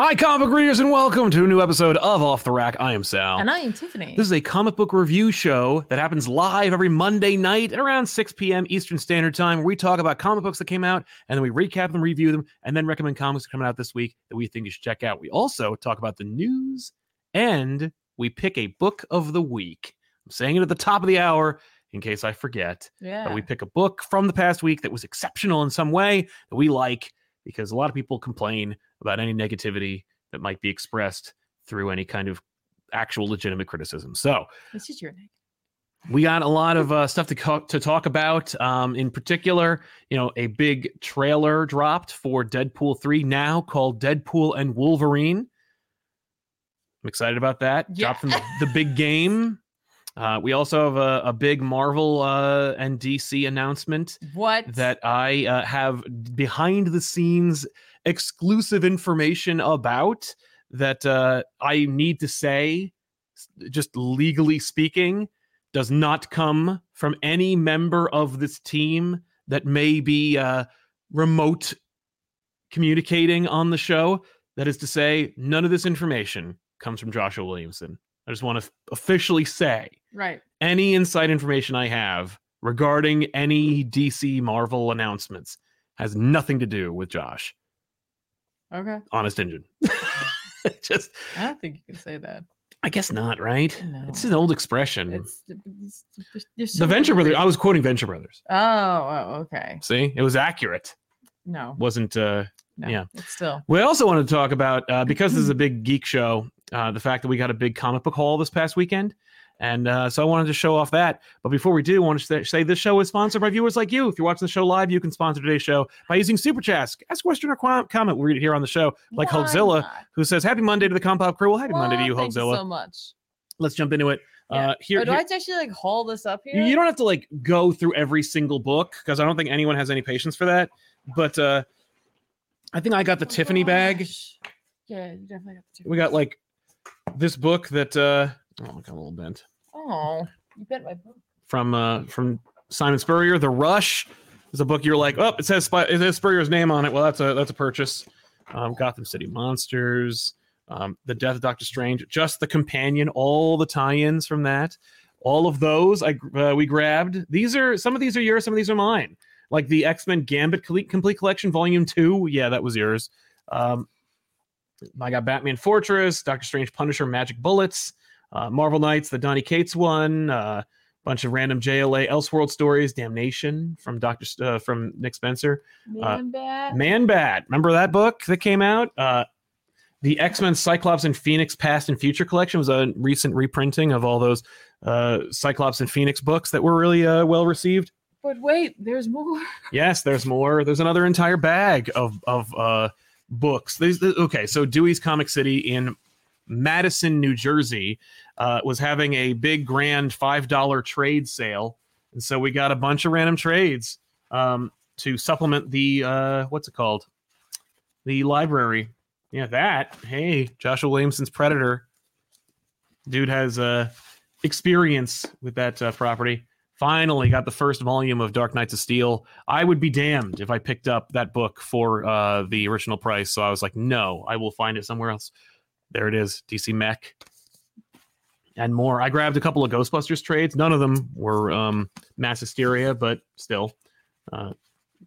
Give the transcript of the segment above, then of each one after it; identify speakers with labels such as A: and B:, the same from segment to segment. A: Hi, comic readers, and welcome to a new episode of Off the Rack. I am Sal.
B: And I am Tiffany.
A: Oh. This is a comic book review show that happens live every Monday night at around 6 p.m. Eastern Standard Time, where we talk about comic books that came out and then we recap them, review them, and then recommend comics coming out this week that we think you should check out. We also talk about the news and we pick a book of the week. I'm saying it at the top of the hour in case I forget,
B: yeah.
A: but we pick a book from the past week that was exceptional in some way that we like because a lot of people complain about any negativity that might be expressed through any kind of actual legitimate criticism. So,
B: this is your name.
A: we got a lot of uh, stuff to co- to talk about. Um, in particular, you know, a big trailer dropped for Deadpool three now called Deadpool and Wolverine. I'm excited about that.
B: Yeah.
A: Dropped from the, the big game. Uh, we also have a, a big Marvel uh, and DC announcement
B: What?
A: that I uh, have behind the scenes exclusive information about that uh, I need to say, s- just legally speaking, does not come from any member of this team that may be uh, remote communicating on the show. That is to say, none of this information comes from Joshua Williamson. I just want to officially say
B: right.
A: any inside information I have regarding any DC Marvel announcements has nothing to do with Josh.
B: Okay.
A: Honest engine. Just,
B: I don't think you can say that.
A: I guess not, right? It's
B: No.
A: an old expression.
B: It's, it's- it's- you're so
A: Mm. the Venture Brothers. I
B: weird.
A: was quoting Venture Brothers.
B: Oh, oh, okay.
A: See, it was accurate.
B: No,
A: Wasn't. uh
B: no.
A: Yeah.
B: It's still.
A: We also wanted to talk about
B: Mm-hmm.
A: uh, because this is a big geek show. Uh, the fact that we got a big comic book haul this past weekend. And uh, so I wanted to show off that. But before we do, I want to say- say this show is sponsored by viewers like you. If you're watching the show live, you can sponsor today's show by using Super Chats. Ask question or com- comment. We read it here on the show. Like
B: Why
A: Hulkzilla,
B: not?
A: who says, Happy Monday to the Compop crew. Well, happy Monday to
B: Well,
A: you,
B: thank
A: Hulkzilla.
B: so much.
A: Let's jump into it.
B: Yeah.
A: Uh, here,
B: oh, do
A: here-
B: I have to actually like haul this up here?
A: you don't have to like go through every single book because I don't think anyone has any patience for that. But uh, I think I got the
B: Oh,
A: Tiffany bag.
B: gosh. Yeah, you definitely got the Tiffany.
A: we got like this book that uh oh I got a little bent
B: Oh, you bet my book.
A: from uh from Simon Spurrier, The Rush is a book you're like, oh, it says Spy- it says Spurrier's name on it. Well, that's a that's a purchase. Um, Gotham City Monsters, um, The Death of Doctor Strange, just the companion, all the tie-ins from that, all of those I gr- uh, we grabbed. These are some of these are yours, some of these are mine. Like the X Men Gambit Cle- Complete Collection, Volume Two, yeah, that was yours. Um, I got Batman Fortress, Doctor Strange, Punisher, Magic Bullets, uh, Marvel Knights, the Donny Cates one, uh, bunch of random JLA Elseworld stories, Damnation from Doctor S- uh, from Nick Spencer, Uh,
B: Man bat.
A: Man Bat. Remember that book that came out? Uh, the X Men Cyclops and Phoenix Past and Future collection was a recent reprinting of all those uh, Cyclops and Phoenix books that were really uh, well received.
B: But wait, there's more.
A: Yes, there's more. There's another entire bag of of uh, books. These, th- okay, so Dewey's Comic City in Madison, New Jersey, uh, was having a big grand five dollar trade sale, and so we got a bunch of random trades um, to supplement the uh, what's it called, the library. Yeah, that. Hey, Joshua Williamson's Predator. Dude has uh, experience with that uh, property. Finally, got the first volume of Dark Knights of Steel. I would be damned if I picked up that book for uh, the original price. So I was like, no, I will find it somewhere else. There it is, DC Mech, and more. I grabbed a couple of Ghostbusters trades. None of them were um, mass hysteria, but still, uh,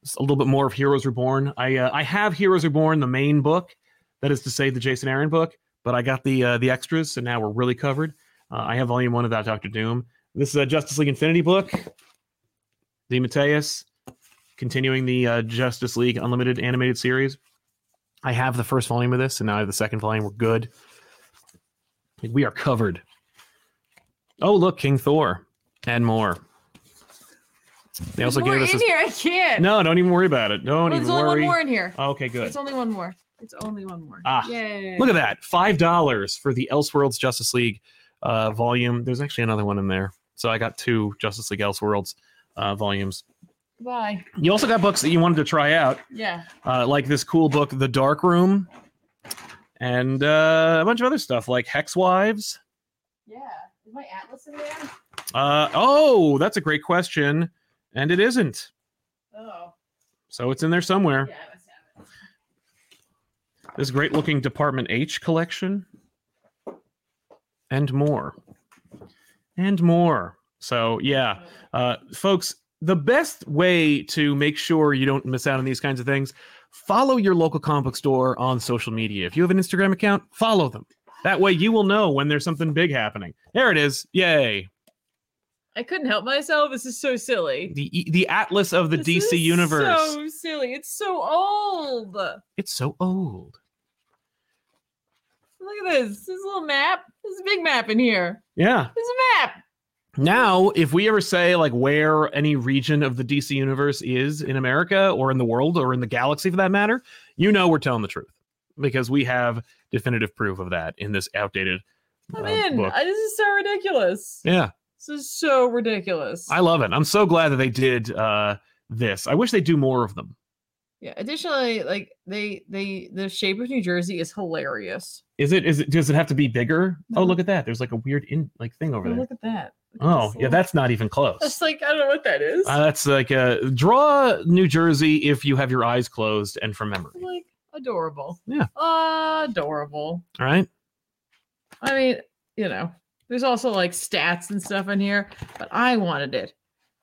A: s- a little bit more of Heroes Reborn. I uh, I have Heroes Reborn, the main book, that is to say, the Jason Aaron book. But I got the uh, the extras, so now we're really covered. Uh, I have Volume One of that Doctor Doom. This is a Justice League Infinity book. The Mateus continuing the uh, Justice League Unlimited animated series. I have the first volume of this, and now I have the second volume. We're good. Like, We are covered. Oh, look, King Thor and more. They also
B: there's more
A: gave us
B: in
A: a
B: here. I can't.
A: no, don't even worry about it. Don't
B: Well,
A: even
B: there's only
A: worry.
B: one more in here.
A: Okay, good.
B: It's only one more. It's only one more.
A: Ah,
B: Yay.
A: Look at that. Five dollars for the Elseworlds Justice League uh, volume. There's actually another one in there. So I got two Justice League Elseworlds uh, volumes.
B: Bye.
A: You also got books that you wanted to try out,
B: Yeah.
A: uh, like this cool book, The Dark Room, and uh, a bunch of other stuff like Hex Wives.
B: Yeah. Is my atlas in there?
A: Uh, oh, that's a great question. And it isn't.
B: Oh.
A: So it's in there somewhere.
B: Yeah, I must have it.
A: this great looking Department H collection, and more. And more. So, yeah, uh, folks, the best way to make sure you don't miss out on these kinds of things, follow your local comic book store on social media. If you have an Instagram account, follow them. That way you will know when there's something big happening. There it is. Yay.
C: I couldn't help myself. This is so silly.
A: The the Atlas of the
C: This
A: DC
C: is
A: universe.
C: So silly. It's so old. Look
A: It's so old.
C: at this. This little map. There's a big map in here.
A: Yeah.
C: There's a map.
A: Now, if we ever say like where any region of the DC universe is in America or in the world or in the galaxy for that matter, you know we're telling the truth because we have definitive proof of that in this outdated
C: I'm
A: uh,
C: in.
A: book.
C: I- this is so ridiculous.
A: Yeah,
C: This is so ridiculous.
A: I love it. I'm so glad that they did uh, this. I wish they do more of them.
C: yeah. Additionally, like they they the shape of New Jersey is hilarious.
A: Is it? Is it? Does it have to be bigger?
C: No.
A: Oh, look at that. There's like a weird in like thing over
C: Oh,
A: there.
C: Mm-hmm. look at that. Look at
A: Oh,
C: this
A: yeah,
C: little-
A: that's not even close.
C: that's like I don't know what that is.
A: Uh, that's like uh draw New Jersey if you have your eyes closed and from memory.
C: like adorable.
A: Yeah.
C: Adorable.
A: All right.
C: I mean, you know, there's also like stats and stuff in here, but I wanted it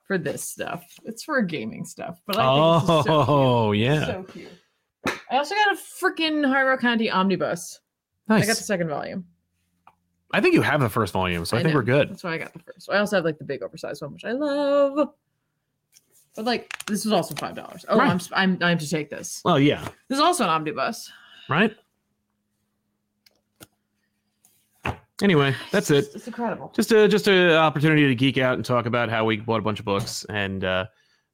C: for this stuff. It's for gaming stuff, but I think this is so cute.
A: Oh, yeah.
C: so cute. I also got a freaking Hyro County omnibus.
A: nice.
C: I
A: I,
C: got the second volume.
A: think you have the first volume, so I, think
C: know.
A: we're good.
C: That's why I got the first. I also have like the big oversized one, which I love. But like this was also five dollars. Oh,
A: Right.
C: I'm, s- I'm I'm to take this.
A: Well, yeah,
C: This is also an omnibus.
A: right? Anyway, that's it.
C: It's, it's incredible.
A: Just a just a opportunity to geek out and talk about how we bought a bunch of books and uh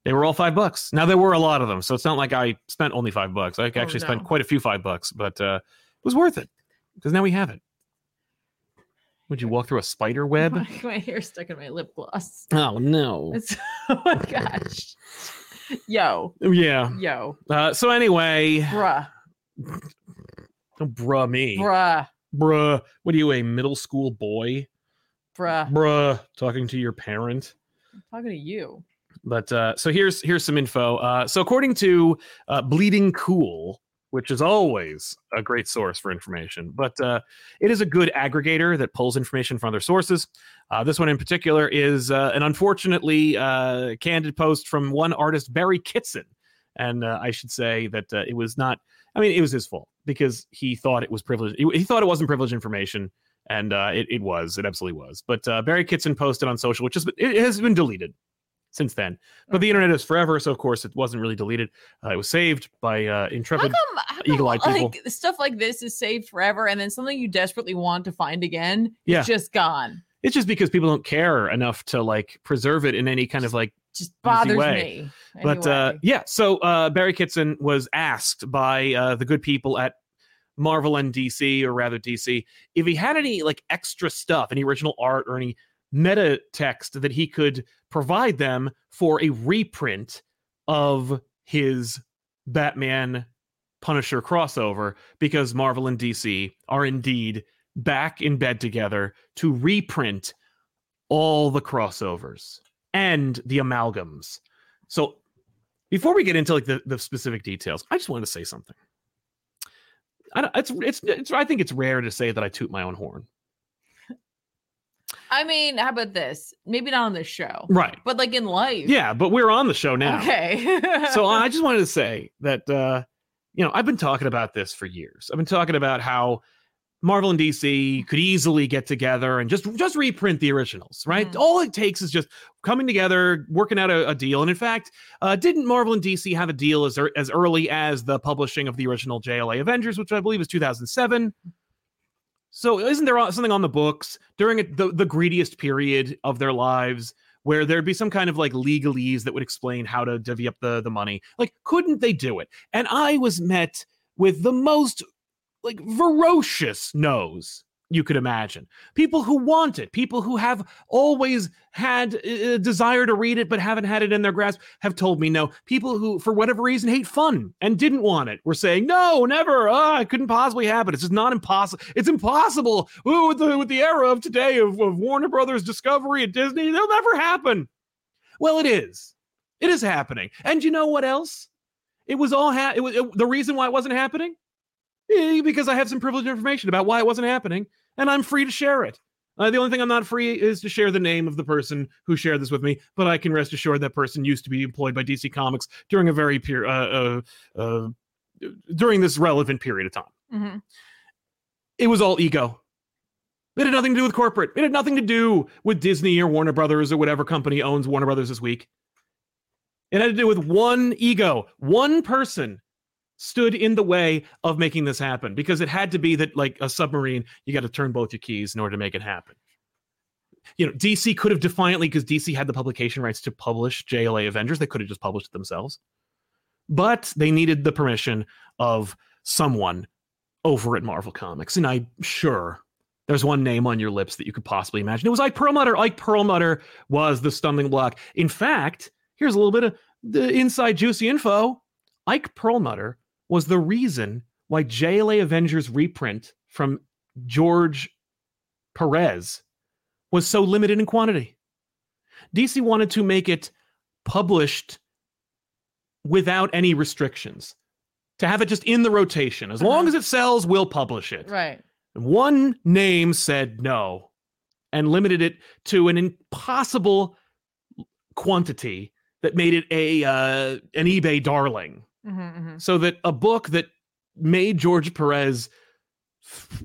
A: they were all five bucks. Now there were a lot of them, so it's not like I spent only five bucks. I actually spent
C: Oh, no.
A: quite a few five bucks, but uh it was worth it because now we have it. Would you walk through a spider web?
C: My, my hair stuck in my lip gloss.
A: Oh no.
C: It's, oh my gosh. Yo,
A: Yeah.
C: yo,
A: Uh, so anyway,
C: bruh,
A: don't bruh me.
C: bruh,
A: Bruh, what are you, a middle school boy?
C: bruh.
A: Bruh, talking to your parent.
C: I'm talking to you.
A: But uh, so here's here's some info. Uh, so according to uh, Bleeding Cool, which is always a great source for information, but uh, it is a good aggregator that pulls information from other sources. Uh, this one in particular is uh, an unfortunately uh, candid post from one artist, Barry Kitson, and uh, I should say that uh, it was not. I mean, it was his fault because he thought it was privileged. He, he thought it wasn't privileged information. And uh, it, it was, it absolutely was. But uh, Barry Kitson posted on social, which is, it has been deleted since then. But the internet is forever, so of course it wasn't really deleted. Uh, it was saved by uh,
C: How
A: intrepid.
C: come, how come
A: eagle-eyed people.
C: like, stuff like this is saved forever and then something you desperately want to find again
A: Yeah.
C: is just gone?
A: It's just because people don't care enough to like preserve it in any kind of like.
C: Just bothers
A: way.
C: me.
A: But uh,
C: anyway.
A: yeah, so uh, Barry Kitson was asked by uh, the good people at Marvel and DC, or rather DC, if he had any like extra stuff, any original art or any meta text that he could provide them for a reprint of his Batman Punisher crossover because Marvel and DC are indeed back in bed together to reprint all the crossovers and the amalgams. So before we get into like the, the specific details, I just wanted to say something. I don't, it's, it's it's I think it's rare to say that I toot my own horn.
C: I mean, how about this? Maybe not on this show,
A: Right.
C: but like in life.
A: Yeah, but we're on the show now.
C: Okay.
A: so I just wanted to say that uh, you know I've been talking about this for years. I've been talking about how Marvel and DC could easily get together and just just reprint the originals, right?
C: Mhm.
A: All it takes is just coming together, working out a, a deal. And in fact, uh, didn't Marvel and DC have a deal as ear- as early as the publishing of the original JLA Avengers, which I believe is 2007? So isn't there something on the books during the, the greediest period of their lives where there'd be some kind of like legalese that would explain how to divvy up the the money. Like, couldn't they do it? And I was met with the most like ferocious no's you could imagine. People who want it, people who have always had a desire to read it but haven't had it in their grasp, have told me no. People who, for whatever reason, hate fun and didn't want it were saying no, never. Ah, it couldn't possibly happen. It's just not impossible. It's impossible. Ooh, with the with the era of today of, of Warner Brothers, Discovery, and Disney, they'll never happen. Well, it is. It is happening. And you know what else? It was all ha- it was it- the reason why it wasn't happening Eh, because I have some privileged information about why it wasn't happening, and I'm free to share it. Uh, the only thing I'm not free is to share the name of the person who shared this with me, but I can rest assured that person used to be employed by DC Comics during a very peer, uh, uh, uh, during this relevant period of time.
C: Mm-hmm.
B: Mhm.
A: It was all ego. It had nothing to do with corporate. It had nothing to do with Disney or Warner Brothers or whatever company owns Warner Brothers this week. It had to do with one ego. One person stood in the way of making this happen because it had to be that, like a submarine, you got to turn both your keys in order to make it happen. You know, DC could have defiantly, because DC had the publication rights to publish JLA Avengers, they could have just published it themselves. But they needed the permission of someone over at Marvel Comics. And I'm sure there's one name on your lips that you could possibly imagine. It was Ike Perlmutter. Ike Perlmutter was the stumbling block. In fact, here's a little bit of the inside juicy info. Ike Perlmutter was the reason why JLA Avengers reprint from George Perez was so limited in quantity. DC wanted to make it published without any restrictions, to have it just in the rotation. As
B: Uh-huh.
A: long as it sells, we'll publish it.
B: Right.
A: One name said no and limited it to an impossible quantity that made it a uh, an eBay darling
C: Mm-hmm,
B: hmm hmm
A: so that a book that made George Perez f-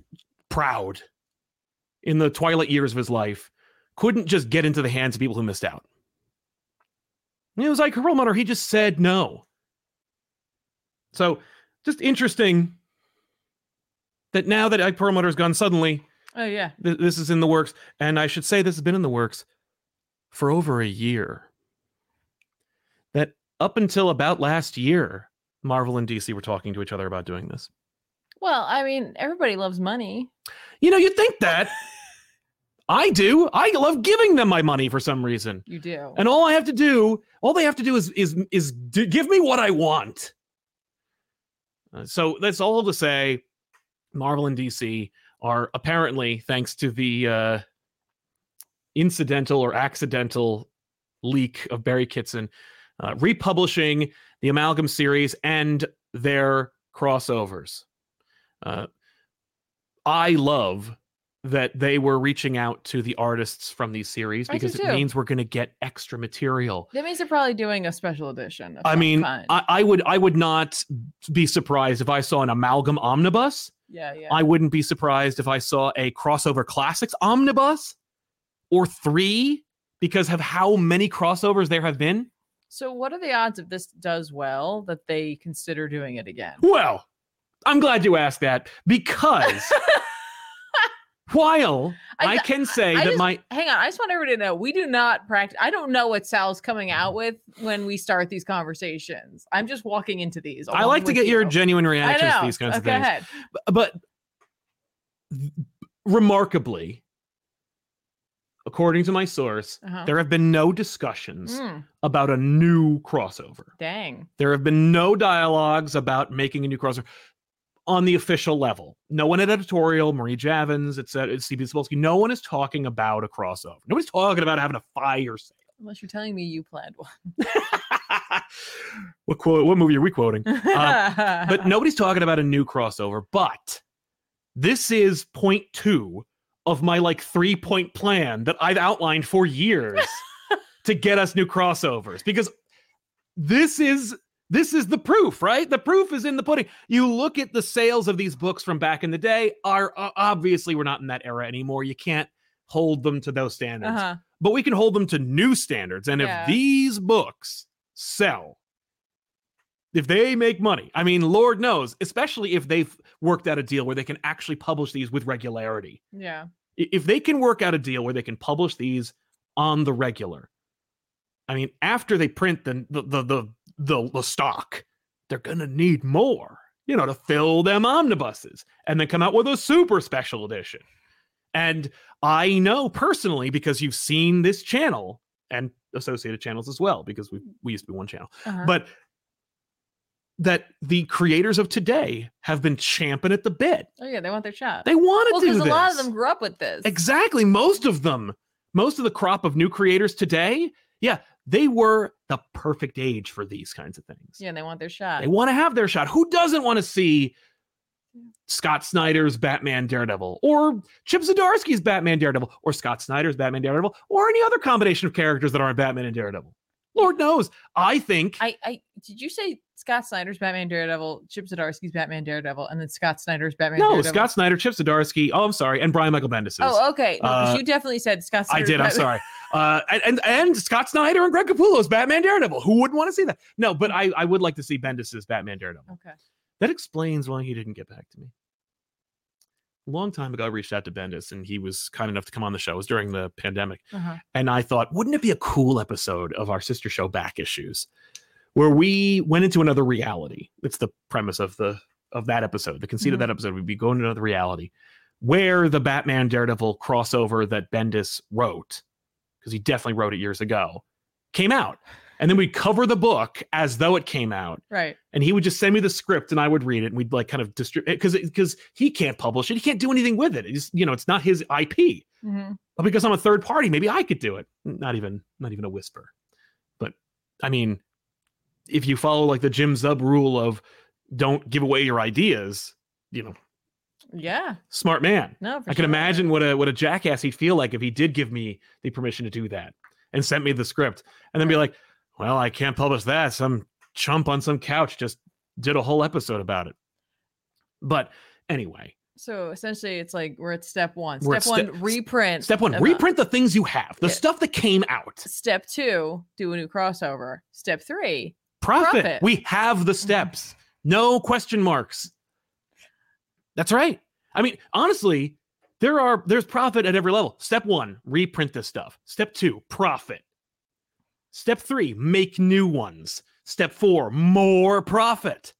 A: proud in the twilight years of his life couldn't just get into the hands of people who missed out. And it was like Perlmutter, he just said no. So just interesting that now that Ike Perlmutter's gone suddenly,
B: Oh yeah.
A: th- this is in the works. And I should say this has been in the works for over a year. That up until about last year, Marvel and DC were talking to each other about doing this.
B: Well, I mean, everybody loves money.
A: You know, you think that. I do. I love giving them my money for some reason.
B: You do.
A: And all I have to do, all they have to do is is is d- give me what I want. Uh, so that's all to say. Marvel and DC are apparently, thanks to the uh, incidental or accidental leak of Barry Kitson, uh, republishing the Amalgam series and their crossovers. Uh, I love that they were reaching out to the artists from these series
B: I do
A: because it
B: too.
A: means we're going to get extra material.
B: that means they're probably doing a special edition. Of
A: I
B: some
A: mean, I,
B: kind.
A: I would I would not be surprised if I saw an amalgam omnibus.
B: yeah, yeah.
A: I wouldn't be surprised if I saw a crossover classics omnibus or three because of how many crossovers there have been.
B: so, what are the odds if this does well that they consider doing it again?
A: Well, I'm glad you asked that because while I,
B: I-
A: can say
B: I
A: that
B: just-
A: my
B: Hang on, I just want everybody to know we do not practice. I don't know what Sal's coming
A: Mm-hmm.
B: out with when we start these conversations. I'm just walking into these.
A: I like
B: along
A: to
B: with
A: get your
B: you.
A: genuine
B: I
A: reactions to
B: know.
A: these kinds of
B: Okay,
A: things.
B: ahead.
A: but th- remarkably according to my source
B: Uh-huh.
A: there have been no discussions
B: Mm,
A: about a new crossover
B: dang.
A: there have been no dialogues about making a new crossover on the official level no one at editorial marie javins etc steve Cebulski, no one is talking about a crossover nobody's talking about having a fire sale
B: Unless you're telling me you planned one.
A: what quote what movie are we quoting Uh, but nobody's talking about a new crossover. But this is point two of my like three point plan that I've outlined for years to get us new crossovers because this is this is the proof, right? The proof is in the pudding. You look at the sales of these books from back in the day are uh, obviously we're not in that era anymore. You can't hold them to those standards
B: Uh-huh.
A: but we can hold them to new standards. And
B: Yeah.
A: if these books sell, if they make money, I mean, Lord knows, especially if they've worked out a deal where they can actually publish these with regularity.
B: Yeah.
A: I- If they can work out a deal where they can publish these on the regular, I mean, after they print the the the the, the, the stock, they're gonna need more, you know, to fill them omnibuses and then come out with a super special edition. And I know personally because you've seen this channel and associated channels as well, because we we used to be one channel,
B: Uh-huh.
A: but that the creators of today have been champing at the bit.
B: oh yeah, they want their shot.
A: They want to
B: well,
A: do
B: because
A: this.
B: a lot of them grew up with this.
A: Exactly. Most of them, most of the crop of new creators today, yeah, they were the perfect age for these kinds of things.
B: Yeah, and they want their shot.
A: They want to have their shot. Who doesn't want to see Scott Snyder's Batman Daredevil, or Chip Zdarsky's Batman Daredevil, or Scott Snyder's Batman Daredevil, or any other combination of characters that aren't Batman and Daredevil. Lord knows. I think
C: I, I did you say Scott Snyder's Batman Daredevil, Chip Zdarsky's Batman Daredevil, and then Scott Snyder's Batman?
A: no,
C: Daredevil?
A: Scott Snyder, Chip Zdarsky. Oh, I'm sorry, and Brian Michael Bendis.
C: Oh, okay. No, 'cause
A: Uh,
C: you definitely said Scott.
A: I
C: Snyder's
A: did. I'm
C: Batman-
A: sorry. Uh, and, and and Scott Snyder and Greg Capullo's Batman Daredevil. Who wouldn't want to see that? No, but I I would like to see Bendis's Batman Daredevil.
C: Okay.
A: That explains why he didn't get back to me. A long time ago, I reached out to Bendis, and he was kind enough to come on the show. It was during the pandemic,
C: Uh-huh.
A: and I thought, wouldn't it be a cool episode of our sister show Back Issues, where we went into another reality? It's the premise of the of that episode. The conceit of
C: Mhm.
A: that episode would be going to another reality, where the Batman Daredevil crossover that Bendis wrote, because he definitely wrote it years ago, came out, and then we'd cover the book as though it came out
C: Right.
A: and he would just send me the script and I would read it and we'd like kind of distribute because because he can't publish it, he can't do anything with it. It's you know it's not his IP.
C: hmm
A: But because I'm a third party, maybe I could do it. Not even not even a whisper. But I mean, if you follow like the Jim Zub rule of don't give away your ideas, you know,
C: Yeah.
A: smart man.
C: No. for
A: I can
C: sure.
A: imagine what a what a jackass he'd feel like if he did give me the permission to do that and sent me the script and then be like, "Well, I can't publish that. Some chump on some couch just did a whole episode about it." But anyway,
C: So essentially, it's like we're at step one.
A: We're
C: Step
A: at
C: one,
A: step-
C: reprint.
A: step one:
C: of a-
A: reprint the things you have, the
C: Yeah.
A: stuff that came out.
C: Step two, do a new crossover. Step three,
A: Profit.
C: Profit.
A: We have the steps. No question marks. That's right. I mean, honestly, there are there's profit at every level. Step 1, reprint this stuff. Step 2, profit. Step 3, make new ones. Step 4, more profit.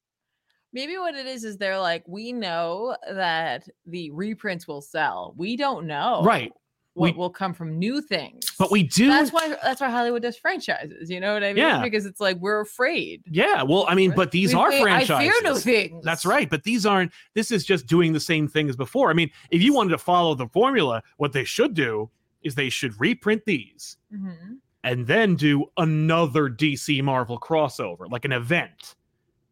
C: Maybe what it is is they're like, we know that the reprints will sell. We don't know
A: Right.
C: what
A: we-
C: will come from new things.
A: But we do
C: that's why that's why Hollywood does franchises. You know what I mean?
A: Yeah.
C: Because it's like we're afraid.
A: Yeah, well, I mean,
C: Right.
A: but these
C: We
A: are
C: fear- I
A: franchises.
C: fear no things.
A: That's right. But these aren't, this is just doing the same thing as before. I mean, if you wanted to follow the formula, what they should do is they should reprint these
C: Mhm.
A: and then do another DC Marvel crossover, like an event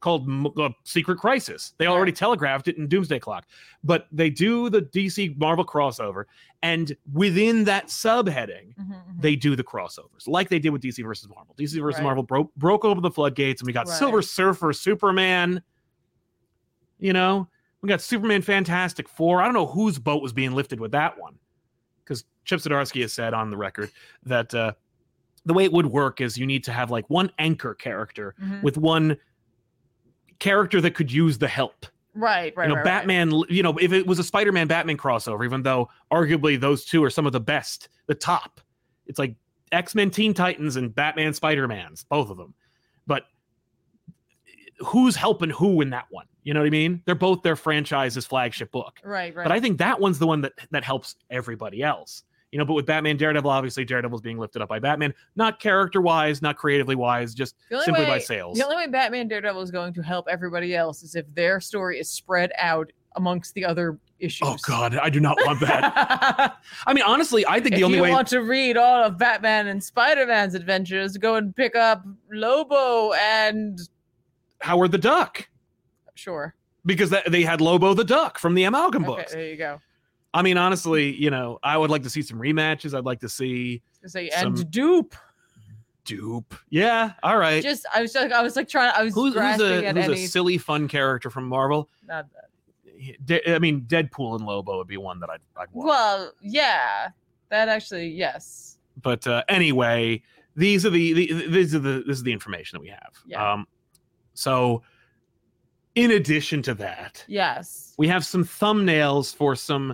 A: called M- uh, Secret Crisis. They already telegraphed it in Doomsday Clock, but they do the DC Marvel crossover, and within that subheading,
C: Mhm, mhm.
A: they do the crossovers, like they did with DC versus Marvel. DC versus
C: Right.
A: Marvel broke broke open the floodgates, and we got
C: Right.
A: Silver Surfer, Superman. You know, we got Superman Fantastic Four. I don't know whose boat was being lifted with that one, because Chip Zdarsky has said on the record that uh, the way it would work is you need to have like one anchor character
C: Mhm.
A: with one character that could use the help
C: right, right,
A: you know,
C: right, right.
A: Batman, you know, if it was a Spider Man Batman crossover, even though arguably those two are some of the best, the top, it's like X Men Teen Titans and Batman Spider Man's, both of them. But who's helping who in that one? You know what I mean? They're both their franchise's flagship book.
C: Right, right.
A: But I think that one's the one that, that helps everybody else. You know, but with Batman Daredevil, obviously Daredevil's being lifted up by Batman, not character wise, not creatively wise, just
C: The only
A: simply by
C: way-
A: sales.
C: The only way Batman Daredevil is going to help everybody else is if their story is spread out amongst the other issues.
A: Oh God, I do not want that.
C: I
A: I mean, honestly, I think
C: if
A: the only
C: you
A: way
C: want to read all of Batman and Spider Man's adventures, go and pick up Lobo and
A: Howard the Duck.
C: sure.
A: because that, they had Lobo the Duck from the Amalgam
C: Okay,
A: books.
C: there you go.
A: I mean, honestly, you know, I would like to see some rematches. I'd like to see
C: Say and
A: Some-
C: dupe.
A: Dupe. Yeah, all right.
C: Just I was like I was like trying I was
A: Who's, who's,
C: grasping
A: a,
C: at
A: who's
C: any
A: a silly, fun character from Marvel?
C: not that.
A: De- I mean, Deadpool and Lobo would be one that I'd, I'd want.
C: Well, yeah. That actually yes.
A: but uh, anyway, these are the, the these are the this is the information that we have.
C: Yeah.
A: Um, so, in addition to that,
C: Yes.
A: we have some thumbnails for some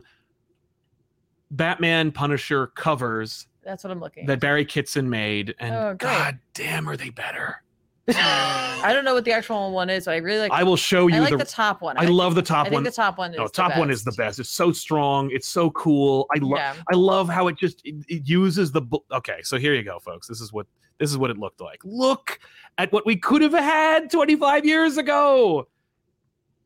A: Batman Punisher covers
C: That's what I'm looking
A: that Barry Kitson made, and
C: Oh, great.
A: god damn, are they better?
C: I don't know what the actual one is, but I really like
A: I will show you
C: I like
A: the,
C: the, top one.
A: I love the top
C: I
A: one.
C: think the top one is
A: no,
C: the
A: top one is the best. It's so strong. It's so cool. I love.
C: Yeah.
A: I love how it just it, it uses the. bu- Okay, so here you go, folks. This is what this is what it looked like. Look at what we could have had 25 years ago.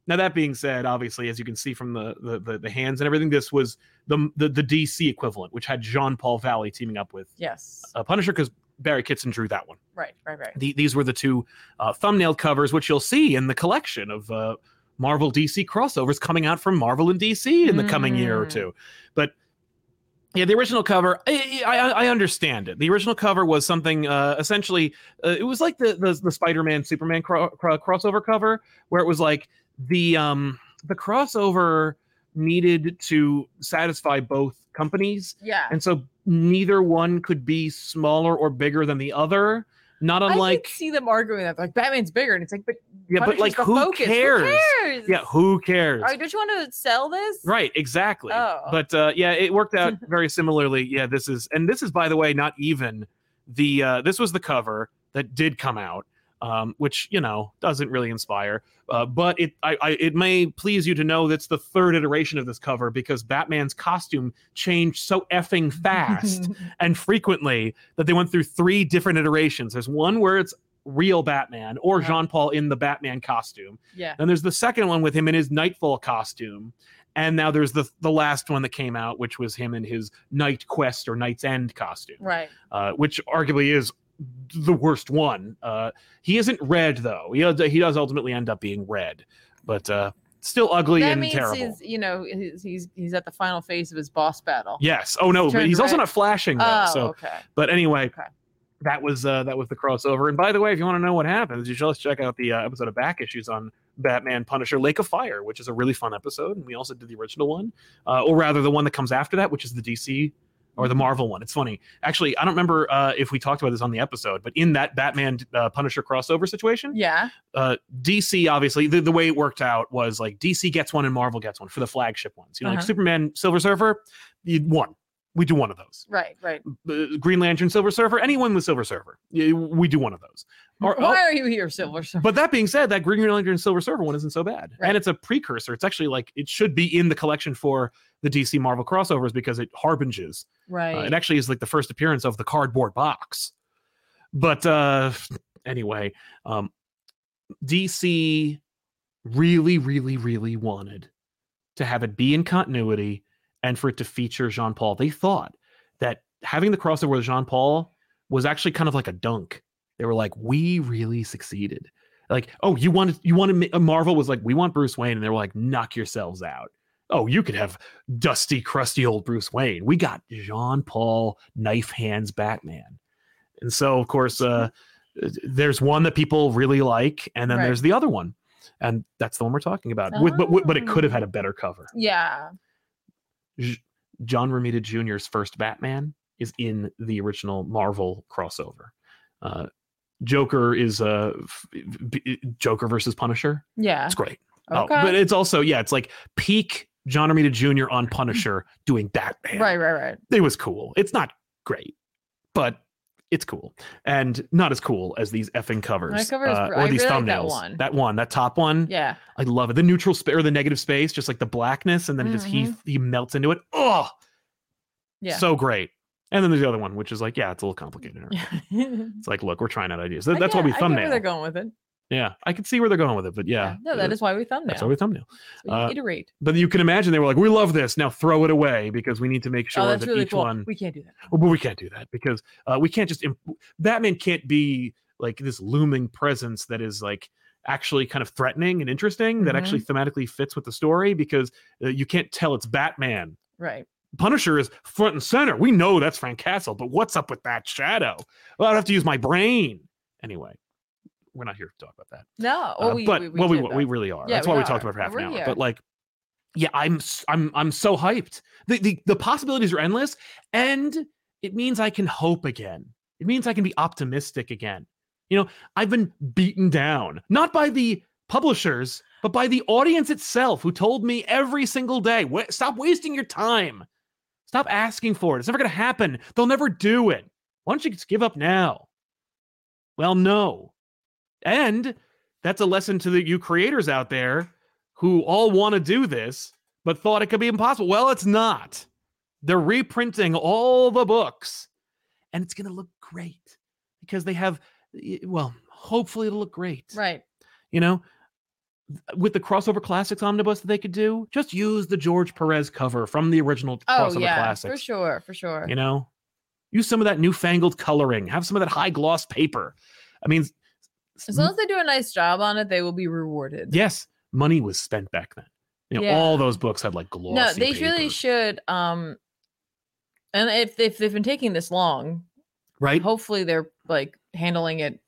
A: Now that being said, obviously, as you can see from the the, the, the hands and everything, this was the, the the DC equivalent, which had Jean Paul Valley teaming up with
C: Yes.
A: uh, Punisher because Barry Kitson drew that one.
C: Right, right, right.
A: the, these were the two uh, thumbnail covers, which you'll see in the collection of uh, Marvel DC crossovers coming out from Marvel and DC in the coming year or
B: Mm.
A: two. But yeah, the original cover, I, I, I understand it. The original cover was something uh, essentially, uh, it was like the the, the Spider Man Superman cro- cro- crossover cover, where it was like the um the crossover needed to satisfy both companies
B: Yeah.
A: and so neither one could be smaller or bigger than the other not
B: I
A: unlike
B: could see them arguing that like Batman's bigger, and it's like, but
A: yeah but
B: Punisher's
A: like
B: the
A: who
B: focus.
A: cares?
B: cares?
A: yeah who cares
B: Are- don't you want to sell this?
A: right exactly
B: Oh.
A: but uh, yeah it worked out very similarly yeah this is and this is by the way not even the uh, this was the cover that did come out um, which you know doesn't really inspire uh, but it I, I it may please you to know that's the third iteration of this cover because batman's costume changed so effing fast and frequently that they went through three different iterations. There's one where it's real Batman or
B: Uh-huh.
A: Jean Paul in the Batman costume.
B: yeah.
A: Then there's the second one with him in his Nightfall costume. And now there's the the last one that came out, which was him in his Night Quest or Night's End costume,
B: Right.
A: uh, which arguably is the worst one. Uh, he isn't red though. He does, he does ultimately end up being red, but uh, still ugly
B: that
A: and
B: means
A: terrible.
B: he's, you know, he's, he's he's at the final phase of his boss battle.
A: Yes. Oh no, but
B: Turned
A: he's also
B: red.
A: not flashing though.
B: Oh,
A: so
B: okay.
A: But anyway,
B: Okay.
A: that was uh, that was the crossover. And by the way, if you want to know what happens, you should also check out the uh, episode of Back Issues on Batman Punisher Lake of Fire, which is a really fun episode. And we also did the original one, uh, or rather the one that comes after that, which is the DC or
B: Mm-hmm.
A: the Marvel one. It's funny, actually. I don't remember uh, if we talked about this on the episode, but in that Batman uh, Punisher crossover situation,
B: Yeah.
A: uh, DC obviously the, the way it worked out was like DC gets one and Marvel gets one for the flagship ones. You know, like
B: Uh-huh.
A: Superman, Silver Surfer, you one. We do one of those
B: Right. Right.
A: uh, Green Lantern, Silver Surfer, anyone with Silver Surfer. Yeah, We do one of those. Or- oh.
B: Why are you here, Silver? Surfer?
A: but that being said, that Green Lantern, Silver Surfer one isn't so bad,
B: Right.
A: and it's a precursor. It's actually like it should be in the collection for the DC Marvel crossovers because it harbinges. Uh,
B: Right.
A: it actually is like the first appearance of the cardboard box. But uh, anyway, um, DC really, really, really wanted to have it be in continuity and for it to feature Jean Paul. They thought that having the crossover with Jean Paul was actually kind of like a dunk. They were like, "We really succeeded." Like, oh, you wanted you wanted Ma- Marvel was like, "We want Bruce Wayne," and they were like, "Knock yourselves out." Oh, you could have dusty, crusty old Bruce Wayne. We got Jean Paul Knife Hands Batman, and so of course, uh, there's one that people really like, and then
B: Right.
A: there's the other one, and that's the one we're talking about. With, but but it could have had a better cover.
B: yeah.
A: J- John Romita Jr.'s first Batman is in the original Marvel crossover. Uh, Joker is uh, f- b- Joker versus Punisher.
B: Yeah.
A: It's great. Oh,
B: Ah, Okay.
A: but it's also yeah, it's like peak John Romita Jr. on Punisher doing Batman.
B: right. Right. Right.
A: It was cool. It's not great, but it's cool and not as cool as these effing covers,
B: My cover is
A: uh,
B: br-
A: or
B: I
A: these
B: really like
A: thumbnails.
B: that one.
A: that one, that top one,
B: Yeah.
A: I love it. The neutral space or the negative space, just like the blackness, and then just he he melts into it. Oh,
B: Mm-hmm. Yeah.
A: so great. And then there's the other one, which is like, yeah, it's a little complicated. It's like, look, we're trying out ideas. That-
B: I
A: that's why
B: get- I
A: we
B: get Where they're
A: thumbnail.
B: going with it.
A: Yeah, I can see where they're going with it, but yeah,
B: No, that
A: uh,
B: is why we thumbnail.
A: that's why we thumbnail.
B: So you
A: uh,
B: iterate.
A: But you can imagine they were like, we love this. Now throw it away because we need to make sure
B: oh, that's
A: that
B: really
A: each
B: cool.
A: one.
B: We can't do that.
A: Oh, but we can't do that because uh, we can't just imp- Batman can't be like this looming presence that is like actually kind of threatening and interesting that
B: Mhm.
A: actually thematically fits with the story because uh, you can't tell it's Batman.
B: Right.
A: Punisher is front and center. We know that's Frank Castle, but what's up with that shadow? Well, I'd have to use my brain. Anyway, we're not here to talk about that.
B: No.
A: Uh,
B: Oh, we,
A: but
B: we,
A: well, we,
B: did
A: we,
B: that.
A: really are.
B: Yeah,
A: That's
B: we
A: why we talked
B: are.
A: about it for half an
B: We're
A: hour.
B: here.
A: But like, yeah, I'm s- I'm I'm so hyped. The, the the possibilities are endless, and it means I can hope again. It means I can be optimistic again. You know, I've been beaten down not by the publishers, but by the audience itself, who told me every single day, "Wa- "Stop wasting your time. Stop asking for it. It's never going to happen. They'll never do it. Why don't you just give up now?" Well, no. And that's a lesson to the you creators out there who all want to do this but thought it could be impossible. Well, it's not. They're reprinting all the books and it's going to look great because they have y- well, hopefully it'll look great.
B: Right.
A: You know, with the crossover classics omnibus that they could do, just use the George Perez cover from the original
B: Oh
A: crossover
B: yeah.
A: classics.
B: For sure. For sure.
A: You know, use some of that newfangled coloring, have some of that high gloss paper. I mean,
B: As long as they do a nice job on it, they will be rewarded.
A: Yes, money was spent back then. You know,
C: Yeah.
A: all those books had like glossy.
C: No, they really
A: paper,
C: should. Um, and if if they've been taking this long,
A: right
C: hopefully they're like handling it.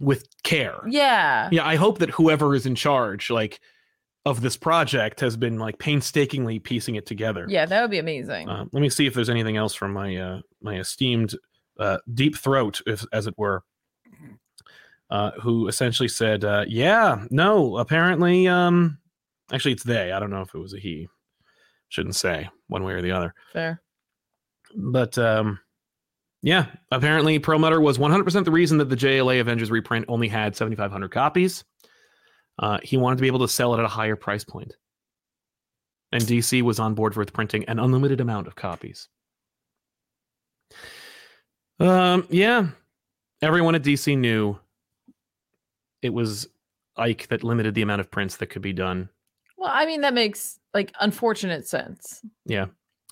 A: with care.
C: Yeah,
A: yeah i hope that whoever is in charge like of this project has been like painstakingly piecing it together
C: yeah, that would be amazing.
A: Uh, let me see if there's anything else from my uh my esteemed uh deep throat if as it were uh who essentially said uh yeah no apparently um actually it's they i don't know if it was a he shouldn't say one way or the other
C: Fair.
A: but um yeah apparently perlmutter was 100% the reason that the jla avengers reprint only had 7500 copies uh, he wanted to be able to sell it at a higher price point and dc was on board with printing an unlimited amount of copies um yeah everyone at dc knew it was ike that limited the amount of prints that could be done
C: Well, I mean that makes like unfortunate sense.
A: Yeah.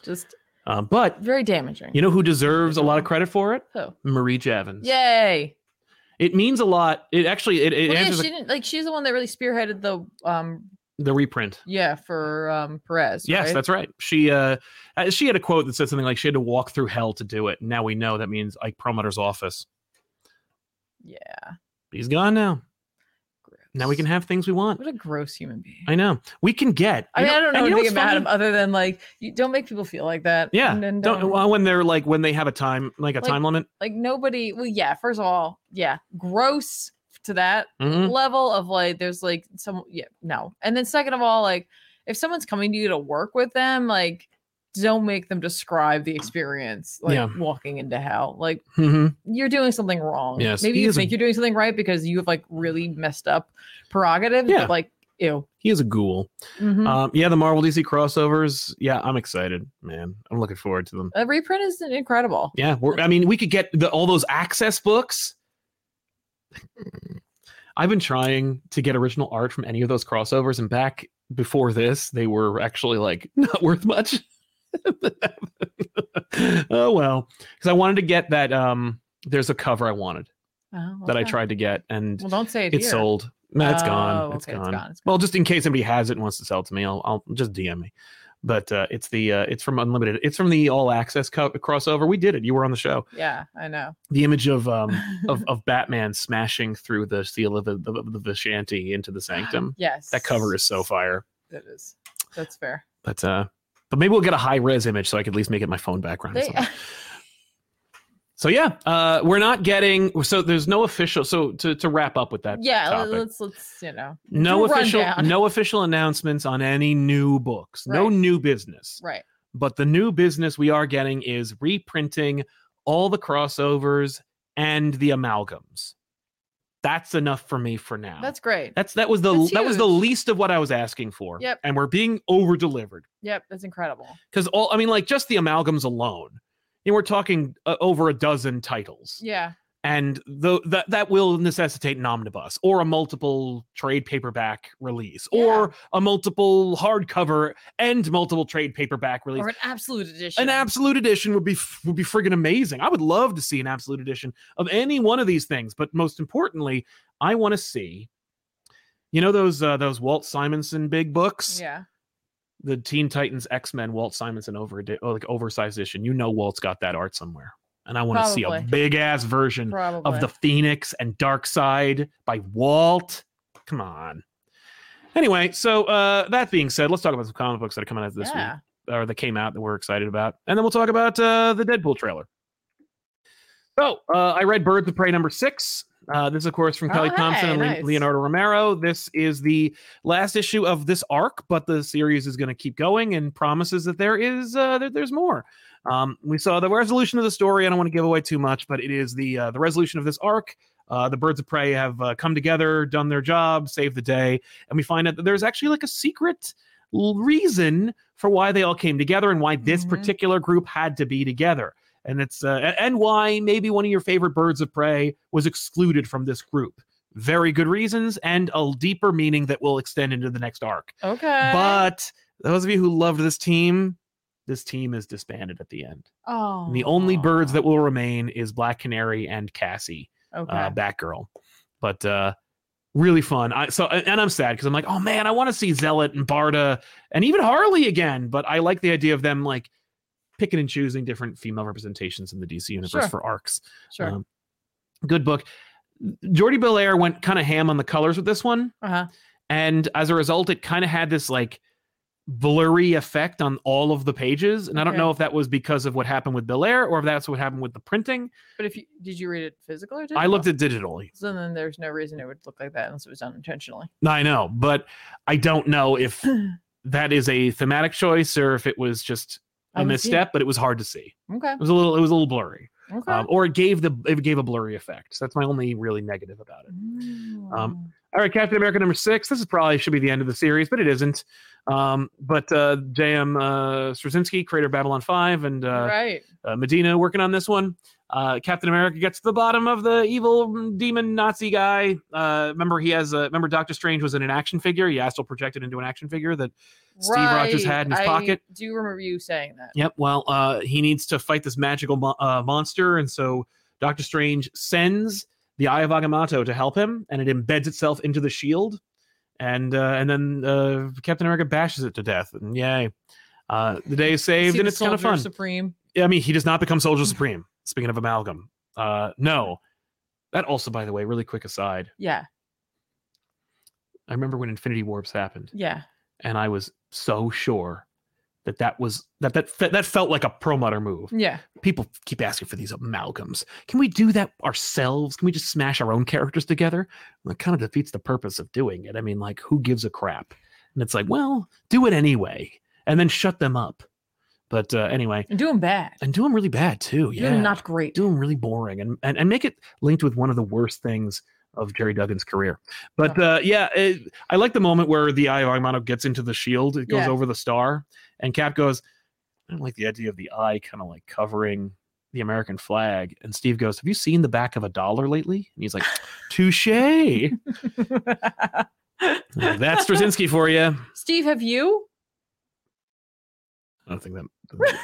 C: just
A: uh, but
C: very damaging.
A: you know who deserves a lot of credit for it
C: Who?
A: marie javins
C: Yay!
A: It means a lot. It actually it, it
C: Well, yeah,
A: answers
C: she didn't like. She's the one that really spearheaded the um
A: the, the reprint.
C: yeah for um Perez.
A: Yes,
C: right?
A: that's right. She uh uh, she had a quote that said something like she had to walk through hell to do it. Now we know that means Ike Perlmutter's office.
C: yeah.
A: He's gone now. Now we
C: gross.
A: can have things we want.
C: What a gross human being.
A: I know. We can get.
C: I
A: you
C: mean, I don't
A: and
C: know
A: you
C: anything
A: what's
C: about
A: funny?
C: him other than like, you don't make people feel like that.
A: Yeah.
C: and, and,
A: Don't
C: um,
A: well, when they're like when they have a time like a
C: Like-
A: time limit.
C: like nobody. Well, yeah. First of all, yeah, gross to that
A: Mhm.
C: level of like, there's like some, yeah, no. And then second of all, like, if someone's coming to you to work with them, like, don't make them describe the experience, like
A: Yeah.
C: walking into hell. Like,
A: Mhm.
C: you're doing something wrong.
A: Yes,
C: Maybe
A: he
C: you
A: is a-
C: think you're doing something right because you have like really messed up prerogatives.
A: Yeah.
C: But, like, ew.
A: He is a ghoul.
C: Mhm.
A: Um, yeah, the Marvel DC crossovers. Yeah, I'm excited, man. I'm looking forward to them.
C: a reprint is incredible.
A: Yeah, we're, I mean, we could get the, all those access books. I've been trying to get original art from any of those crossovers, and back before this, they were actually like not worth much. oh well, because I wanted to get that. Um, there's a cover I wanted
C: Oh,
A: that I
C: okay.
A: tried to get, and
C: Well, don't say it
A: it's
C: here.
A: sold. No, it's gone.
C: Oh,
A: It's
C: okay,
A: gone.
C: it's gone, it's
A: Well, just in case anybody has it and wants to sell it to me, I'll, I'll just DM me. But uh, it's the uh, it's from Unlimited. It's from the All Access co- crossover. We did it. You were on the show.
C: Yeah, I know.
A: The image of um of, of Batman smashing through the seal of the, the, the Vishanti into the sanctum.
C: yes.
A: That cover is so fire.
C: It is. That's fair.
A: But uh, but maybe we'll get a high res image so I can at least make it my phone background. or
C: They,
A: something. so yeah, uh, we're not getting. So there's no official. So to to wrap up with that.
C: yeah, let-
A: topic.
C: let's let's you know.
A: no
C: do a
A: official
C: rundown.
A: no official announcements on any new books no
C: Right.
A: new business
C: Right.
A: but the new business we are getting is reprinting all the crossovers and the amalgams that's enough for me for now
C: That's great.
A: that's that was the
C: That's
A: that was the
C: huge.
A: least of what i was asking for
C: Yep.
A: and we're being over delivered
C: Yep, that's incredible.
A: because all i mean like just the amalgams alone you know, we're talking uh, over a dozen titles
C: Yeah.
A: and though that that will necessitate an omnibus or a multiple trade paperback release or a multiple hardcover and multiple trade paperback release
C: Or an absolute edition.
A: an absolute edition would be f- would be friggin' amazing i would love to see an absolute edition of any one of these things but most importantly i want to see you know those uh, those walt simonson big books
C: Yeah.
A: the teen titans x-men walt simonson over edi- oh, like oversized edition you know walt's got that art somewhere and i want to see a
C: Probably.
A: big ass version
C: Probably.
A: of the Phoenix and Dark Side by Walt. Come on. Anyway, so uh, that being said, let's talk about some comic books that are coming out this
C: yeah.
A: week or that came out that we're excited about, and then we'll talk about uh, the Deadpool trailer. So uh, I read Birds of Prey number six. Uh, this, of course, from Kelly
C: Oh,
A: Thompson and
C: hey,
A: Le-
C: nice.
A: Leonardo Romero. This is the last issue of this arc, but the series is going to keep going and promises that there is uh, that there's more. Um, we saw the resolution of the story. I don't want to give away too much, but it is the uh, the resolution of this arc. Uh, the birds of prey have uh, come together, done their job, saved the day, and we find out that there's actually like a secret l- reason for why they all came together and why this
C: Mhm.
A: particular group had to be together. And it's uh, a- and why maybe one of your favorite birds of prey was excluded from this group. Very good reasons and a deeper meaning that will extend into the next arc.
C: Okay.
A: But those of you who loved this team, this team is disbanded at the end.
C: oh.
A: And the only birds that will remain is Black Canary and Cassie,
C: Okay.
A: uh, Batgirl. But uh, really fun. I so and I'm sad because I'm like, oh man, I want to see Zealot and Barda and even Harley again. But I like the idea of them like picking and choosing different female representations in the DC universe
C: Sure.
A: for arcs.
C: Sure.
A: Um, good book. Jordi Belair went kind of ham on the colors with this one,
C: uh-huh.
A: and as a result, it kind of had this like blurry effect on all of the pages. And I don't
C: Okay.
A: know if that was because of what happened with Belair or if that's what happened with the printing.
C: But if you did you read it physical or
A: I
C: digital?
A: looked at digitally.
C: So then there's no reason it would look like that unless it was done intentionally.
A: I know, but I don't know if that is a thematic choice or if it was just
C: I
A: a
C: didn't see it.
A: misstep, but it was hard to see.
C: Okay.
A: It was a little, it was a little blurry,
C: Okay.
A: um, or it gave the it gave a blurry effect. So that's my only really negative about it.
C: Mm.
A: All right, Captain America number six. This is probably should be the end of the series, but it isn't. Um, but uh, J.M. Uh, Straczynski, creator of Babylon Five, and uh,
C: right.
A: uh, Medina working on this one. Uh, Captain America gets to the bottom of the evil mm, demon Nazi guy. Uh, remember, he has a remember Doctor Strange was in an action figure. He astral projected into an action figure that. Steve Rogers had in his
C: Right.
A: pocket.
C: I do remember you saying that.
A: Yep. Well, uh, he needs to fight this magical mo- uh, monster, and so Doctor Strange sends the Eye of Agamotto to help him, and it embeds itself into the shield, and uh, and then uh, Captain America bashes it to death, and yay. Uh, the day is saved,
C: See
A: and
C: the
A: it's kind of
C: Soldier
A: fun.
C: Supreme.
A: I mean, he does not become Soldier Supreme. Speaking of amalgam, uh, no. That also, by the way, really quick aside.
C: Yeah.
A: I remember when Infinity Warps happened,
C: Yeah.
A: and I was so sure that that was that that fe- that felt like a Promoter move.
C: Yeah.
A: people keep asking for these amalgams. Can we do that ourselves? Can we just smash our own characters together? Well, it kind of defeats the purpose of doing it. I mean, like, who gives a crap? And it's like, well, do it anyway, and then shut them up. But uh, anyway,
C: And doing bad.
A: and do them really bad too.
C: Yeah.
A: Oh, Yeah,
C: Doing not great.
A: do them really boring, and, and and make it linked with one of the worst things of Jerry Duggan's career. But uh, yeah, it, I like the moment where the eye of Agamotto gets into the shield. It goes
C: Yeah.
A: over the star, and Cap goes, "I don't like the idea of the eye kind of like covering." The American flag, and Steve goes, "Have you seen the back of a dollar lately?" And he's like, "Touche." Like, That's Straczynski for you. I
C: Steve, have you?
A: don't think that.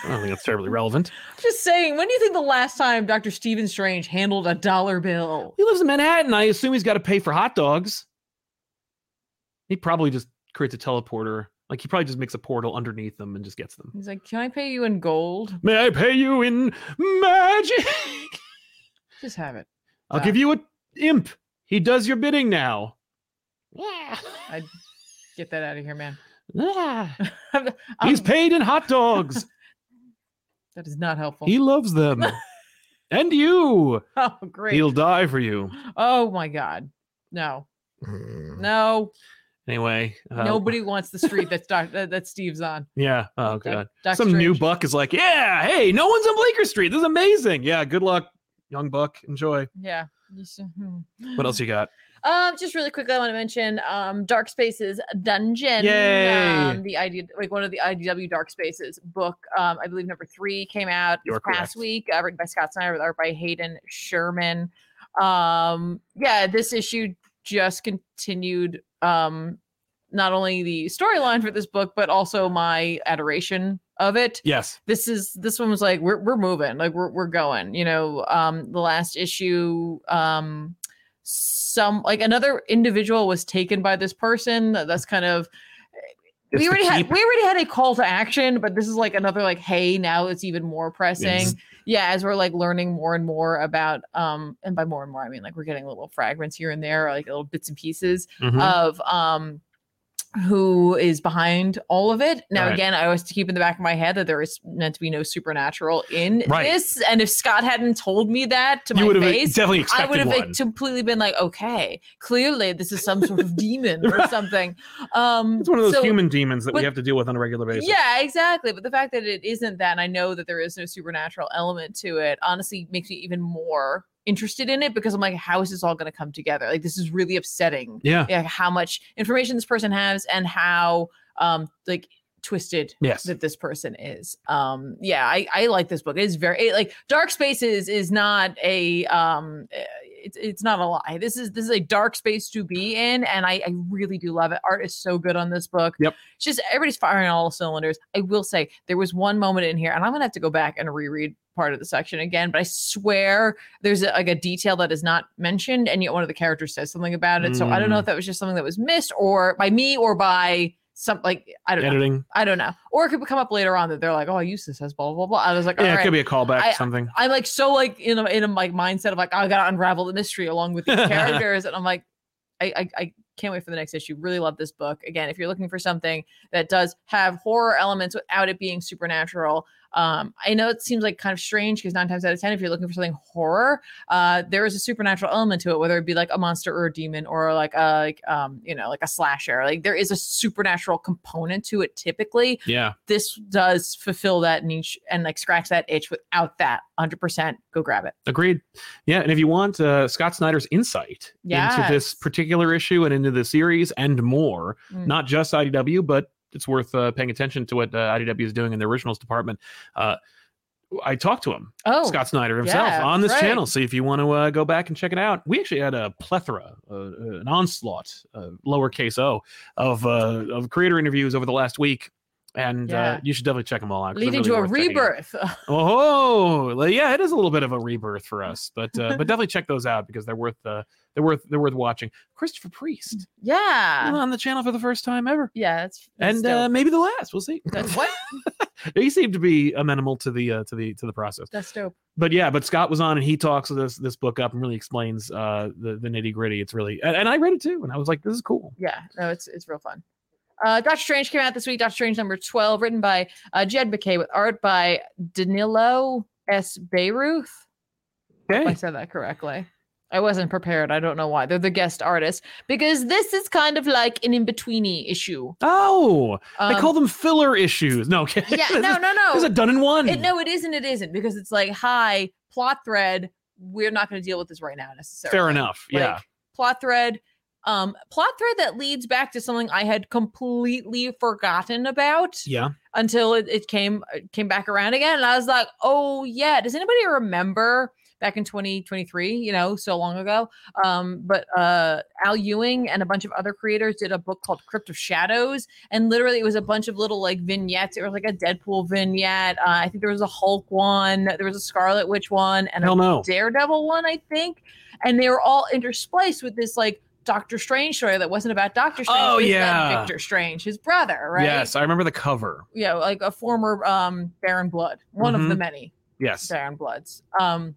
A: I don't think that's terribly relevant.
C: Just saying, when do you think the last time Dr. Stephen Strange handled a dollar bill?
A: He lives in Manhattan. I assume he's got to pay for hot dogs. He probably just creates a teleporter. Like he probably just makes a portal underneath them and just gets them.
C: He's like, Can I pay you in gold?
A: May I pay you in magic?
C: Just have it.
A: I'll
C: Uh,
A: give you a imp. He does your bidding now. Yeah.
C: I get that out of here, man.
A: Yeah.
C: I'm-
A: Ah. He's paid in hot dogs.
C: that is not helpful.
A: he loves them. And you.
C: oh, great.
A: He'll die for you.
C: Oh my God. No, no.
A: Anyway. uh,
C: Nobody wants the street that's doc- that, that Steve's on.
A: Yeah. Oh, God.
C: Doc
A: some new
C: Strange.
A: buck is like, yeah, hey, no one's on Bleecker Street. This is amazing. Yeah, good luck, young buck. Enjoy.
C: Yeah. You s- hmm.
A: What else you got?
C: Um, just really quickly, I want to mention um, Dark Spaces Dungeon.
A: Yay.
C: Um, the idea, like one of the IDW Dark Spaces book, um, I believe number three came out
A: You're
C: this past
A: correct.
C: week, uh, written by Scott Snyder with art by Hayden Sherman. Um, yeah, this issue just continued um, not only the storyline for this book, but also my adoration of it
A: Yes.
C: this is this one was like we're we're moving like we're we're going you know um the last issue um some like another individual was taken by this person That- that's kind of
A: It's
C: we
A: the
C: already had
A: keep.
C: we already had a call to action but this is like another like hey now it's even more pressing
A: Yes.
C: yeah as we're like learning more and more about um and by more and more i mean like we're getting little fragments here and there like little bits and pieces
A: Mhm.
C: of um who is behind all of it. Now
A: Right.
C: again, I always keep in the back of my head that there is meant to be no supernatural in
A: Right.
C: this. And if Scott hadn't told me that to
A: you
C: my
A: would have
C: face,
A: definitely
C: I
A: expected
C: would have
A: one.
C: like, completely been like, okay, clearly this is some sort of demon or
A: Right.
C: something. Um
A: it's one of those
C: so-
A: human demons that we
C: but-
A: have to deal with on a regular basis.
C: yeah, exactly. But the fact that it isn't that, and I know that there is no supernatural element to it, honestly makes me even more interested in it because I'm like, how is this all going to come together? Like, this is really upsetting
A: Yeah.
C: yeah, how much information this person has and how um like twisted
A: Yes.
C: that this person is. Um, yeah, I, I like this book. It's very it, like Dark Spaces is not a um, eh, it's it's not a lie. This is this is a dark space to be in, and I, I really do love it. Art is so good on this book.
A: Yep.
C: it's just everybody's firing on all cylinders. I will say there was one moment in here, and I'm gonna have to go back and reread part of the section again, but I swear there's a, like a detail that is not mentioned, and yet one of the characters says something about it. So I don't know
A: Mm.
C: if that was just something that was missed or by me or by some like I don't know.
A: Editing.
C: I don't know. Or it could come up later on that they're like, oh, Eustace has blah, blah, blah. I was like, all
A: Yeah,
C: right.
A: it could be a callback
C: I-
A: or something.
C: I'm like so like in a, in a like mindset of like, I gotta unravel the mystery along with these characters. And I'm like, I, I, I can't wait for the next issue. Really love this book. Again, if you're looking for something that does have horror elements without it being supernatural, um, I know it seems like kind of strange because nine times out of ten, if you're looking for something horror, uh, there is a supernatural element to it, whether it be like a monster or a demon or like a like um, you know, like a slasher. Like there is a supernatural component to it typically
A: Yeah.
C: this does fulfill that niche and like scratch that itch without that 100% go grab it
A: Agreed. Yeah, and if you want uh, Scott Snyder's insight into this
C: Yes.
A: particular issue and into the series and more,
C: Mm.
A: not just IDW, but it's worth uh, paying attention to what uh, IDW is doing in the originals department. Uh, I talked to him,
C: oh
A: Scott Snyder himself,
C: yeah,
A: on this
C: right.
A: channel. So if you want to uh, go back and check it out, we actually had a plethora, uh, uh, an onslaught, uh, lowercase o, of uh, of creator interviews over the last week. And uh,
C: Yeah.
A: you should definitely check them all out. 'cause they're
C: leading
A: really
C: to a
A: worth checking out.
C: rebirth
A: Oh, well, yeah, it is a little bit of a rebirth for us, but uh, but definitely check those out because they're worth uh, they're worth they're worth watching. Christopher Priest
C: yeah
A: on the channel for the first time ever,
C: yeah it's,
A: and uh, maybe the last. We'll see.
C: that's what
A: he seemed to be amenable to the uh, to the to the process
C: that's dope
A: but yeah, but Scott was on and he talks this this book up and really explains uh the, the nitty gritty. It's really and, and I read it too and I was like, this is cool.
C: yeah no it's it's real fun uh, Doctor Strange came out this week. Doctor Strange number 12, written by uh, Jed McKay with art by Danilo S. Bayruth. I
A: Okay,
C: said that correctly. I wasn't prepared. I don't know why. They're the guest artists because this is kind of like an in betweeny issue.
A: oh,
C: Um,
A: they call them filler issues. No, okay,
C: yeah, no, no, no.
A: Is it done in one?
C: It, no, it isn't. It isn't because it's like, hi, plot thread. We're not going to deal with this right now necessarily.
A: fair enough.
C: Like,
A: yeah,
C: Plot thread. Um, plot thread that leads back to something I had completely forgotten about
A: yeah.
C: until it, it came it came back around again. And I was like, oh yeah. Does anybody remember back in 2023, you know, so long ago? Um, but uh Al Ewing and a bunch of other creators did a book called Crypt of Shadows. And literally it was a bunch of little like vignettes. It was like a Deadpool vignette. Uh, I think there was a Hulk one, there was a Scarlet Witch one, and a
A: Hell no.
C: Daredevil one, I think. And they were all interspliced with this like Doctor Strange story that wasn't about Doctor Strange.
A: Oh,
C: it was about
A: yeah.
C: Victor Strange, his brother, right?
A: Yes, I remember the cover.
C: yeah, like a former um Baron Blood, one of the
A: Mhm.
C: many
A: Yes.
C: Baron Bloods. Um,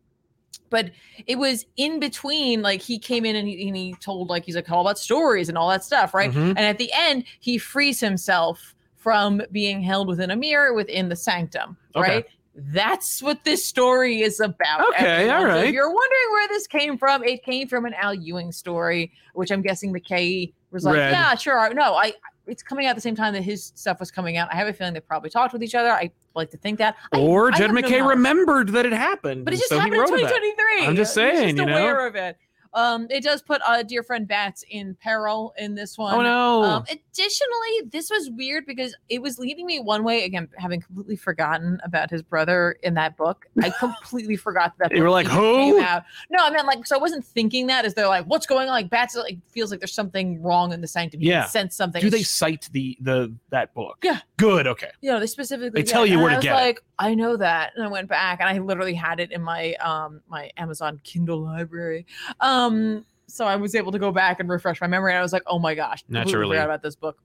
C: but it was in between, like he came in and he, and he told like he's like all about stories and all that stuff, right?
A: Mhm.
C: And at the end, he frees himself from being held within a mirror within the sanctum,
A: Okay.
C: right? That's what this story is about.
A: Okay, all
C: So
A: right.
C: if you're wondering where this came from, it came from an Al Ewing story, which I'm guessing McKay was like,
A: Read.
C: yeah, sure. I- No, I. It's coming out the same time that his stuff was coming out. I have a feeling they probably talked with each other. I like to think that. I-
A: Or
C: I
A: Jed
C: have no
A: McKay
C: knowledge.
A: remembered that it happened.
C: But it
A: and
C: just
A: so he
C: happened in
A: Oh, wrote about it.
C: 2023.
A: I'm just
C: He was
A: saying, you know?
C: aware of it. Um, it does put uh, dear friend Bats in peril in this one.
A: Oh no.
C: Um, additionally, this was weird because it was leading me one way again, having completely forgotten about his brother in that book. I completely forgot that. that
A: You were
C: book
A: like,
C: even
A: "Who?"
C: came out. No, I meant like, so I wasn't thinking that. Is there like, what's going on? Like, bats like feels like there's something wrong in the sanctum. You can
A: Yeah.
C: sense something.
A: Do they
C: It's
A: cite the the that book?
C: Yeah.
A: Good. Okay.
C: you know, they specifically
A: They tell
C: did.
A: you
C: And
A: where
C: I
A: to
C: was
A: get it.
C: like, I know that. And I went back and I literally had it in my um my Amazon Kindle library. Um so I was able to go back and refresh my memory. And I was like, oh my gosh, completely
A: Naturally.
C: forgot about this book.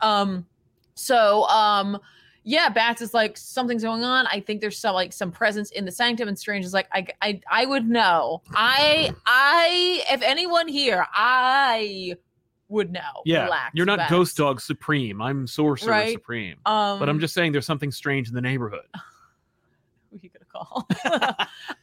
C: Um so um yeah, Bats is like something's going on. I think there's some like some presence in the sanctum, and Strange is like, I, I, I would know. I, I, if anyone here, I would know.
A: Yeah.
C: Relax,
A: You're not
C: Bats.
A: Ghost Dog Supreme. I'm Sorcerer
C: Right.
A: Supreme.
C: Um, uh,
A: but I'm just saying there's something strange in the neighborhood.
C: who you gonna call?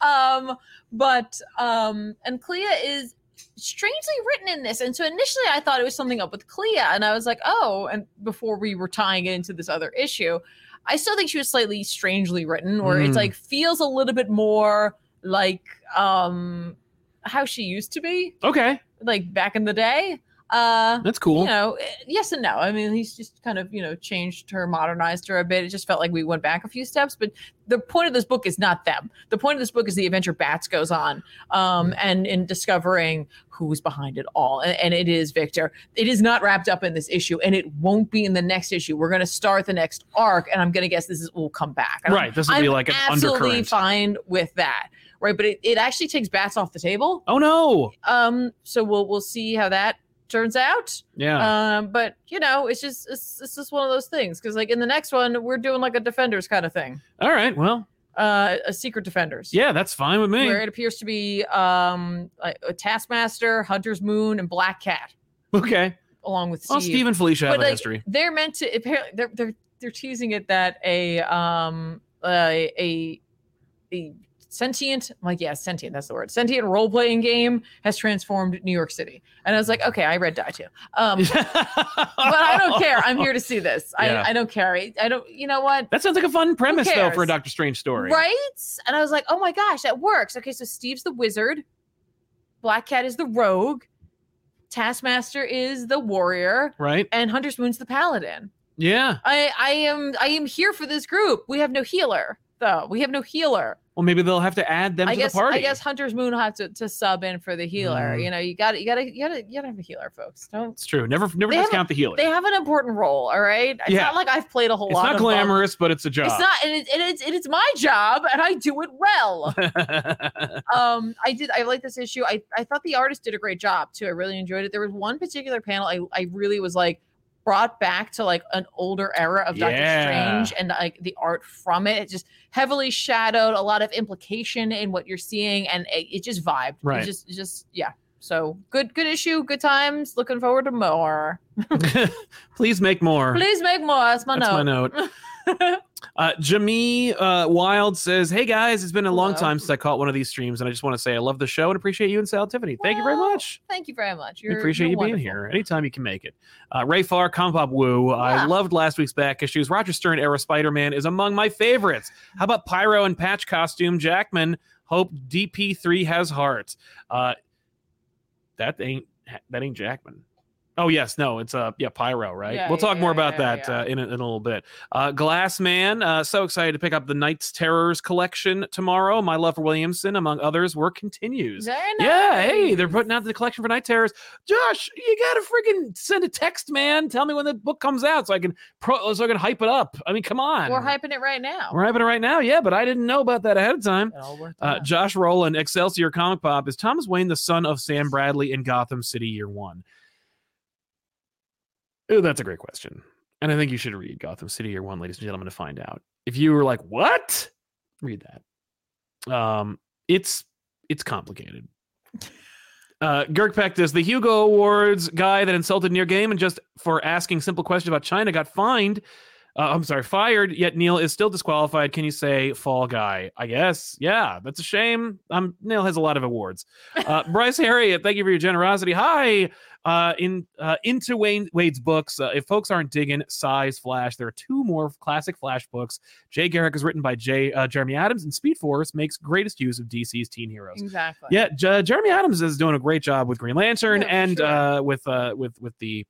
C: um, but um, and Clea is strangely written in this, and so initially I thought it was something up with Clea, and I was like, oh, and before we were tying it into this other issue, I still think she was slightly strangely written, where
A: Mm.
C: it's like feels a little bit more like um how she used to be
A: Okay.
C: like back in the day. Uh,
A: That's cool.
C: you know, eh, yes and no. I mean, he's just kind of, you know, changed her, modernized her a bit. It just felt like we went back a few steps, but the point of this book is not them. The point of this book is the adventure Bats goes on
A: Mm-hmm.
C: um, and in discovering who's behind it all. And, and it is Victor. It is not wrapped up in this issue, and it won't be in the next issue. We're going to start the next arc, and I'm going to guess this is will come back. And I'm
A: right. This would be
C: I'm
A: like an
C: absolutely
A: undercurrent.
C: fine with that, right? But it, it actually takes bats off the table.
A: Oh no.
C: Um, so we'll we'll see how that turns out.
A: Yeah.
C: Um, but you know, it's just it's, it's just one of those things because like in the next one, we're doing like a defenders kind of thing,
A: All right. Well,
C: uh, a secret defenders.
A: yeah, that's fine with me.
C: Where it appears to be um, a, a Taskmaster, Hunter's Moon, and Black Cat,
A: Okay.
C: along with
A: Well,
C: Steve.
A: Steve and Felicia have
C: But,
A: a
C: like,
A: history.
C: they're meant to apparently they're they're, they're teasing it that a um a a, a sentient I'm like yeah sentient that's the word sentient role playing game has transformed New York City and I was like okay I read Die too um
A: but
C: but I don't care I'm here to see this
A: Yeah.
C: I I don't care I, I don't you know what
A: That sounds like a fun premise though for a
C: cares?
A: Doctor Strange story.
C: right and I was like oh my gosh that works okay so Steve's the wizard Black Cat is the rogue Taskmaster is the warrior
A: Right?
C: and Hunter's Moon's the paladin
A: Yeah.
C: I I am I am here for this group. We have no healer though. We have no healer.
A: Well, maybe they'll have to add them
C: I
A: to
C: guess
A: the party.
C: I guess Hunter's Moon had to, to sub in for the healer.
A: Mm.
C: You know, you got to you got to you got to you got to have a healer, folks. Don't
A: it's true. Never, never
C: They have a-
A: discount the healer.
C: they have an important role, all right? It's
A: Yeah.
C: not like I've played a whole
A: It's
C: lot.
A: not
C: of um, them.
A: glamorous, but it's a job.
C: It's not, and it, and it's it's my job, and I do it well. um, I did. I like this issue. I I thought the artist did a great job too. I really enjoyed it. There was one particular panel I I really was like brought back to like an older era of
A: Yeah.
C: Doctor Strange and like the art from it. It just heavily shadowed a lot of implication in what you're seeing, and it, it just vibed.
A: Right.
C: It just it just yeah. So good good issue. Good times. Looking forward to more.
A: Please make more.
C: Please make more. That's my
A: That's my
C: note.
A: note. uh, Jamie uh, Wild says, "Hey guys, it's been a long
C: Hello.
A: time since I caught one of these streams, and I just want to say I love the show and appreciate you and Sal Tiffany. Thank you very
C: Well,
A: much.
C: Thank you very much.
A: We
C: You're-
A: appreciate
C: you're
A: you being
C: wonderful.
A: here anytime you can make it. Uh, Ray Farr, Compop Woo. I
C: Yeah.
A: loved last week's back issues. Roger Stern era Spider Man is among my favorites. How about Pyro and Patch costume Jackman? Hope DP3 has heart. Uh, that ain't that ain't Jackman. Oh yes, no, it's uh yeah Pyro right.
C: Yeah,
A: we'll
C: yeah,
A: talk more
C: yeah,
A: about
C: yeah,
A: that
C: yeah.
A: Uh, in a, in a little bit. Uh, Glass Man, uh, so excited to pick up the Knights Terrors collection tomorrow. My love for Williamson, among others, work continues.
C: Very
A: Yeah, hey, they're
C: nice.
A: putting out the collection for Night Terrors. Josh, you gotta freaking send a text, man. Tell me when the book comes out so I can pro so I can hype it up. I mean, come on.
C: We're hyping it right now.
A: We're hyping it right now, yeah, but I didn't know about that ahead of time.
C: It all worked
A: Uh,
C: out.
A: Josh Rowland, Excelsior Comic Pop, is Thomas Wayne the son of Sam Bradley in Gotham City Year One? Ooh, that's a great question. And I think you should read Gotham City Year One, ladies and gentlemen, to find out. If you were like, what? Read that. Um, it's it's complicated. Uh, Girk Peck does the Hugo Awards guy that insulted Neil Gaiman just for asking simple questions about China got fined. Uh, I'm sorry, fired. Yet Neil is still disqualified. Can you say fall guy? I guess. Yeah, that's a shame. Um, Neil has a lot of awards. Uh, Bryce Harriet, thank you for your generosity. Hi, uh, in uh, into Wayne Wade's books. Uh, if folks aren't digging Size Flash, there are two more classic Flash books. Jay Garrick is written by Jay uh, Jeremy Adams, and Speed Force makes greatest use of DC's teen heroes.
C: exactly.
A: Yeah, J- Jeremy Adams is doing a great job with Green Lantern
C: Yeah, for
A: and
C: sure.
A: uh, with uh, with with the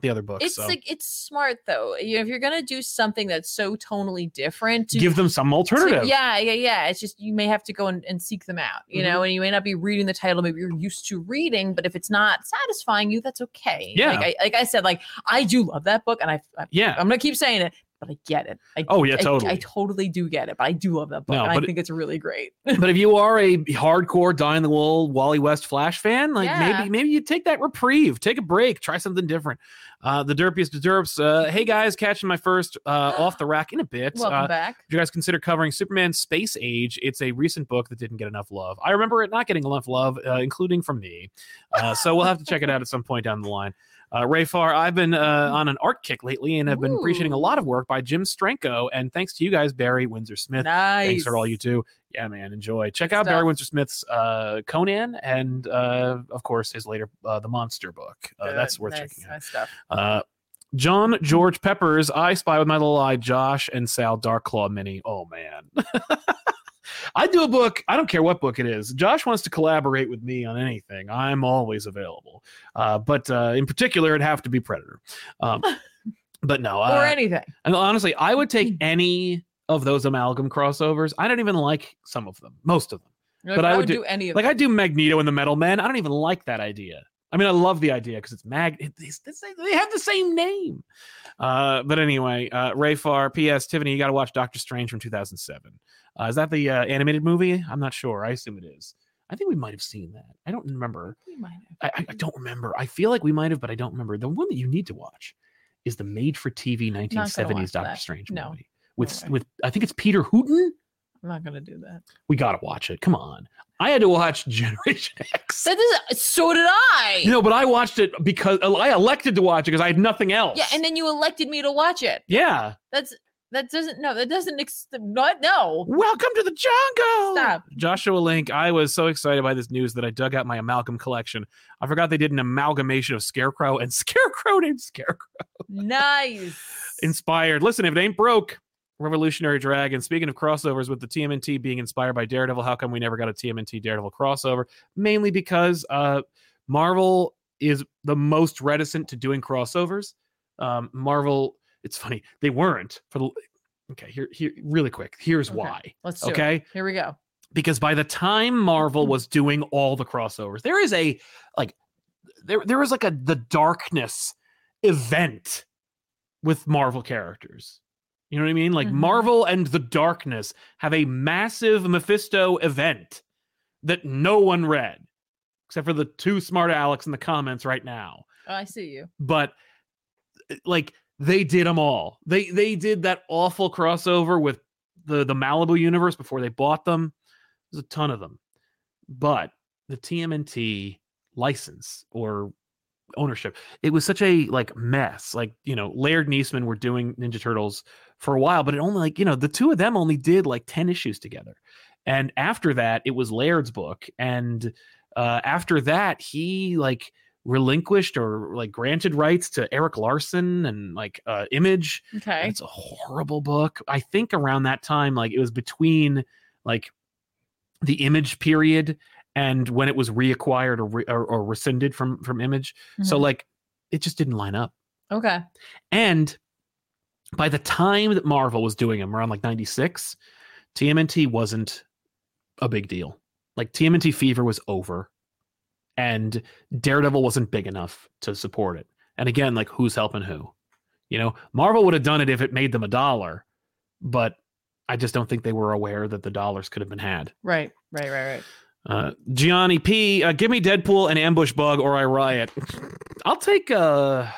A: the other books.
C: It's
A: so.
C: like it's smart though. You know, if you're gonna do something that's so tonally different, to,
A: give them some
C: to-
A: alternative.
C: yeah, yeah, yeah. It's just you may have to go and, and seek them out.
A: Mm-hmm.
C: You know, and you may not be reading the title, maybe you're used to reading, but if it's not satisfying you, that's okay.
A: Yeah.
C: Like I, like I said, like I do love that book, and I, I
A: Yeah.
C: I'm gonna keep saying it, but I get it. I,
A: Oh yeah,
C: I-
A: totally.
C: I, totally do get it, but I do love that book.
A: No,
C: and I
A: but-
C: think it's really great.
A: but if you are a hardcore die in the wool Wally West Flash fan, like
C: Yeah.
A: maybe maybe you take that reprieve, take a break, try something different. Uh, the derpiest of derps. Uh, hey guys, catching my first uh, off the rack in a bit.
C: Welcome
A: uh,
C: back.
A: Would you guys consider covering Superman Space Age? It's a recent book that didn't get enough love. I remember it not getting enough love, uh, including from me. Uh, so we'll have to check it out at some point down the line. Uh, Ray Farr, I've been uh, on an art kick lately and have been appreciating a
C: Ooh.
A: lot of work by Jim Stranko. And thanks to you guys, Barry Windsor Smith.
C: Nice.
A: Thanks for all you do. Yeah, man, enjoy. Check out
C: stuff.
A: Barry Windsor Smith's uh, Conan and, uh, of course, his later uh, The Monster book. Uh, that's
C: Good.
A: worth
C: Nice,
A: checking out.
C: nice stuff.
A: Uh, John George Peppers, I Spy with My Little Eye, Josh and Sal Dark Claw Mini. Oh man. I do a book. I don't care what book it is. Josh wants to collaborate with me on anything. I'm always available. Uh, but uh, in particular, it'd have to be Predator. Um, but no,
C: or
A: uh,
C: anything.
A: and honestly, I would take any of those amalgam crossovers. I don't even like some of them, most of them.
C: You're
A: but
C: like,
A: I
C: I
A: would
C: would do, any of
A: Like
C: it.
A: I do Magneto and the Metal Men. I don't even like that idea. I mean, I love the idea because it's Mag. it- It's, it's, they have the same name. Uh, but anyway, uh, Ray Farr, P.S. Tiffany, you got to watch Doctor Strange from 2007. Uh, is that the uh, animated movie? I'm not sure. I assume it is. I think we might have seen that. I don't remember.
C: You might have.
A: I, I- I don't remember. I feel like we might have, but I don't remember. The one that you need to watch is the made-for-TV
C: watch
A: 1970s Doctor
C: that.
A: Strange
C: No.
A: movie with
C: way.
A: with I think it's Peter Hooton.
C: I'm not gonna do that.
A: We gotta watch it. Come on. I had to watch Generation X.
C: So this is, so did I.
A: You know, but I watched it because I elected to watch it because I had nothing else.
C: yeah, and then you elected me to watch it.
A: yeah.
C: That's that doesn't no that doesn't ex- not no.
A: Welcome to the jungle.
C: Stop.
A: Joshua Link, I was so excited by this news that I dug out my amalgam collection. I forgot they did an amalgamation of Scarecrow and Scarecrow named Scarecrow.
C: Nice.
A: Inspired. Listen, if it ain't broke, Revolutionary Dragon. Speaking of crossovers with the TMNT being inspired by Daredevil, how come we never got a TMNT Daredevil crossover? Mainly because uh Marvel is the most reticent to doing crossovers. Um, Marvel, it's funny they weren't for the. Okay, here, here, really quick. Here's
C: Okay,
A: why.
C: Let's do it.
A: Okay,
C: Here we go.
A: because by the time Marvel was doing all the crossovers, there is a like, there, there was like a the darkness event with Marvel characters. You know what I mean? Like
C: Mhm.
A: Marvel and the Darkness have a massive Mephisto event that no one read, except for the two smart Alex in the comments right now
C: Oh, I see you.
A: but like they did them all. They they did that awful crossover with the the Malibu universe before they bought them. There's a ton of them, but the TMNT license or ownership it was such a like mess like you know laird and eastman were doing ninja turtles for a while but it only like you know the two of them only did like 10 issues together and after that it was laird's book and uh after that he like relinquished or like granted rights to Eric Larson and like uh Image. And
C: Okay.
A: It's a horrible book. I think around that time, like it was between like the Image period and when it was reacquired or re- or, or rescinded from from Image. So
C: Mhm.
A: like it just didn't line up.
C: Okay.
A: And by the time that Marvel was doing them around like 96, TMNT wasn't a big deal. Like TMNT fever was over and Daredevil wasn't big enough to support it. And again, like who's helping who? You know, Marvel would have done it if it made them a dollar, but I just don't think they were aware that the dollars could have been had.
C: Right. Right. Right. Right.
A: Uh, Gianni P, uh, give me Deadpool and Ambush Bug or I riot. I'll take uh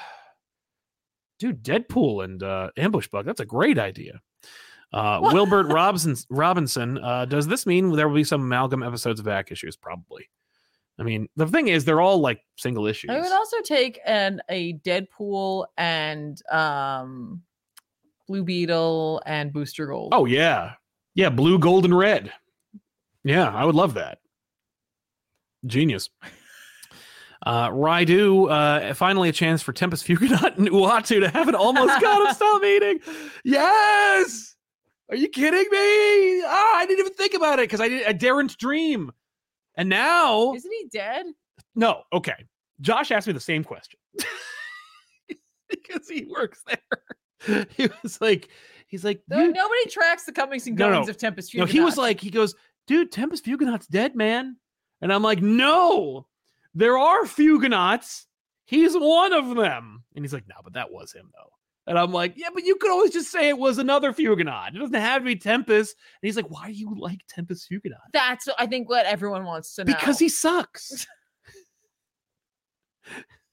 A: dude Deadpool and uh, Ambush Bug. That's a great idea. Uh, Wilbert Robinson Robinson, uh, does this mean there will be some amalgam episodes of back issues? Probably. I mean, the thing is, they're all like single issues.
C: I would also take an a Deadpool and um Blue Beetle and Booster Gold.
A: Oh yeah, yeah, blue, gold, and red. Yeah, I would love that. Genius. Uh, Raidu, uh, finally a chance for Tempest Fuganot and Uatu to have an almost got him style meeting. Yes! Are you kidding me? Ah, I didn't even think about it because I, did- I daren't dream. And now,
C: Isn't he dead?
A: no, okay. Josh asked me the same question because he works there. He was like, he's like,
C: Though
A: "You
C: nobody tracks the comings and
A: No,
C: goings
A: no.
C: of Tempest
A: no, he was
C: Fuganot.
A: like, he goes, dude, Tempest Fuganot's dead, man. And I'm like, no, there are Fuganotts. He's one of them. And he's like, no, but that was him, though. And I'm like, yeah, but you could always just say it was another Fuganot. It doesn't have to be Tempest. And he's like, why do you like Tempest Fuganot?
C: That's I think what everyone wants to know.
A: Because he sucks.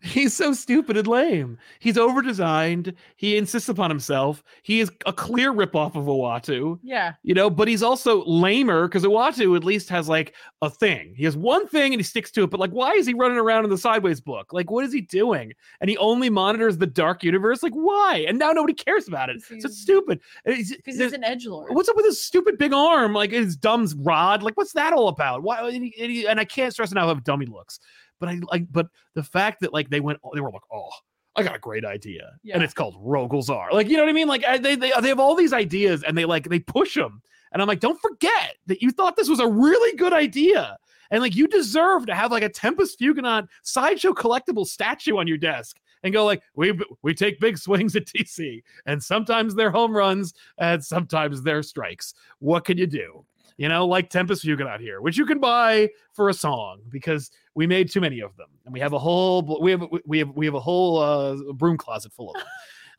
A: He's so stupid and lame. He's overdesigned. He insists upon himself. He is a clear ripoff of Owatu
C: yeah.
A: you know, but he's also lamer because Uatu at least has like a thing. He has one thing and he sticks to it, but like, why is he running around in the sideways book? Like, what is he doing? And he only monitors the dark universe. Like, why? And now nobody cares about it. So it's
C: He's-
A: stupid. And he's-
C: Because
A: there's-
C: he's an edgelord.
A: What's up with his stupid big arm? Like his dumb's rod. Like what's that all about? Why? And, he- and he- and I can't stress enough how dummy looks. But I like. But the fact that like they went, they were like, oh, I got a great idea,
C: Yeah.
A: and it's called Rogelzar. Like you know what I mean? Like I, they they they have all these ideas, and they like they push them. And I'm like, don't forget that you thought this was a really good idea. And like you deserve to have like a Tempest Fugonon sideshow collectible statue on your desk and go like we we take big swings at TC and sometimes they're home runs and sometimes they're strikes. What can you do? You know, like Tempest Fugonon here, which you can buy for a song because we made too many of them and we have a whole we have we have we have a whole uh, broom closet full of them.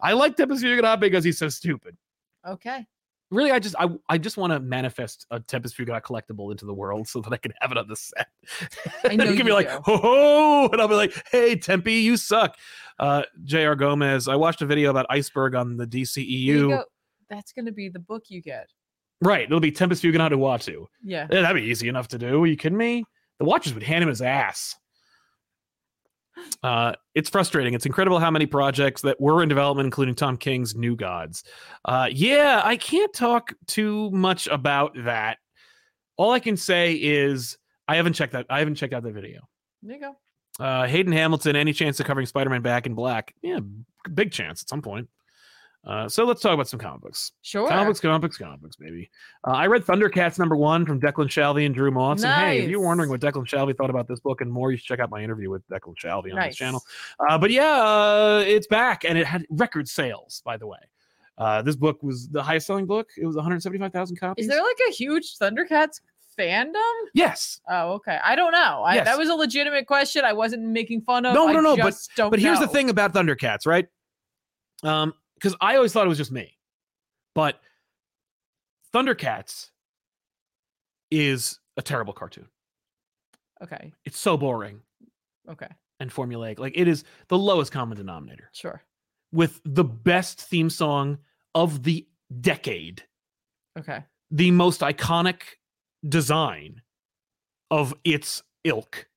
A: I like Tempest Fugonon because he's so stupid
C: Okay.
A: really i just i, I just want to manifest a tempest fuga collectible into the world so that i can have it on the set
C: I know
A: you can be
C: you
A: like
C: do.
A: ho ho and i'll be like hey tempe you suck uh jr gomez i watched a video about iceberg on the E
C: There you
A: dceu
C: go. That's gonna be the book you get.
A: right it'll be tempest fuga to watu
C: Yeah.
A: yeah, that'd be easy enough to do are you kidding me the watchers would hand him his ass uh, it's frustrating. It's incredible how many projects that were in development, including Tom King's New Gods. Uh, yeah, I can't talk too much about that. All I can say is I haven't checked that. I haven't checked out the video.
C: There you go.
A: Uh, Hayden Hamilton, any chance of covering Spider-Man back in black? Yeah, big chance at some point. Uh, so let's talk about some comic books.
C: Sure.
A: Comic books, comic books, comic books, baby. Uh, I read Thundercats number one from Declan Shalvey and Drew Moss. And hey, if you're
C: Nice.
A: wondering what Declan Shalvey thought about this book and more, you should check out my interview with Declan Shalvey on
C: nice.
A: this channel. Uh, but yeah, uh, it's back and it had record sales, by the way. Uh, this book was the highest selling book. It was 175,000 copies.
C: Is there like a huge Thundercats fandom?
A: yes.
C: Oh, okay. I don't know. I,
A: Yes.
C: That was a legitimate question. I wasn't making fun of.
A: No,
C: I
A: no, no,
C: Just don't
A: But here's the
C: know.
A: thing about Thundercats, right? Um, because I always thought it was just me, but Thundercats is a terrible cartoon.
C: Okay.
A: It's so boring.
C: Okay.
A: and formulaic. Like it is the lowest common denominator
C: Sure.
A: with the best theme song of the decade,
C: Okay.
A: the most iconic design of its ilk,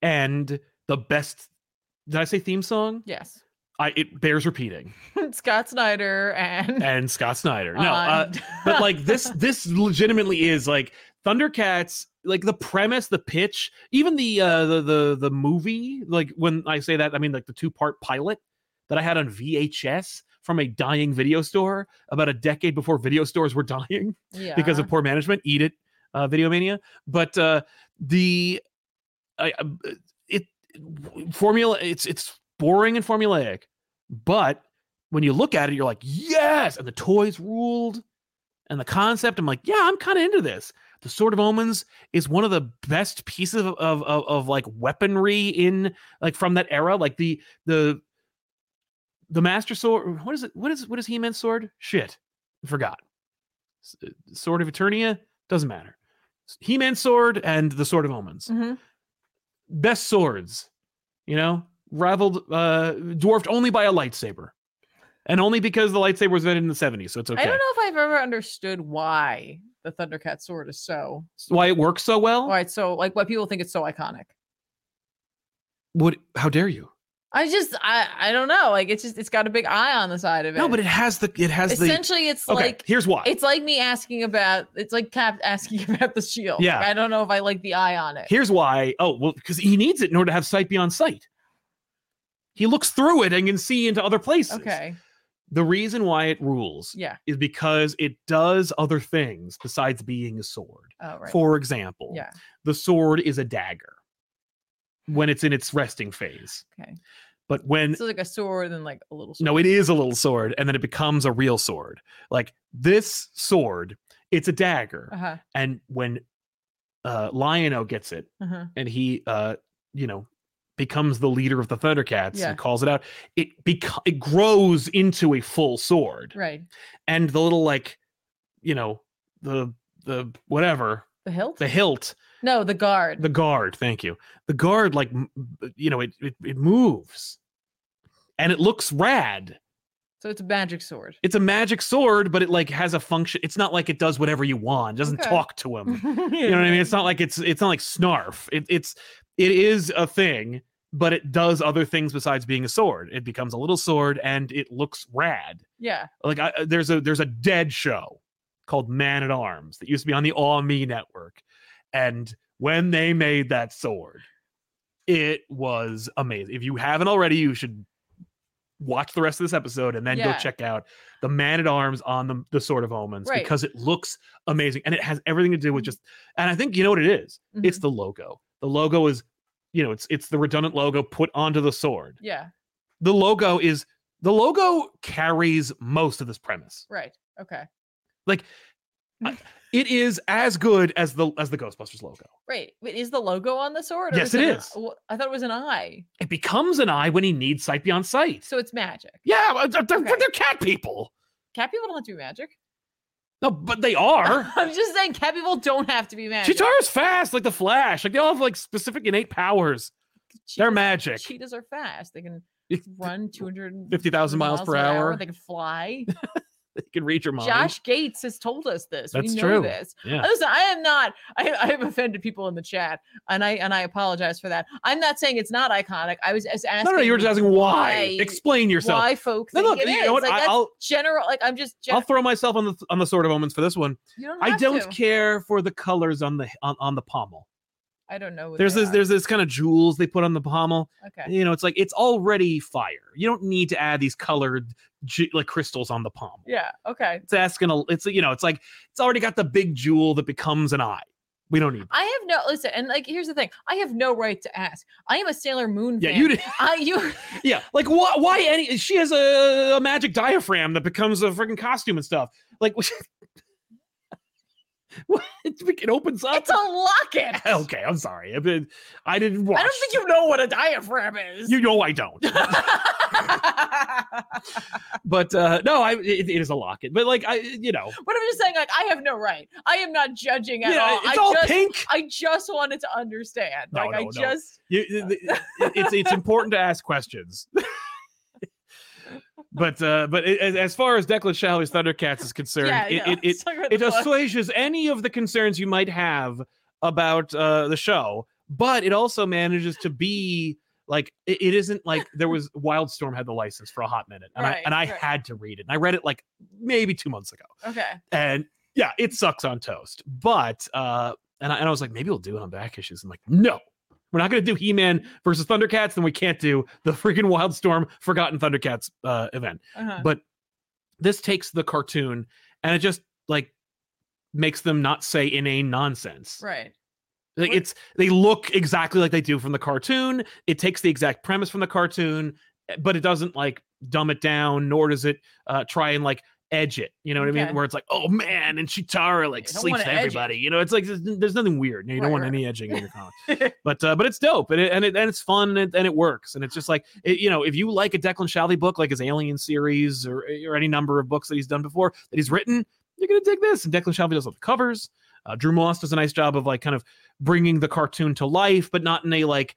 A: and the best. Did I say theme song?
C: Yes.
A: I it bears repeating.
C: Scott Snyder and.
A: And Scott Snyder. No, uh,
C: on-
A: but like this this legitimately is like thundercats like the premise the pitch even the uh the the, the movie like when i say that i mean like the two part pilot that i had on vhs from a dying video store about a decade before video stores were dying
C: yeah.
A: because of poor management. Eat it, uh, Video Mania. But uh, the I, I- it formula it's it's boring and formulaic, but when you look at it, you're like, yes, and the toys ruled, and the concept. I'm like, yeah, I'm kind of into this. The Sword of Omens is one of the best pieces of, of of of like weaponry in like from that era, like the the the Master Sword. What is it? What is what is He Man's sword? Shit, forgot. S- uh, Sword of Eternia doesn't matter. He Man's sword and the Sword of Omens,
C: Mhm.
A: best swords, you know, rivaled, uh, dwarfed only by a lightsaber, and only because the lightsaber was invented in the '70s. So it's okay.
C: I don't know if I've ever understood why the Thundercat sword is so.
A: It's Why it works so well?
C: All right. So, like, why people think it's so iconic.
A: What? How dare you?
C: I just, I, I don't know. Like, it's just, it's got a big eye on the side of it.
A: No, but it has the it has the. Okay,
C: essentially, it's like
A: here's why.
C: It's like me asking about. It's like Cap asking about the shield. Like,
A: Yeah.
C: I don't know if I like the eye on it.
A: Here's why. Oh, well, because he needs it in order to have sight beyond sight. He looks through it and can see into other places.
C: Okay.
A: The reason why it rules
C: Yeah.
A: is because it does other things besides being a sword.
C: Oh right.
A: For example,
C: yeah.
A: the sword is a dagger when it's in its resting phase.
C: Okay.
A: But when
C: So like a sword and like a little. Sword.
A: no, it is a little sword, and then it becomes a real sword. Like this sword, it's a dagger.
C: Uh huh.
A: And when uh Lion-O gets it
C: Uh-huh.
A: and he uh you know becomes the leader of the Thundercats
C: Yeah.
A: and calls it out, it beco- it grows into a full sword.
C: Right.
A: And the little like, you know, the the whatever,
C: The hilt.
A: the hilt
C: no, the guard.
A: the guard thank you the guard like m- b- you know it, it it moves and it looks rad
C: so it's a magic sword.
A: it's a magic sword but it like has a function it's not like it does whatever you want it doesn't
C: Okay.
A: talk to him you know what i mean it's not like it's it's not like snarf it, it's it is a thing but it does other things besides being a sword it becomes a little sword and it looks rad
C: Yeah.
A: like I, I- there's a there's a dead show called Man at Arms that used to be on the All Me E network, and when they made that sword, it was amazing. If you haven't already, you should watch the rest of this episode and then
C: Yeah.
A: go check out the man at arms on the, the Sword of Omens
C: Right. Mm.
A: because it looks amazing and it has everything to do with just, and I think you know what it is?
C: Mm-hmm.
A: It's the logo. The logo is, you know, it's it's the redundant logo put onto the sword.
C: Mm-hmm. yeah,
A: The logo is the logo carries most of this premise.
C: right. Okay.
A: It is as good as the as the Ghostbusters logo.
C: Right. Wait, is the logo on the sword?
A: Yes, it
C: an-
A: is.
C: wh- I thought it was an eye.
A: It becomes an eye when he needs sight beyond sight.
C: So it's magic.
A: Yeah, but they're, they're-
C: Okay.
A: they're cat people.
C: Cat people don't have to be magic.
A: No, but they are.
C: I'm just saying, cat people don't have to be magic.
A: Chitara's fast, like the Flash. Like they all have like specific innate powers. They're
C: Cheetahs-
A: magic.
C: Cheetahs are fast. They can
A: It's
C: run 200
A: Fifty thousand miles per hour.
C: They can fly.
A: You can read your mind.
C: Josh Gates has told us this.
A: That's
C: we know
A: true.
C: this.
A: Yeah.
C: Listen, I am not. I, I have offended people in the chat, and I and I apologize for that. I'm not saying it's not iconic. I was just asking.
A: No, no, you were just asking why.
C: why-
A: Explain yourself.
C: why folks.
A: No,
C: think
A: look,
C: it
A: you
C: is.
A: know what?
C: Like,
A: I,
C: that's
A: I'll
C: general. Like I'm just. Gen-
A: I'll throw myself on the on the sword of omens for this one.
C: you don't.
A: I
C: have
A: don't
C: to.
A: care for the colors on the on, on the pommel.
C: I don't know. what
A: There's
C: they
A: this
C: are.
A: there's this kind of jewels they put on the pommel.
C: Okay.
A: You know, it's like it's already fire. You don't need to add these colored ju- like crystals on the pommel.
C: Yeah. Okay.
A: It's asking a it's you know, it's like it's already got the big jewel that becomes an eye. We don't need
C: I have no listen, and like here's the thing: I have no right to ask. I am a Sailor Moon.
A: Yeah,
C: fan.
A: you did.
C: I you
A: Yeah, like why? Why any? She has a, a magic diaphragm that becomes a freaking costume and stuff. Like, what? It opens up.
C: it's a locket.
A: okay, I'm sorry. I, mean, I didn't watch.
C: I don't think you know what a diaphragm is.
A: You know I don't. But uh no, I it, it is a locket. But like I, you know,
C: But I'm just saying, like, I have no right. I am not judging at
A: yeah,
C: all.
A: it's
C: I
A: all
C: just,
A: pink.
C: I just wanted to understand.
A: No,
C: like, I
A: no, no.
C: just,
A: You- th- th- it- it's it's important to ask questions. but uh but a- as as far as Declan Shallow's Thundercats is concerned,
C: yeah,
A: it,
C: no,
A: it, it
C: it's like, what the
A: it
C: fuck?
A: assuages any of the concerns you might have about uh, the show, but it also manages to be like it- it isn't like there was Wildstorm had the license for a hot minute, and I
C: Right,
A: and I
C: right.
A: had to read it, and I read it like maybe two months ago,
C: okay.
A: and yeah, it sucks on toast, but uh, and I, and I was like maybe we'll do it on back issues, I'm like no. We're not going to do He-Man versus Thundercats, then we can't do the freaking Wildstorm Forgotten Thundercats uh, event
C: Uh-huh.
A: but this takes the cartoon and it just like makes them not say inane nonsense
C: Right.
A: like
C: What-
A: it's they look exactly like they do from the cartoon it takes the exact premise from the cartoon eh, but it doesn't like dumb it down nor does it uh try and like edge it you know what i
C: Okay.
A: mean where it's like oh man and chitara like
C: Yeah, don't
A: sleeps
C: wanna edge it.
A: everybody you know it's like there's, there's nothing weird you don't
C: Right,
A: want
C: right.
A: any edging in your comic but uh but it's dope and it and, it, and it's fun and, and it works and it's just like it, you know, if you like a Declan Shalvey book, like his Alien series or, or any number of books that he's done before that he's written, you're going to dig this. And Declan Shalvey does all the covers. Uh, Drew Moss does a nice job of like kind of bringing the cartoon to life, but not in a like,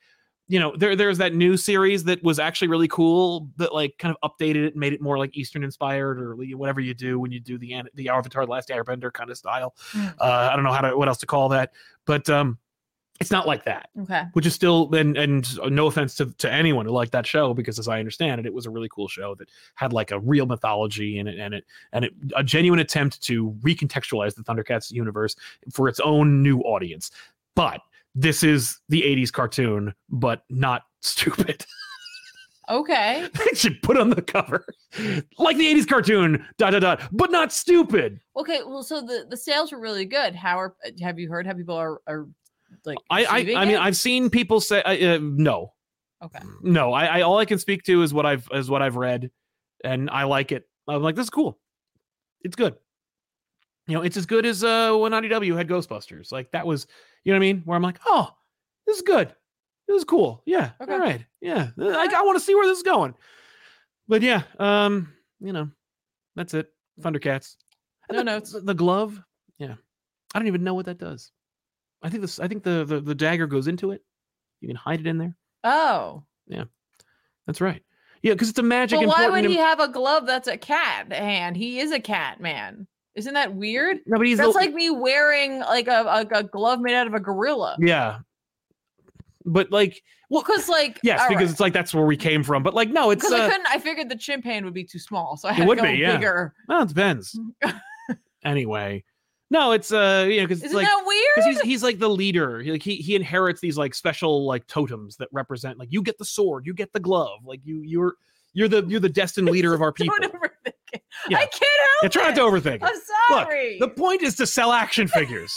A: you know, there there's that new series that was actually really cool that like kind of updated it and made it more like Eastern inspired or li- whatever you do when you do the an- the Avatar The Last Airbender kind of style.
C: Mm.
A: Uh, I don't know how to what else to call that, but um, it's not like that
C: Okay.
A: which is still and and no offense to, to anyone who liked that show because as i understand it it was a really cool show that had like a real mythology in it and it and it a genuine attempt to recontextualize the thundercats universe for its own new audience but this is the 80s cartoon but not stupid
C: Okay.
A: it should put on the cover like the 80s cartoon dot dot dot but not stupid
C: Okay. Well, so the the sales were really good. How are have you heard how people are are like?
A: i i,
C: receiving
A: I mean
C: it?
A: i've seen people say uh, uh, no
C: okay.
A: no I, I all i can speak to is what i've is what i've read and i like it i'm like this is cool it's good you know it's as good as uh when idw had ghostbusters like that was you know what i mean where i'm like oh this is good this is cool yeah
C: Okay.
A: all right yeah uh, i, I want to see where this is going but yeah um you know that's it thundercats
C: No
A: the,
C: notes.
A: the glove yeah i don't even know what that does i think this i think the the, the dagger goes into it you can hide it in there
C: Oh.
A: that's right. Yeah, because it's a magic.
C: But why would
A: important
C: he
A: im-
C: have a glove that's a cat hand? He is a cat man. Isn't that weird?
A: no, but he's
C: That's
A: the-
C: like me wearing like a, a, a glove made out of a gorilla.
A: yeah. But like, well,
C: Because like
A: yes,
C: all
A: because
C: right.
A: it's like that's where we came from. But like, no, it's
C: 'Cause I
A: uh,
C: couldn't. I figured the chimp hand would be too small, so I had
A: would
C: to go
A: be, yeah.
C: bigger.
A: well, it depends. anyway, no, it's uh, you know, because it's
C: Isn't
A: like
C: that weird?
A: because he's he's like the leader. He, like he he inherits these like special like totems that represent like you get the sword, you get the glove, like you you're you're the you're the destined leader of our people.
C: Don't ever- can't,
A: Yeah.
C: I can't help
A: You're trying to overthink it.
C: I'm sorry.
A: The point is to sell action figures.